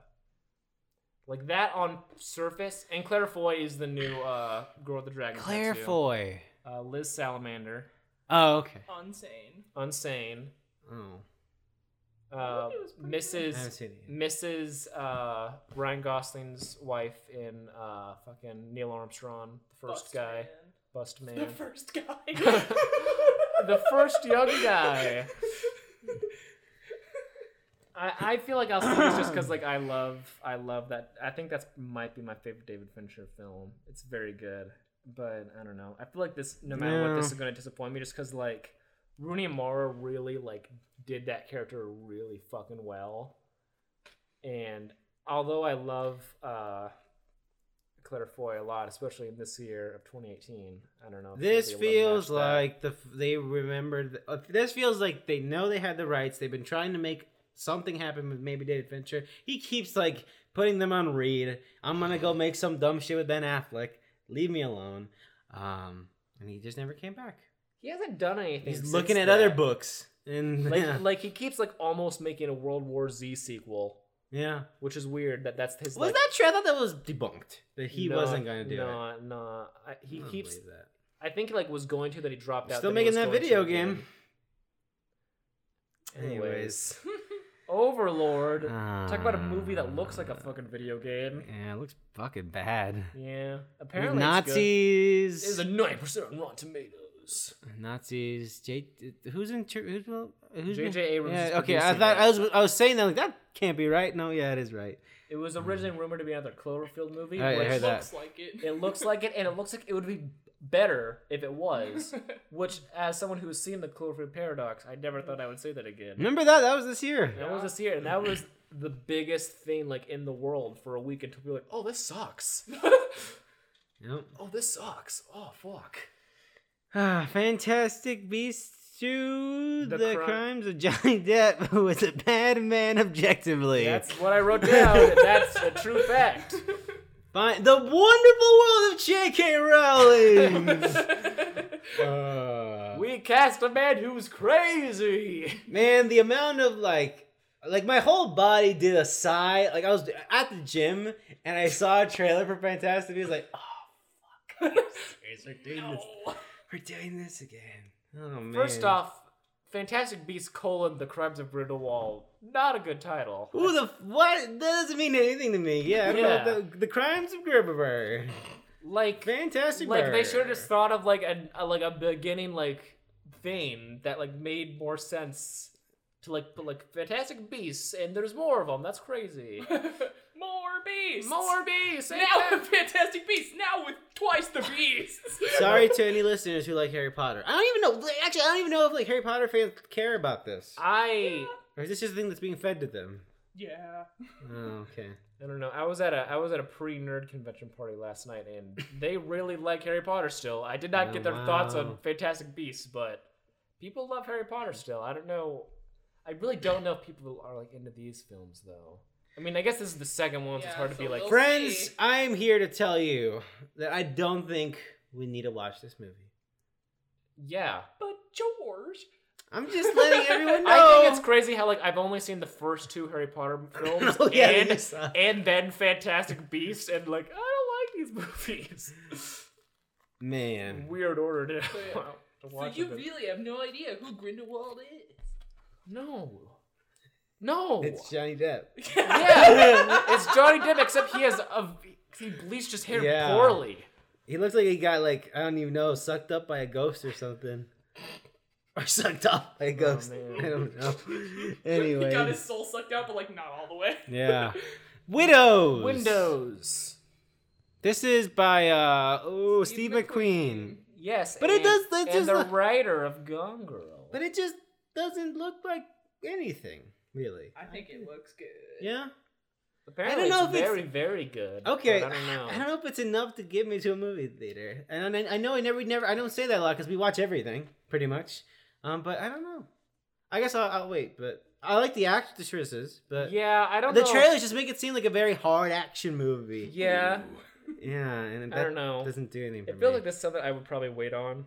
Speaker 2: like that on surface. And Claire Foy is the new uh, Girl with the Dragon.
Speaker 1: Claire
Speaker 2: tattoo.
Speaker 1: Foy.
Speaker 2: Uh, Liz Salamander.
Speaker 1: Oh, okay.
Speaker 3: Unsane.
Speaker 2: Unsane.
Speaker 1: Oh.
Speaker 2: Uh,
Speaker 3: it was
Speaker 1: I
Speaker 3: pretty
Speaker 1: haven't
Speaker 2: Mrs.
Speaker 1: seen it yet.
Speaker 2: Mrs. Uh, Ryan Gosling's wife in uh, fucking Neil Armstrong, the first
Speaker 3: Bust
Speaker 2: guy,
Speaker 3: man.
Speaker 2: bust man,
Speaker 3: The first guy.
Speaker 2: [laughs]
Speaker 3: [laughs]
Speaker 2: the first young guy. I, I feel like I'll see this just because like I love I love that I think that's might be my favorite David Fincher film. It's very good, but I don't know. I feel like this no matter what this
Speaker 1: No.
Speaker 2: is going to disappoint me just because like Rooney Mara really like did that character really fucking well, and although I love uh, Claire Foy a lot, especially in this year of 2018, I don't know. if
Speaker 1: This
Speaker 2: they'll be able to
Speaker 1: feels
Speaker 2: match that.
Speaker 1: like the f- they remembered. th- uh, this feels like they know they had the rights. They've been trying to make something happen with maybe David Fincher. He keeps like putting them on read. I'm gonna go make some dumb shit with Ben Affleck. Leave me alone. Um, and he just never came back.
Speaker 2: he hasn't done anything.
Speaker 1: He's
Speaker 2: since
Speaker 1: looking at other
Speaker 2: that.
Speaker 1: books and
Speaker 2: Like
Speaker 1: [laughs] yeah.
Speaker 2: like he keeps like almost making a World War Z sequel,
Speaker 1: yeah.
Speaker 2: which is weird that that's his.
Speaker 1: Was
Speaker 2: like,
Speaker 1: that true? I thought that was debunked. That he
Speaker 2: no,
Speaker 1: wasn't gonna do it.
Speaker 2: no, No, I, he
Speaker 1: I don't
Speaker 2: keeps.
Speaker 1: believe that.
Speaker 2: I think like was going to that he dropped out.
Speaker 1: Still
Speaker 2: then he
Speaker 1: making
Speaker 2: was
Speaker 1: that
Speaker 2: going
Speaker 1: video
Speaker 2: to
Speaker 1: game.
Speaker 2: again.
Speaker 1: Anyways.
Speaker 2: Overlord. Talk about a
Speaker 1: Um,
Speaker 2: movie that looks like a fucking video game.
Speaker 1: Yeah, it looks fucking bad.
Speaker 2: Yeah, apparently Nazi
Speaker 1: Nazis.
Speaker 2: is a nine percent on Rotten Tomatoes.
Speaker 1: Nazis. J. Who's in? char- Who's? who's
Speaker 2: J.J. Abrams is
Speaker 1: Yeah, okay, I
Speaker 2: producing
Speaker 1: thought
Speaker 2: it.
Speaker 1: I was. I was saying that like that can't be right. No, yeah, it is right.
Speaker 2: It was originally rumored to be another Cloverfield movie.
Speaker 1: I- I
Speaker 2: which
Speaker 1: heard that.
Speaker 3: Looks like it. [laughs]
Speaker 2: It looks like it, and it looks like it would be better if it was. Which, as someone who has seen the Cloverfield Paradox, I never thought I would say that again.
Speaker 1: Remember that? That was this year.
Speaker 2: That was this year, and that was the biggest thing like in the world for a week until we were like, "Oh, this sucks!
Speaker 1: Yep.
Speaker 2: oh, this sucks! Oh, fuck!"
Speaker 1: Ah, Fantastic Beasts two:
Speaker 2: The
Speaker 1: The,
Speaker 2: Crime-
Speaker 1: Crimes of Johnny [laughs] Depp, who was a bad man objectively.
Speaker 2: That's what I wrote down. and that's a true fact.
Speaker 1: Fine. The wonderful world of J.K.
Speaker 2: [laughs]
Speaker 1: Rowling. Uh,
Speaker 2: We cast a man who's crazy.
Speaker 1: Man, the amount of like, like my whole body did a sigh. Like I was at the gym and I saw a trailer for Fantastic. Beasts. like, oh
Speaker 2: [laughs]
Speaker 1: fuck, we're serious. We're doing this. We're doing this again. Oh man.
Speaker 2: First off, Fantastic Beasts: colon, The Crimes of Grindelwald. Not a good title.
Speaker 1: Who the f- what? That doesn't mean anything to me. Yeah, I don't know
Speaker 2: Yeah.
Speaker 1: what the, the crimes of Gerber.
Speaker 2: Like
Speaker 1: Fantastic.
Speaker 2: like they should have
Speaker 1: Beasts.
Speaker 2: just thought of like a, a like a beginning like thing that like made more sense to like put like fantastic beasts and there's more of them that's crazy
Speaker 3: [laughs] More beasts.
Speaker 2: more beasts and
Speaker 3: Now [laughs]
Speaker 2: fa-
Speaker 3: with Fantastic Beasts. Now with twice the beasts.
Speaker 1: Sorry to any listeners who like Harry Potter. I don't even know. like, Actually, I don't even know if like Harry Potter fans care about this,
Speaker 2: i
Speaker 1: or is this just a thing that's being fed to them?
Speaker 3: Yeah.
Speaker 1: Oh, okay.
Speaker 2: i don't know i was at a i was at a pre-nerd convention party last night and they really like harry potter still i did not
Speaker 1: Oh,
Speaker 2: get their thoughts on
Speaker 1: wow.
Speaker 2: fantastic beasts but people love harry potter still i don't know i really don't know if people are like into these films though i mean i guess this is the second one so it's
Speaker 3: Yeah,
Speaker 2: hard to
Speaker 3: so
Speaker 2: be like
Speaker 3: we'll
Speaker 1: Friends,
Speaker 3: see.
Speaker 1: I'm here to tell you that I don't think we need to watch this movie.
Speaker 2: yeah
Speaker 3: But George.
Speaker 1: I'm just letting everyone know.
Speaker 2: [laughs] I think it's crazy how like I've only seen the first two Harry
Speaker 1: [laughs]
Speaker 2: Potter films
Speaker 1: Oh, yeah, they
Speaker 2: and [laughs]
Speaker 1: just suck.
Speaker 2: and then Fantastic Beasts and like I don't like these [laughs] movies.
Speaker 1: man.
Speaker 2: Weird order to,
Speaker 3: So, yeah.
Speaker 2: [laughs] to
Speaker 3: So
Speaker 2: watch.
Speaker 3: you
Speaker 2: them.
Speaker 3: really have no idea who Grindelwald is.
Speaker 2: No. No.
Speaker 1: It's Johnny Depp.
Speaker 3: [laughs]
Speaker 2: yeah. it's Johnny Depp except he has a he bleached his hair
Speaker 1: Yeah.
Speaker 2: poorly.
Speaker 1: He looks like he got like I don't even know, sucked up by a ghost or something, [laughs] or sucked up by a ghost.
Speaker 2: man.
Speaker 1: [laughs] I don't know.
Speaker 3: He got
Speaker 1: anyway,
Speaker 3: his soul sucked out, but like not all the way.
Speaker 1: yeah. Widows.
Speaker 2: Windows.
Speaker 1: This is by uh oh Steve, McQueen.
Speaker 2: Yes.
Speaker 1: But it
Speaker 2: and-
Speaker 1: does- it
Speaker 2: and
Speaker 1: just
Speaker 2: the
Speaker 1: look-
Speaker 2: writer of Gone Girl.
Speaker 1: But it just doesn't look like anything, really.
Speaker 3: I think it looks good.
Speaker 1: Yeah.
Speaker 2: Apparently,
Speaker 1: know if
Speaker 2: it's
Speaker 1: it's-
Speaker 2: very, very good.
Speaker 1: Okay.
Speaker 2: but I don't know.
Speaker 1: I don't know if it's enough to get me to a movie theater. And I, I know I never never I don't say that a lot because we watch everything pretty much. Um, but I don't know. I guess I'll, I'll wait. But I like the actresses, but
Speaker 2: yeah, I don't
Speaker 1: the
Speaker 2: know.
Speaker 1: trailers just make it seem like a very hard action movie.
Speaker 2: Yeah,
Speaker 1: Yeah, and that
Speaker 2: I don't know.
Speaker 1: doesn't do anything for
Speaker 2: It feels
Speaker 1: me.
Speaker 2: like that's something I would probably wait on.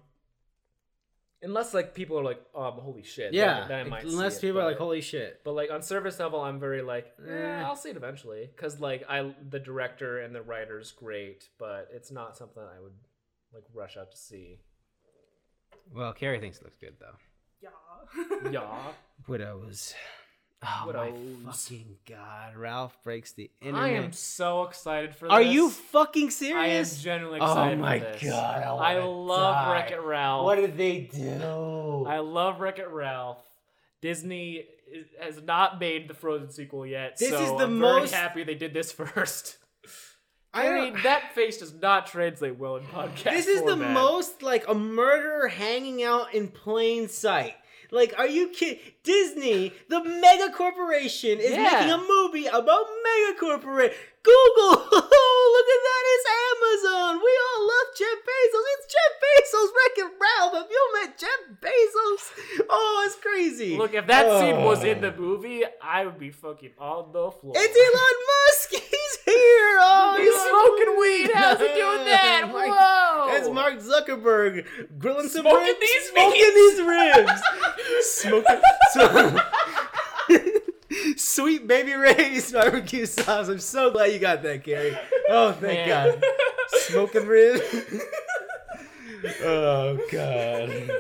Speaker 2: Unless like people are like, um, holy shit.
Speaker 1: yeah,
Speaker 2: then, then I might see
Speaker 1: unless
Speaker 2: it,
Speaker 1: people are
Speaker 2: but-
Speaker 1: like, "Holy shit!"
Speaker 2: But like on service novel, I'm very like, eh,
Speaker 1: Eh.
Speaker 2: I'll see it eventually, cause like I the director and the writer's great, but it's not something I would like rush out to see.
Speaker 1: Well, Carrie thinks it looks good though.
Speaker 3: Yeah.
Speaker 2: Yeah,
Speaker 1: Widows. Oh my
Speaker 2: Widows.
Speaker 1: fucking god! Ralph breaks the internet.
Speaker 2: I am so excited for.
Speaker 1: Are
Speaker 2: this.
Speaker 1: you fucking
Speaker 2: I am
Speaker 1: serious?
Speaker 2: genuinely
Speaker 1: oh
Speaker 2: excited.
Speaker 1: my
Speaker 2: for this.
Speaker 1: god! I,
Speaker 2: I
Speaker 1: wanna
Speaker 2: love
Speaker 1: die.
Speaker 2: Wreck It Ralph.
Speaker 1: What did they do?
Speaker 2: I love Wreck It Ralph. Disney is, has not made the Frozen sequel yet.
Speaker 1: This
Speaker 2: so
Speaker 1: is the
Speaker 2: I'm
Speaker 1: most-
Speaker 2: very happy they did this [laughs] first.
Speaker 1: I
Speaker 2: I,
Speaker 1: don't-
Speaker 2: mean, that face does not translate well in podcast.
Speaker 1: this is the
Speaker 2: format.
Speaker 1: most like a murderer hanging out in plain sight. Like, are you kidding? Disney, the mega corporation, is
Speaker 2: Yeah.
Speaker 1: making a movie about mega corporation. Google, [laughs] look at that! It's Amazon. We all love Jeff Bezos. It's Jeff Bezos wrecking Ralph. Have you met Jeff Bezos? Oh, it's crazy.
Speaker 2: Look, if that scene was in
Speaker 1: Oh.
Speaker 2: the movie, I would be fucking on the floor.
Speaker 1: It's Elon Musk. [laughs] He's here. Oh,
Speaker 2: He's
Speaker 1: Elon
Speaker 2: smoking weed. How's
Speaker 1: [laughs]
Speaker 2: he doing that?
Speaker 1: Oh my
Speaker 2: Whoa!
Speaker 1: That's Mark Zuckerberg grilling some
Speaker 3: Smoking
Speaker 1: ribs,
Speaker 3: these
Speaker 1: smoking
Speaker 3: meats.
Speaker 1: these ribs, smoking.
Speaker 2: [laughs]
Speaker 1: So, [laughs] Sweet baby Ray's barbecue sauce. I'm so glad you got that, Gary. Oh, thank
Speaker 2: Man. [laughs]
Speaker 1: God. Smoking ribs. oh God.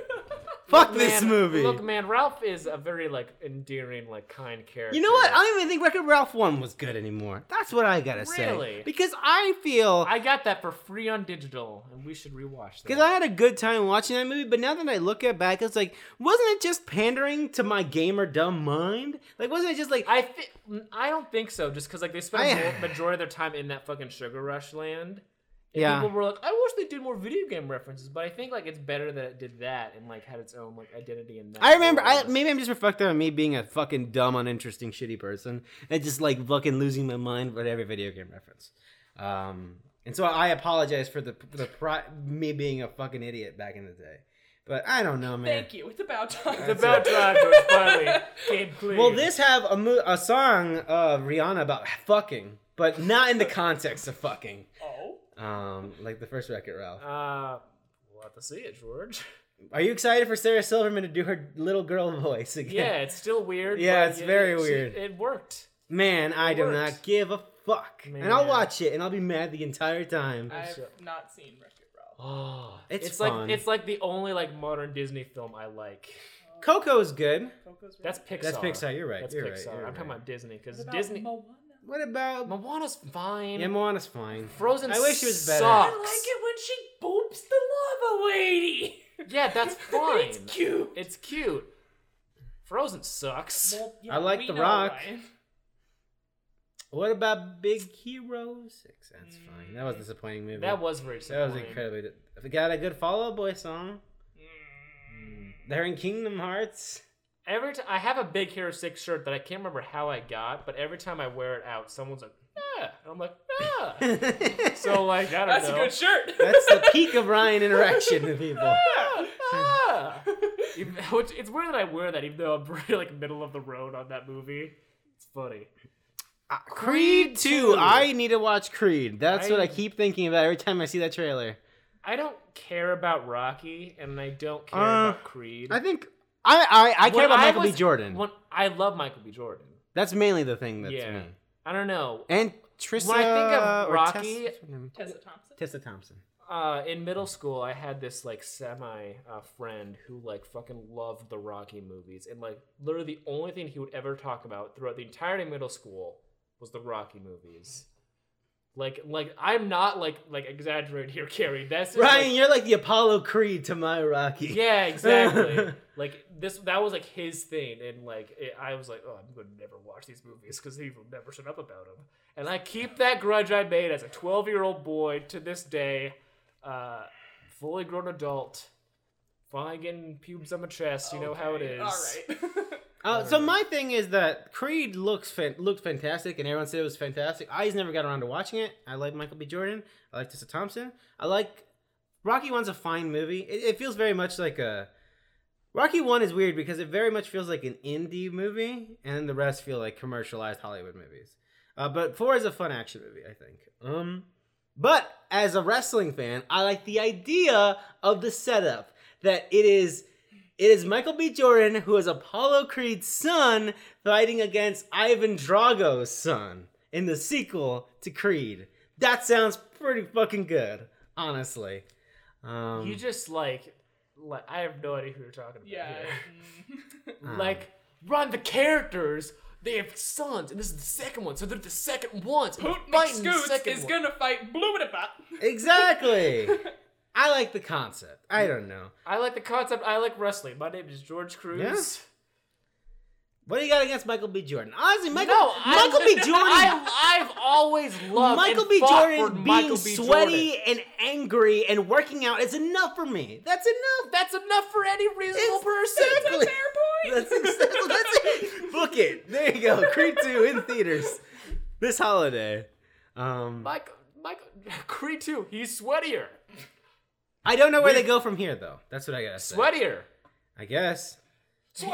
Speaker 1: Fuck this
Speaker 2: Man,
Speaker 1: movie.
Speaker 2: Look, man, Ralph is a very like endearing, like kind character.
Speaker 1: you know what? I don't even think Wreck-It Ralph 1 was good anymore. That's what I gotta say.
Speaker 2: Really?
Speaker 1: Because I feel
Speaker 2: I got that for free on digital, and we should rewatch that.
Speaker 1: Because I had a good time watching that movie, but now that I look at back, it's like, wasn't it just pandering to my gamer dumb mind? Like, wasn't it just like,
Speaker 2: I thi- I don't think so. Just because like they spent
Speaker 1: I-
Speaker 2: a mo- majority of their time in that fucking Sugar Rush land. And
Speaker 1: Yeah.
Speaker 2: People were like, I wish they did more video game references, but I think like it's better that it did that and like had its own like identity in that.
Speaker 1: I remember, I,
Speaker 2: world.
Speaker 1: maybe I'm just reflecting on me being a fucking dumb, uninteresting, shitty person, and just like fucking losing my mind with every video game reference. Um, and so I apologize for the the pri- me being a fucking idiot back in the day, but I don't know, man.
Speaker 3: [laughs] Thank you. It's about time.
Speaker 2: It's about time George finally came clean.
Speaker 1: Well, this have a mo- a song uh, Rihanna about fucking, but not in the context of fucking.
Speaker 3: Oh.
Speaker 1: Um, like the first Wreck-It Ralph.
Speaker 2: Uh, we'll have to see
Speaker 1: [laughs]
Speaker 2: it, George.
Speaker 1: Are you excited for Sarah Silverman to do her little girl voice again?
Speaker 2: Yeah, it's still weird.
Speaker 1: Yeah,
Speaker 2: but
Speaker 1: it's
Speaker 2: it-
Speaker 1: very
Speaker 2: it-
Speaker 1: weird.
Speaker 2: It worked.
Speaker 1: Man, I do
Speaker 2: works.
Speaker 1: not give a fuck. And I'll
Speaker 2: Man.
Speaker 1: watch it and I'll be mad the entire time.
Speaker 3: I've
Speaker 2: so-
Speaker 3: not seen Wreck It Ralph.
Speaker 2: Oh,
Speaker 1: It's
Speaker 2: it's,
Speaker 1: fun.
Speaker 2: like it's like the only like modern Disney film I like.
Speaker 1: Coco's good.
Speaker 3: Coco's
Speaker 2: That's Pixar.
Speaker 1: That's Pixar. You're right.
Speaker 2: That's
Speaker 1: you're right.
Speaker 2: Pixar. I'm
Speaker 1: you're
Speaker 2: talking
Speaker 1: right.
Speaker 2: about Disney because
Speaker 3: What about
Speaker 2: Disney.
Speaker 3: Moana?
Speaker 1: What about
Speaker 2: Moana's fine.
Speaker 1: Yeah, Moana's fine.
Speaker 2: Frozen.
Speaker 1: I wish it was better.
Speaker 3: I
Speaker 2: Sucks.
Speaker 3: like it when she boops the lava lady. [laughs]
Speaker 2: Yeah, that's fine.
Speaker 3: it's cute.
Speaker 2: It's cute. Frozen sucks.
Speaker 3: Well, yeah,
Speaker 1: I like
Speaker 3: we
Speaker 1: The
Speaker 3: know,
Speaker 1: Rock.
Speaker 3: Ryan.
Speaker 1: What about Big Hero Six? That's fine. That was a disappointing movie.
Speaker 2: Mm. That was
Speaker 1: That
Speaker 2: very.
Speaker 1: was
Speaker 2: disappointing.
Speaker 1: incredibly We got a good Follow Out Boy song.
Speaker 2: Mm,
Speaker 1: They're in Kingdom Hearts. [laughs]
Speaker 2: Every time I have a Big Hero Six shirt that I can't remember how I got, but every time I wear it out, someone's like, "Yeah," and I'm like,
Speaker 3: [laughs]
Speaker 2: "Yeah." so uh, like, I don't
Speaker 3: That's
Speaker 2: know.
Speaker 3: a good shirt.
Speaker 1: That's the peak of Ryan interaction with people.
Speaker 2: [laughs]
Speaker 3: [laughs]
Speaker 2: Ah! Even- Which it's weird that I wear that, even though I'm [laughs] really like middle of the road on that movie. It's funny.
Speaker 1: Uh, Creed 2.
Speaker 2: 2.
Speaker 1: I need to watch Creed. That's what I
Speaker 2: I-
Speaker 1: keep thinking about every time I see that trailer.
Speaker 2: I don't care about Rocky, and I don't care
Speaker 1: Uh,
Speaker 2: about Creed.
Speaker 1: I think I I, I care
Speaker 2: When
Speaker 1: about
Speaker 2: I
Speaker 1: Michael
Speaker 2: was-
Speaker 1: B. Jordan.
Speaker 2: When- I love Michael B. Jordan.
Speaker 1: That's mainly the thing that's
Speaker 2: Yeah.
Speaker 1: me.
Speaker 2: I don't know.
Speaker 1: And Trissa
Speaker 2: When I think of
Speaker 1: or
Speaker 2: Rocky-
Speaker 1: Tess- what's her name?
Speaker 3: [laughs] Tessa Thompson.
Speaker 1: Tessa Thompson.
Speaker 2: Uh, in middle school, I had this like semi uh, friend who like fucking loved the Rocky movies, and like literally the only thing he would ever talk about throughout the entirety of middle school was the Rocky movies. Like like I'm not like like exaggerating here, Carrie. That's just,
Speaker 1: Ryan,
Speaker 2: like-
Speaker 1: you're like the Apollo Creed to my Rocky.
Speaker 3: [laughs]
Speaker 2: yeah, exactly. like this, that was like his thing, and like it, I was like, oh, I'm gonna never watch these movies because he will never shut up about them. And I keep that grudge I made as a 12 year old boy to this day, uh, fully grown adult, finally getting pubes on my chest. You know how it is.
Speaker 3: All right.
Speaker 1: [laughs]
Speaker 3: [laughs]
Speaker 1: Uh, so my thing is that Creed looks fan- looked fantastic, and everyone said it was fantastic. I just never got around to watching it. I like Michael B. Jordan. I like Tessa Thompson. I like Rocky One's a fine movie. It, it feels very much like a Rocky One is weird because it very much feels like an indie movie, and then the rest feel like commercialized Hollywood movies. Uh, but four is a fun action movie, I think. Um, but as a wrestling fan, I like the idea of the setup that it is it is Michael B. Jordan who is Apollo Creed's son fighting against Ivan Drago's son in the sequel to Creed. That sounds pretty fucking good, honestly. Um,
Speaker 2: You just like, like I have no idea who you're talking about.
Speaker 3: yeah. [laughs]
Speaker 2: here.
Speaker 3: mm.
Speaker 1: um,
Speaker 2: like run the characters. They have sons, and this is the second one, so they're the second ones. and they're
Speaker 3: Poot
Speaker 2: fighting the
Speaker 3: Scoots
Speaker 2: second
Speaker 3: is
Speaker 2: one.
Speaker 3: gonna fight Bloominabot.
Speaker 2: [laughs]
Speaker 1: exactly. I like the concept. I don't know.
Speaker 2: I like the concept. I like wrestling. My name is George Cruz.
Speaker 1: What do you got against Michael B. Jordan? Honestly, Michael,
Speaker 2: No, [laughs] I-
Speaker 1: Michael B. Jordan.
Speaker 2: I, I've always loved
Speaker 1: Michael
Speaker 2: and
Speaker 1: B.
Speaker 2: fought for
Speaker 1: Jordan being
Speaker 2: Michael B.
Speaker 1: sweaty
Speaker 2: Jordan.
Speaker 1: and angry and working out is enough for me. That's enough.
Speaker 2: That's enough for any reasonable
Speaker 1: It's-
Speaker 2: person.
Speaker 1: that's
Speaker 3: That's a fair point.
Speaker 1: [laughs] That's, that's, that's it. Book it. There you go. Creed 2 in theaters this holiday. Um,
Speaker 2: Michael, Michael, Creed too. He's sweatier,
Speaker 1: I don't know where they go from here, though. That's what I gotta say.
Speaker 2: sweatier.
Speaker 1: I guess.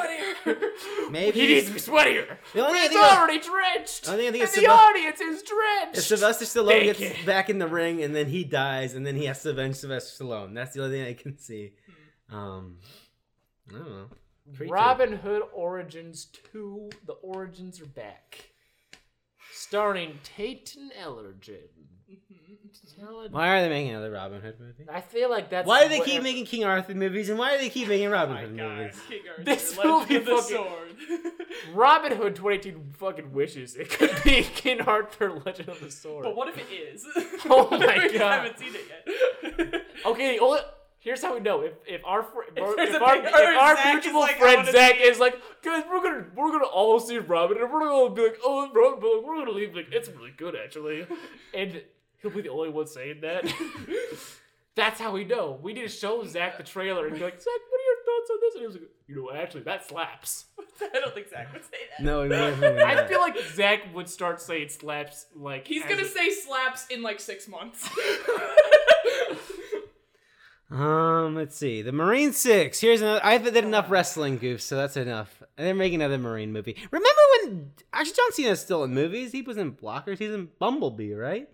Speaker 3: Sweatier.
Speaker 1: Maybe.
Speaker 2: [laughs] He needs to be sweatier.
Speaker 1: The only
Speaker 2: He's
Speaker 1: thing I-
Speaker 2: already drenched.
Speaker 1: only thing
Speaker 2: and
Speaker 1: is
Speaker 2: the
Speaker 1: Sylvester-
Speaker 2: audience is drenched.
Speaker 1: If Sylvester Stallone
Speaker 2: Thank
Speaker 1: gets
Speaker 2: you.
Speaker 1: back in the ring and then he dies and then he has to avenge Sylvester Stallone. That's the only thing I can see. Um, I don't know. Creed two.
Speaker 2: Hmm. Robin Hood Origins 2, The Origins Are Back. Starring Tatum Ellerton. Tell-
Speaker 1: Why are they making another Robin Hood movie?
Speaker 2: I feel like that's.
Speaker 1: Why do they
Speaker 2: what-
Speaker 1: keep making King Arthur movies and why do they keep making
Speaker 2: Oh
Speaker 1: Robin
Speaker 3: My
Speaker 1: Hood
Speaker 3: God,
Speaker 1: movies?
Speaker 3: King Arthur,
Speaker 2: This
Speaker 3: Legend
Speaker 2: movie
Speaker 3: of the
Speaker 2: fucking-
Speaker 3: sword.
Speaker 2: [laughs] Robin Hood 2018 fucking wishes it could be [laughs] King Arthur Legend of the Sword.
Speaker 3: but what if it [laughs] is?
Speaker 2: Oh my
Speaker 3: We just
Speaker 2: God. Oh.
Speaker 3: haven't seen it yet.
Speaker 2: Okay, the only. Here's how we know if, if our fr- if, our-
Speaker 3: there's
Speaker 2: if
Speaker 3: a
Speaker 2: our,
Speaker 3: big-
Speaker 2: if
Speaker 3: or
Speaker 2: our
Speaker 3: Zach is
Speaker 2: mutual
Speaker 3: like, I
Speaker 2: friend
Speaker 3: wanna
Speaker 2: Zach
Speaker 3: see-
Speaker 2: is like, guys, we're gonna we're gonna all see Robin and we're gonna all be like, oh, Robin, but we're gonna leave like it's really good actually, and he'll be the only one saying that.
Speaker 3: [laughs]
Speaker 2: That's how we know. We need to show Zach the trailer and be like, Zach, what are your thoughts on this? And he was like, you know, actually, that slaps.
Speaker 3: [laughs] I don't think Zach would say
Speaker 2: [laughs]
Speaker 3: that.
Speaker 1: No, we won't do
Speaker 2: I
Speaker 1: that.
Speaker 2: feel like Zach would start saying slaps like
Speaker 3: He's
Speaker 2: as
Speaker 3: gonna
Speaker 2: a-
Speaker 3: say slaps in like six [laughs] months.
Speaker 1: Um, let's see. The Marine Six. Here's another. I did enough wrestling goofs, so that's enough. And they're making another Marine movie. Remember when? Actually, John Cena's still in movies. He was in Blockers. He's in Bumblebee, right?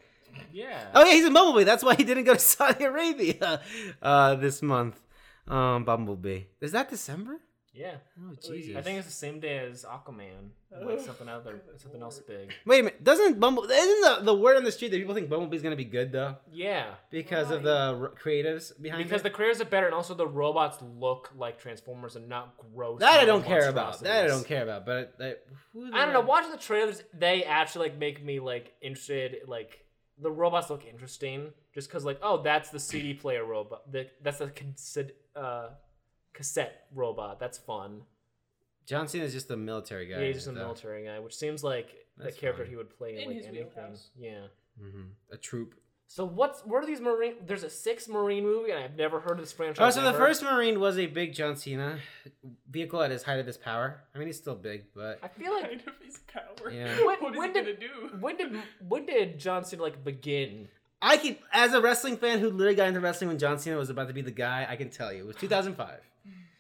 Speaker 2: yeah.
Speaker 1: Oh yeah, he's in Bumblebee. That's why he didn't go to [laughs] Saudi Arabia uh, this month. Um, Bumblebee. Is that December?
Speaker 2: Yeah.
Speaker 1: Oh Jesus!
Speaker 2: I think it's the same day as Aquaman.
Speaker 3: Oh.
Speaker 2: Like something other, something else big.
Speaker 1: Wait a minute. Doesn't Bumble? Isn't the, the word on the street that people think Bumblebee's gonna be good though
Speaker 2: Yeah,
Speaker 1: because of the r- creatives behind
Speaker 2: because
Speaker 1: it?
Speaker 2: the creators are better, and also the robots look like Transformers and not gross.
Speaker 1: that I
Speaker 2: little
Speaker 1: don't care about. That I
Speaker 2: monstrosities.
Speaker 1: don't care about. But I, who the-
Speaker 2: I don't know. Watching the trailers, they actually like make me like interested. Like the robots look interesting, just because like oh that's the CD player robot. The, that's the cassette, uh, cassette robot. That's fun.
Speaker 1: John Cena's just a military guy.
Speaker 2: Yeah, he's just a
Speaker 1: though.
Speaker 2: military guy, which seems like
Speaker 1: That's
Speaker 2: the character
Speaker 1: fine.
Speaker 2: he would play in,
Speaker 3: In
Speaker 2: like
Speaker 3: his
Speaker 2: anything.
Speaker 3: wheelhouse.
Speaker 2: Yeah.
Speaker 1: Mhm. A troop.
Speaker 2: So what's what are these marine? There's a six marine movie, and I've never heard of this franchise.
Speaker 1: Oh, so the
Speaker 2: ever.
Speaker 1: first Marine was a big John Cena vehicle at his height of his power. I mean, he's still big, but
Speaker 2: I feel like
Speaker 3: [laughs] kind of his power.
Speaker 1: Yeah.
Speaker 2: When-
Speaker 3: what is
Speaker 2: when
Speaker 3: he
Speaker 2: did-
Speaker 3: gonna do?
Speaker 2: when did when did John Cena like begin?
Speaker 1: I can, as a wrestling fan who literally got into wrestling when John Cena was about to be the guy, I can tell you it was 2005.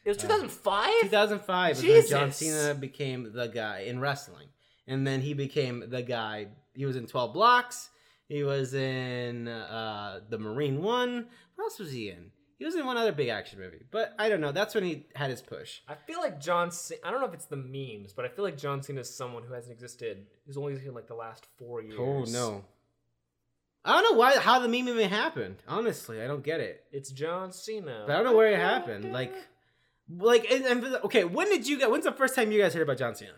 Speaker 2: It was
Speaker 1: Uh,
Speaker 2: 2005.
Speaker 1: 2005 is when John
Speaker 2: Jesus.
Speaker 1: Cena became the guy in wrestling, and then he became the guy. He was in 12 Blocks. He was in uh, the Marine One. What else was he in? He was in one other big action movie, but I don't know. That's when he had his push.
Speaker 2: I feel like John. Cena, I don't know if it's the memes, but I feel like John Cena is someone who hasn't existed. Who's only existed in like the last four years.
Speaker 1: Oh no. I don't know why how the meme even happened. Honestly, I don't get it.
Speaker 2: It's John Cena.
Speaker 1: But I don't know where it happened. Like like and, and okay, when did you get when's the first time you guys heard about John Cena?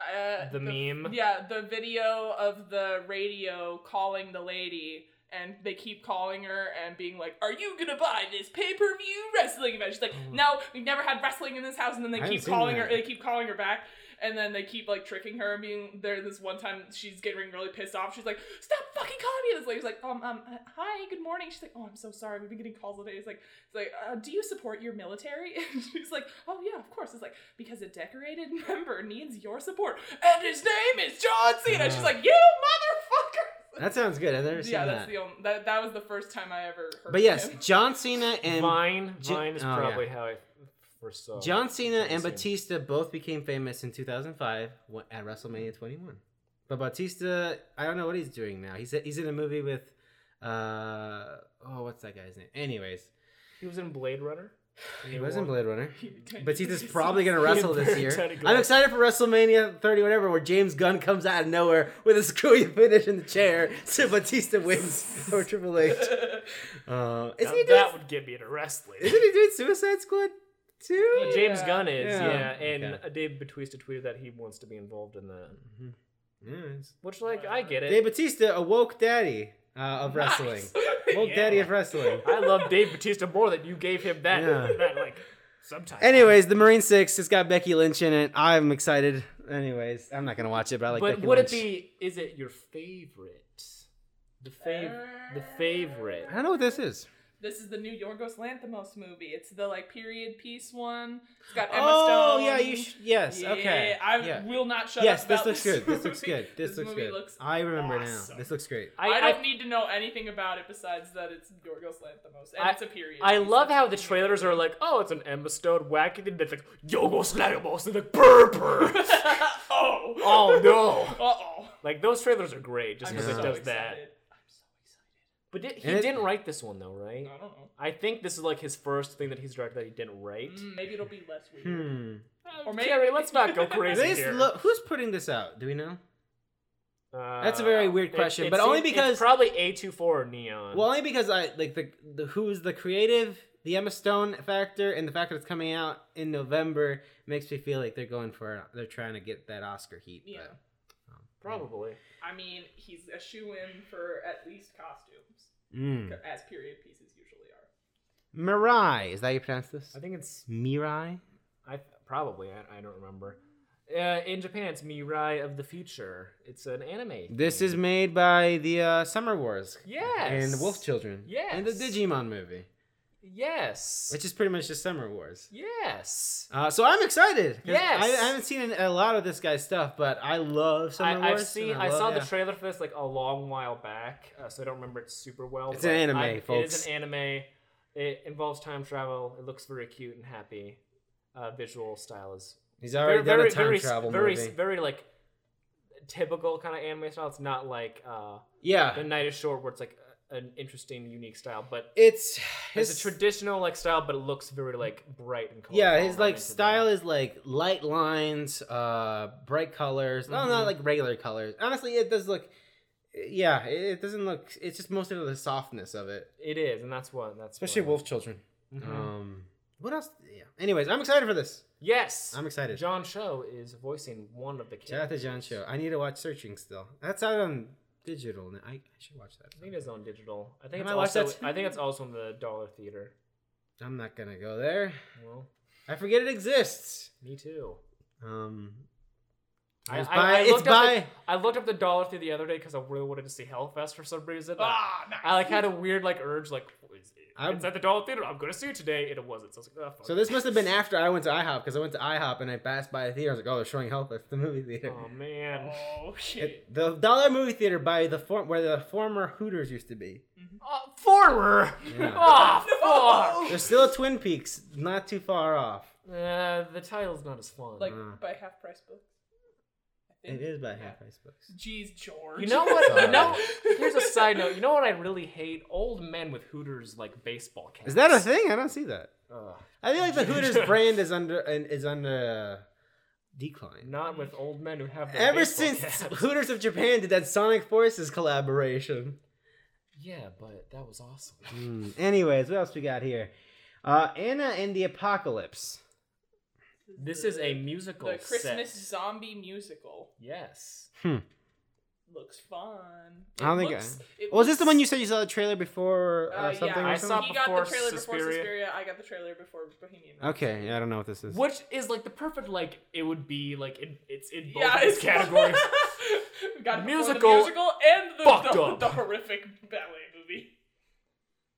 Speaker 3: uh,
Speaker 2: The meme?
Speaker 3: Yeah, the video of the radio calling the lady, and they keep calling her and being like, "Are you gonna buy this pay per view wrestling event?" She's like,
Speaker 1: Oh.
Speaker 3: "No, we've never had wrestling in this house." And then
Speaker 1: I
Speaker 3: they
Speaker 1: haven't
Speaker 3: keep
Speaker 1: seen
Speaker 3: calling
Speaker 1: that.
Speaker 3: her. They keep calling her back. And then they keep like tricking her and being there. This one time, she's getting really pissed off. She's like, "Stop fucking calling me!" This lady's like, "Um, um, uh, hi, good morning." She's like, "Oh, I'm so sorry. We've been getting calls all day." It's like, it's like, uh, "Do you support your military?" [laughs] And she's like, "Oh yeah, of course." It's like because a decorated [laughs] member needs your support, and his name is John
Speaker 1: Uh.
Speaker 3: Cena. she's like, "You motherfucker!"
Speaker 1: That sounds good. I've never seen
Speaker 3: Yeah,
Speaker 1: that.
Speaker 3: that's the only that, that was the first time I ever heard.
Speaker 1: But yes,
Speaker 3: of him. [laughs]
Speaker 1: John Cena and
Speaker 2: Vine,
Speaker 1: J-
Speaker 2: Vine is
Speaker 1: oh, yeah.
Speaker 2: probably how I first saw.
Speaker 1: John Cena and
Speaker 2: Same.
Speaker 1: Batista both became famous in 2005 wa- at WrestleMania 21. But Batista, I don't know what he's doing now. He's he's in a movie with, uh, oh, what's that guy's name? Anyways,
Speaker 2: He was in Blade Runner.
Speaker 1: [sighs] he was in Blade Runner.
Speaker 3: He-
Speaker 2: [laughs]
Speaker 1: Batista's
Speaker 3: he's-
Speaker 1: probably
Speaker 3: [laughs]
Speaker 1: gonna wrestle this year.
Speaker 2: Teddy Glass.
Speaker 1: I'm excited for WrestleMania 30, whatever, where James Gunn comes out of nowhere with a screw you [laughs] finish in the chair, so Batista wins over Triple
Speaker 2: [laughs]
Speaker 1: H. Uh,
Speaker 2: Now
Speaker 1: isn't he doing?
Speaker 2: that would get me to
Speaker 1: [laughs]
Speaker 2: wrestling.
Speaker 1: Isn't he doing Suicide Squad too?
Speaker 2: [laughs] James
Speaker 3: Yeah.
Speaker 2: Gunn is,
Speaker 1: Yeah.
Speaker 2: yeah, and
Speaker 1: Okay.
Speaker 2: uh, Dave Batista tweeted that he wants to be involved in that.
Speaker 1: Yes.
Speaker 2: Which, like, I get it.
Speaker 1: Dave Batista, a woke daddy uh, of
Speaker 3: [laughs]
Speaker 1: wrestling. Woke
Speaker 2: [laughs] Yeah.
Speaker 1: daddy of wrestling.
Speaker 2: I love Dave Batista more than you gave him that,
Speaker 1: Yeah.
Speaker 2: [laughs] that like, sometimes.
Speaker 1: Anyways, the Marine Six, it's got Becky Lynch in it. I'm excited. Anyways, I'm not gonna watch it, but I like
Speaker 2: but
Speaker 1: Becky
Speaker 2: would
Speaker 1: Lynch.
Speaker 2: it be, is it your favorite? The, fav- the favorite.
Speaker 1: I don't know what this is.
Speaker 3: This is the new Yorgos Lanthimos movie. It's the like period piece one. It's got Emma
Speaker 1: oh
Speaker 3: Stone.
Speaker 1: yeah, you sh- yes,
Speaker 3: Yeah,
Speaker 1: okay.
Speaker 3: I
Speaker 1: yeah.
Speaker 3: will not shut
Speaker 1: Yes,
Speaker 3: up.
Speaker 1: this
Speaker 3: about
Speaker 1: looks good.
Speaker 3: [laughs]
Speaker 1: This
Speaker 3: movie.
Speaker 1: looks good. This, looks
Speaker 3: movie
Speaker 1: good.
Speaker 3: looks
Speaker 1: I remember
Speaker 3: awesome.
Speaker 1: now. This looks great.
Speaker 3: I,
Speaker 2: I, I,
Speaker 3: don't need to know anything about it besides that it's Yorgos Lanthimos and
Speaker 2: I-
Speaker 3: it's a period.
Speaker 2: I
Speaker 3: piece.
Speaker 2: love how the trailers are like, oh, it's an Emma Stone wacky thing that's like, Yogos Lanimos, and like, brr, brr.
Speaker 3: [laughs] oh. [laughs]
Speaker 2: oh, no.
Speaker 3: Uh oh.
Speaker 2: Like, those trailers are great just
Speaker 1: I'm
Speaker 2: because it
Speaker 1: so
Speaker 2: does that.
Speaker 3: excited. I'm so excited.
Speaker 2: But did, he
Speaker 1: And it-
Speaker 2: didn't write this one, though, right?
Speaker 3: I don't know.
Speaker 2: I think this is like his first thing that he's directed that he didn't write.
Speaker 3: Mm, maybe it'll be less weird.
Speaker 1: Hmm.
Speaker 2: Or maybe
Speaker 3: Or maybe-
Speaker 2: Carrie, let's not [laughs] go crazy
Speaker 1: This
Speaker 2: here.
Speaker 1: lo- who's putting this out? Do we know?
Speaker 2: Uh,
Speaker 1: That's a very weird
Speaker 2: it-
Speaker 1: question,
Speaker 2: it
Speaker 1: but only
Speaker 2: seems- it's
Speaker 1: because-
Speaker 2: probably A24 or Neon.
Speaker 1: Well, only because I like the, the who's the creative, the Emma Stone factor, and the fact that it's coming out in November makes me feel like they're going for they're trying to get that Oscar heat. but,
Speaker 3: Yeah.
Speaker 1: um,
Speaker 2: probably.
Speaker 3: I mean, he's a shoe in for at least costumes,
Speaker 2: Hmm.
Speaker 1: Mm.
Speaker 3: as period pieces usually are.
Speaker 1: Mirai, is that how you pronounce this?
Speaker 2: I think it's
Speaker 1: Mirai.
Speaker 2: I probably I, I don't remember. Uh, in Japan, it's Mirai of the Future. It's an anime.
Speaker 1: This
Speaker 2: thing.
Speaker 1: is made by the uh, Summer Wars
Speaker 2: Hmm. yes
Speaker 1: and the Wolf Children. and the
Speaker 2: Yes.
Speaker 1: Digimon movie,
Speaker 2: Yes.
Speaker 1: which is pretty much just Summer Wars.
Speaker 2: yes.
Speaker 1: Uh, so I'm excited. 'cause
Speaker 2: Yes.
Speaker 1: I, I haven't seen a lot of this guy's stuff, but I love Summer
Speaker 2: I,
Speaker 1: Wars.
Speaker 2: I've seen.
Speaker 1: and
Speaker 2: I,
Speaker 1: love-
Speaker 2: saw
Speaker 1: yeah.
Speaker 2: the trailer for this like a long while back, uh, so I don't remember it super well.
Speaker 1: It's an
Speaker 2: but
Speaker 1: anime,
Speaker 2: I- It
Speaker 1: folks.
Speaker 2: is an anime. It involves time travel. It looks very cute and happy. Uh, visual style is
Speaker 1: He's already done a time
Speaker 2: very,
Speaker 1: travel
Speaker 2: very,
Speaker 1: movie.
Speaker 2: very like typical kind of anime style. It's not like uh,
Speaker 1: yeah,
Speaker 2: the night is short, where it's like a- an interesting, unique style, but
Speaker 1: it's
Speaker 2: it's
Speaker 1: his
Speaker 2: a traditional like style, but it looks very like bright and colorful.
Speaker 1: yeah
Speaker 2: and
Speaker 1: his
Speaker 2: I'm
Speaker 1: like
Speaker 2: into that.
Speaker 1: style is like light lines uh bright colors no
Speaker 2: Mhm.
Speaker 1: not like regular colors honestly it does look yeah it doesn't look it's just mostly the softness of it
Speaker 2: It is, and that's what that's
Speaker 1: especially
Speaker 2: what
Speaker 1: wolf children
Speaker 2: Mhm.
Speaker 1: um what else yeah anyways i'm excited for this
Speaker 2: Yes,
Speaker 1: i'm excited
Speaker 2: John Cho is voicing one of the kids.
Speaker 1: shout out to john show i need to watch searching still that's out on digital now. I, I should watch
Speaker 2: I think
Speaker 1: that
Speaker 2: it is on digital. I think
Speaker 1: Can
Speaker 2: it's
Speaker 1: I watch
Speaker 2: also.
Speaker 1: that?
Speaker 2: I think it's also in the dollar theater.
Speaker 1: i'm not gonna go there
Speaker 2: Well,
Speaker 1: i forget it exists
Speaker 2: me too.
Speaker 1: um
Speaker 2: I,
Speaker 1: it's
Speaker 2: I-
Speaker 1: by
Speaker 2: I
Speaker 1: it's
Speaker 2: looked up
Speaker 1: by
Speaker 2: the- I looked up the dollar theater the other day because I really wanted to see Hellfest for some reason.
Speaker 3: Ah, nice.
Speaker 2: I like had a weird like urge like what is it?
Speaker 1: I'm-
Speaker 2: it's at the Dollar Theater. I'm gonna see it today, and it wasn't. So I was like, oh, fuck.
Speaker 1: So this must have been after I went to IHOP because I went to IHOP and I passed by a theater. I was like, "Oh, they're showing Help at the movie theater."
Speaker 2: Oh man.
Speaker 3: Oh shit.
Speaker 1: It- the Dollar Movie Theater by the form where the former Hooters used to be.
Speaker 2: Uh, [laughs] former.
Speaker 1: Yeah.
Speaker 2: [laughs]
Speaker 3: [laughs]
Speaker 2: Oh
Speaker 1: There's still a Twin Peaks not too far off.
Speaker 2: fuck. Uh, the title's not as fun.
Speaker 3: Like
Speaker 1: Mm.
Speaker 3: by half price books. I
Speaker 1: It is by Half Price Books.
Speaker 3: Jeez, George.
Speaker 2: you know what? You
Speaker 1: Sorry.
Speaker 2: know. Here's a side note. You know what I really hate? Old men with Hooters like baseball caps.
Speaker 1: Is that a thing? I don't see that.
Speaker 2: Ugh.
Speaker 1: I feel like the Hooters brand is under is under uh, decline.
Speaker 2: not with old men who have. their
Speaker 1: Ever
Speaker 2: baseball
Speaker 1: [laughs] since
Speaker 2: caps.
Speaker 1: Hooters of Japan did that Sonic Forces collaboration.
Speaker 2: Yeah, but that was awesome.
Speaker 1: Hmm. Anyways, what else we got here? Uh, Anna and the Apocalypse.
Speaker 2: This is a
Speaker 3: the-
Speaker 2: musical
Speaker 3: the Christmas
Speaker 2: set.
Speaker 3: zombie musical.
Speaker 2: Yes.
Speaker 1: Hmm.
Speaker 3: Looks fun.
Speaker 1: I don't think I- Was this the one you said you saw the trailer before or
Speaker 3: Uh,
Speaker 1: something?
Speaker 3: yeah,
Speaker 1: or
Speaker 2: I
Speaker 1: something?
Speaker 2: saw
Speaker 3: he got the
Speaker 2: before
Speaker 3: trailer before
Speaker 2: Suspiria.
Speaker 3: Suspiria. I got the trailer before Bohemian. Rhapsody.
Speaker 1: Okay, yeah, I don't know what this is.
Speaker 2: Which is like the perfect like it would be like it, it's in both
Speaker 3: Yeah,
Speaker 2: of these
Speaker 3: it's [laughs]
Speaker 2: categories.
Speaker 3: we got musical,
Speaker 2: Musical
Speaker 3: the musical and the,
Speaker 2: fucked
Speaker 3: the,
Speaker 2: up.
Speaker 3: the horrific ballet movie.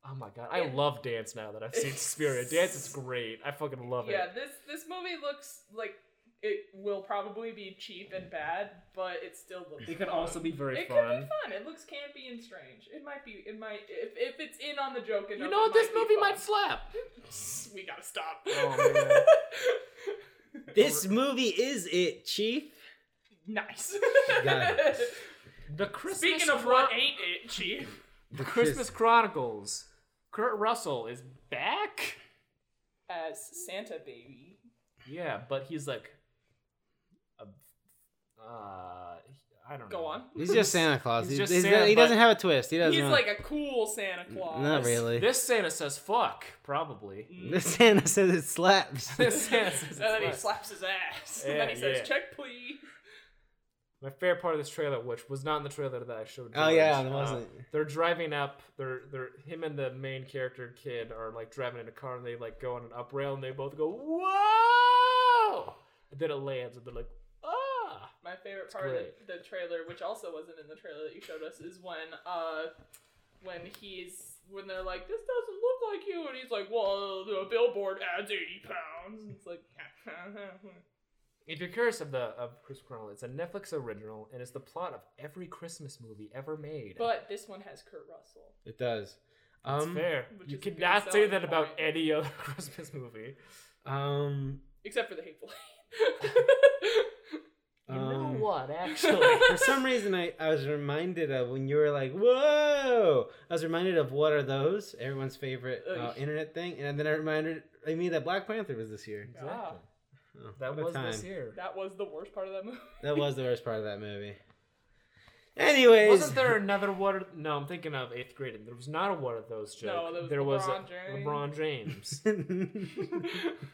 Speaker 2: oh my god, I love dance now that I've seen Suspiria. Dance is great. I fucking love
Speaker 3: yeah,
Speaker 2: it.
Speaker 3: this this movie looks like it will probably be cheap and bad, but it still looks.
Speaker 2: It could
Speaker 3: fun.
Speaker 2: also be very
Speaker 3: It could
Speaker 2: fun.
Speaker 3: be fun. It looks campy and strange. It might be. It might if, if it's in on the joke. Enough,
Speaker 2: You know what?
Speaker 3: it
Speaker 2: This
Speaker 3: might
Speaker 2: movie
Speaker 3: be fun.
Speaker 2: might slap.
Speaker 3: [laughs] We gotta stop.
Speaker 2: Oh,
Speaker 3: [laughs]
Speaker 1: this movie is it, Chief.
Speaker 3: nice.
Speaker 1: Got
Speaker 2: The Christmas
Speaker 3: [laughs] Speaking of
Speaker 2: Chron-
Speaker 3: what ain't it, Chief?
Speaker 1: The
Speaker 2: Christmas Chronicles. Kurt Russell is back.
Speaker 3: As Santa baby.
Speaker 2: Yeah, but he's like, a, uh, I don't know.
Speaker 3: Go on.
Speaker 1: He's
Speaker 2: [laughs]
Speaker 1: just Santa Claus.
Speaker 2: He's
Speaker 1: He's
Speaker 2: just
Speaker 1: he's-
Speaker 2: Santa,
Speaker 1: he doesn't
Speaker 2: but-
Speaker 1: have a twist. He doesn't.
Speaker 3: He's
Speaker 1: know.
Speaker 3: like a cool Santa Claus.
Speaker 1: not really. [laughs] This,
Speaker 2: This Santa says fuck, probably.
Speaker 1: Santa says it slaps.
Speaker 2: [laughs] This Santa says
Speaker 3: [laughs] And
Speaker 1: [laughs]
Speaker 3: then he
Speaker 2: fuck.
Speaker 3: slaps his ass. and then
Speaker 2: Yeah,
Speaker 3: he says,
Speaker 2: yeah.
Speaker 3: check, please.
Speaker 2: My favorite part of this trailer, which was not in the trailer that I showed.
Speaker 1: Oh, yeah,
Speaker 2: George, uh,
Speaker 1: it wasn't.
Speaker 2: they're driving up. They're they're him and the main character kid are like driving in a car and they like go on an up rail and they both go whoa. And then it lands and they're like ah.
Speaker 3: My favorite part
Speaker 2: great.
Speaker 3: of the trailer, which also wasn't in the trailer that you showed us, is when uh when he's when they're like, This doesn't look like you and he's like, Well, the billboard adds eighty pounds and it's like [laughs]
Speaker 2: If you're curious of the of Christmas Chronicles, it's a Netflix original and it's the plot of every Christmas movie ever made.
Speaker 3: But this one has Kurt Russell.
Speaker 1: It does.
Speaker 2: it's
Speaker 1: Um,
Speaker 2: fair.
Speaker 3: which
Speaker 2: You
Speaker 3: is a good
Speaker 2: cannot say
Speaker 3: selling
Speaker 2: that about
Speaker 3: point.
Speaker 2: any other [laughs] Christmas movie.
Speaker 1: um,
Speaker 3: Except for the hateful [laughs]
Speaker 1: [laughs]
Speaker 2: You know
Speaker 1: um,
Speaker 2: [laughs] what? Actually,
Speaker 1: For some reason, I, I was reminded of when you were like, "Whoa!" I was reminded of what are those? Everyone's favorite uh,
Speaker 3: Ugh.
Speaker 1: internet thing, and then I reminded I mean that Black Panther was this year.
Speaker 2: exactly.
Speaker 3: Ah.
Speaker 1: Oh,
Speaker 2: That
Speaker 1: what a
Speaker 2: was
Speaker 1: time.
Speaker 2: this year.
Speaker 3: That was the worst part of that movie.
Speaker 1: That was the worst part of that
Speaker 2: [laughs]
Speaker 1: movie. Anyways,
Speaker 2: Wasn't there another one? No, I'm thinking of eighth grade. And there was not a one of those joke.
Speaker 3: No, there was
Speaker 2: there was
Speaker 3: LeBron
Speaker 2: a-
Speaker 3: James.
Speaker 2: LeBron
Speaker 1: [laughs]
Speaker 2: James.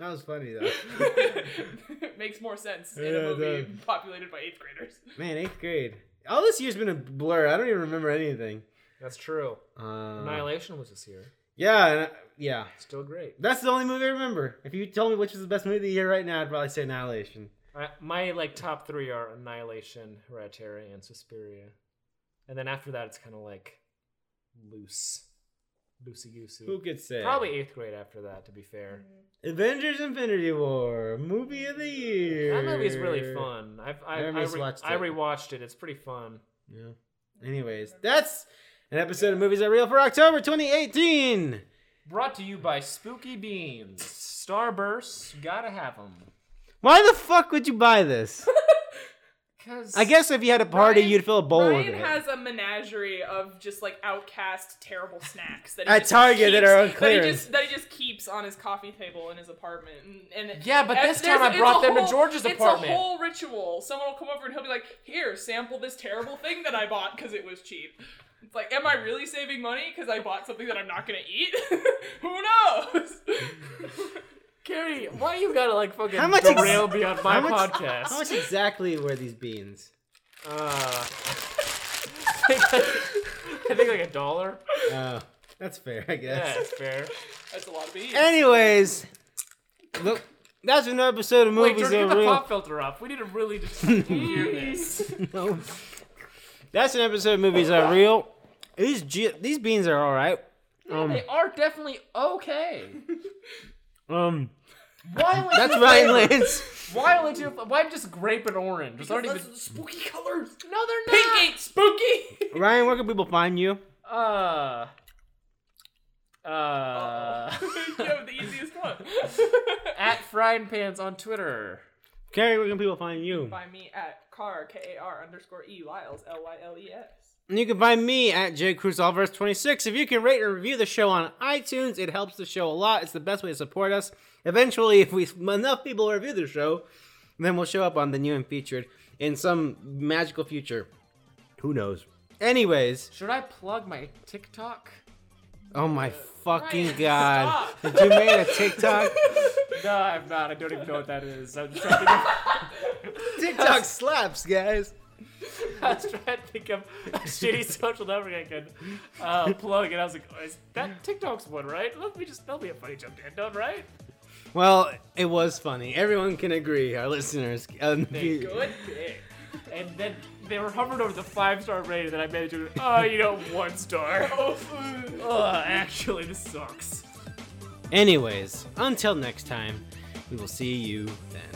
Speaker 1: that was funny though. [laughs]
Speaker 3: [laughs] Makes more sense in
Speaker 1: Yeah,
Speaker 3: a
Speaker 1: it
Speaker 3: movie
Speaker 1: does.
Speaker 3: populated by eighth graders.
Speaker 1: Man, eighth grade. All this year's been a blur. I don't even remember anything.
Speaker 2: That's true.
Speaker 1: Uh,
Speaker 2: Annihilation was this year.
Speaker 1: yeah, and I- yeah.
Speaker 2: Still great.
Speaker 1: That's the only movie I remember. If you told me which was the best movie of the year right now, I'd probably say Annihilation.
Speaker 2: I, my like top three are Annihilation, Hereditary, and Suspiria. And then after that, it's kind of like loose, loosey
Speaker 1: Who
Speaker 2: goosey.
Speaker 1: could say?
Speaker 2: Probably eighth grade after that. To be fair,
Speaker 1: Avengers: Infinity War, movie of the year.
Speaker 2: that movie's really fun. I've, I,
Speaker 1: I
Speaker 2: I,
Speaker 1: almost
Speaker 2: re-
Speaker 1: watched
Speaker 2: I
Speaker 1: it.
Speaker 2: rewatched it. It's pretty fun.
Speaker 1: Yeah. Anyways, that's an episode of Movies Are Real for October 2018.
Speaker 2: Brought to you by Spooky Beans. Starbursts, gotta have them.
Speaker 1: Why the fuck would you buy
Speaker 2: [laughs]
Speaker 1: this?
Speaker 2: Cause
Speaker 1: I guess if you had a party,
Speaker 3: Ryan-
Speaker 1: you'd fill a bowl
Speaker 3: Ryan
Speaker 1: with it.
Speaker 3: has a menagerie of just like outcast terrible snacks that he
Speaker 1: At
Speaker 3: just
Speaker 1: Target that
Speaker 3: keeps-
Speaker 1: are on
Speaker 3: That he,
Speaker 1: clearance.
Speaker 3: just, that he just keeps on his coffee table in his apartment. And, and
Speaker 2: Yeah, but
Speaker 3: and
Speaker 2: this
Speaker 3: there's-
Speaker 2: time I
Speaker 3: it's
Speaker 2: brought
Speaker 3: a
Speaker 2: them to
Speaker 3: whole-
Speaker 2: George's apartment.
Speaker 3: It's a whole ritual. Someone will come over and he'll be like, "Here, sample this terrible thing that I bought because it was cheap." It's like, am I really saving money because I bought something that I'm not gonna eat? [laughs] Who knows? [laughs]
Speaker 2: Carrie, why you gotta like fucking
Speaker 1: How much ex-
Speaker 2: derail me on my
Speaker 1: how much-
Speaker 2: podcast?
Speaker 1: How much exactly were these beans?
Speaker 2: Uh, [laughs] I think like a dollar.
Speaker 1: Oh, that's fair, I
Speaker 2: Yeah,
Speaker 1: guess.
Speaker 2: it's fair.
Speaker 3: That's a lot of beans.
Speaker 1: Anyways, look, that's another episode of
Speaker 2: Wait,
Speaker 1: Movies
Speaker 2: Jordan, get
Speaker 1: Are
Speaker 2: the
Speaker 1: Real.
Speaker 2: pop filter off. We need to really just hear this.
Speaker 1: [laughs] No. That's an episode of Movies Are Real. These ge- these beans are all right. Um,
Speaker 2: They are definitely okay.
Speaker 1: um [laughs]
Speaker 2: Why?
Speaker 1: that's Ryan Lance.
Speaker 2: Why would you? Why just grape and orange? It's not even.
Speaker 3: That's spooky colors.
Speaker 2: No, they're
Speaker 3: Pink
Speaker 2: not.
Speaker 3: ain't spooky.
Speaker 1: Ryan, where can people find you?
Speaker 2: Uh. Uh.
Speaker 3: [laughs]
Speaker 2: [laughs]
Speaker 3: you have the easiest one.
Speaker 2: at Frying Pans on Twitter.
Speaker 1: Carrie, where can people find you?
Speaker 3: Find me at car k a r underscore e lyles l y l e s.
Speaker 1: And you can find me at jcruzalverse26. If you can rate and review the show on iTunes, it helps the show a lot. It's the best way to support us. Eventually, if we [laughs] enough people review the show, then we'll show up on the new and featured in some magical future. Who knows? Anyways,
Speaker 2: Should I plug my TikTok?
Speaker 1: Oh my fucking
Speaker 3: Ryan,
Speaker 1: god! [laughs]
Speaker 3: stop.
Speaker 1: Did you make a
Speaker 3: [laughs]
Speaker 1: TikTok?
Speaker 2: No, I'm not. I don't even know what that is. I'm just trying to think
Speaker 1: TikTok slaps, guys.
Speaker 2: of, I was trying to think of a [laughs] shitty social network I could uh, plug, and I was like, oh, is that TikTok's one, right? Let me just, that'll be a funny jump in, done, right?
Speaker 1: Well, it was funny. Everyone can agree. Our listeners. Um, you-
Speaker 2: Good day. And then they were hovered over the five star rating that I managed to, oh, you know, one [laughs] star. oh, actually, this sucks.
Speaker 1: Anyways, until next time, we will see you then.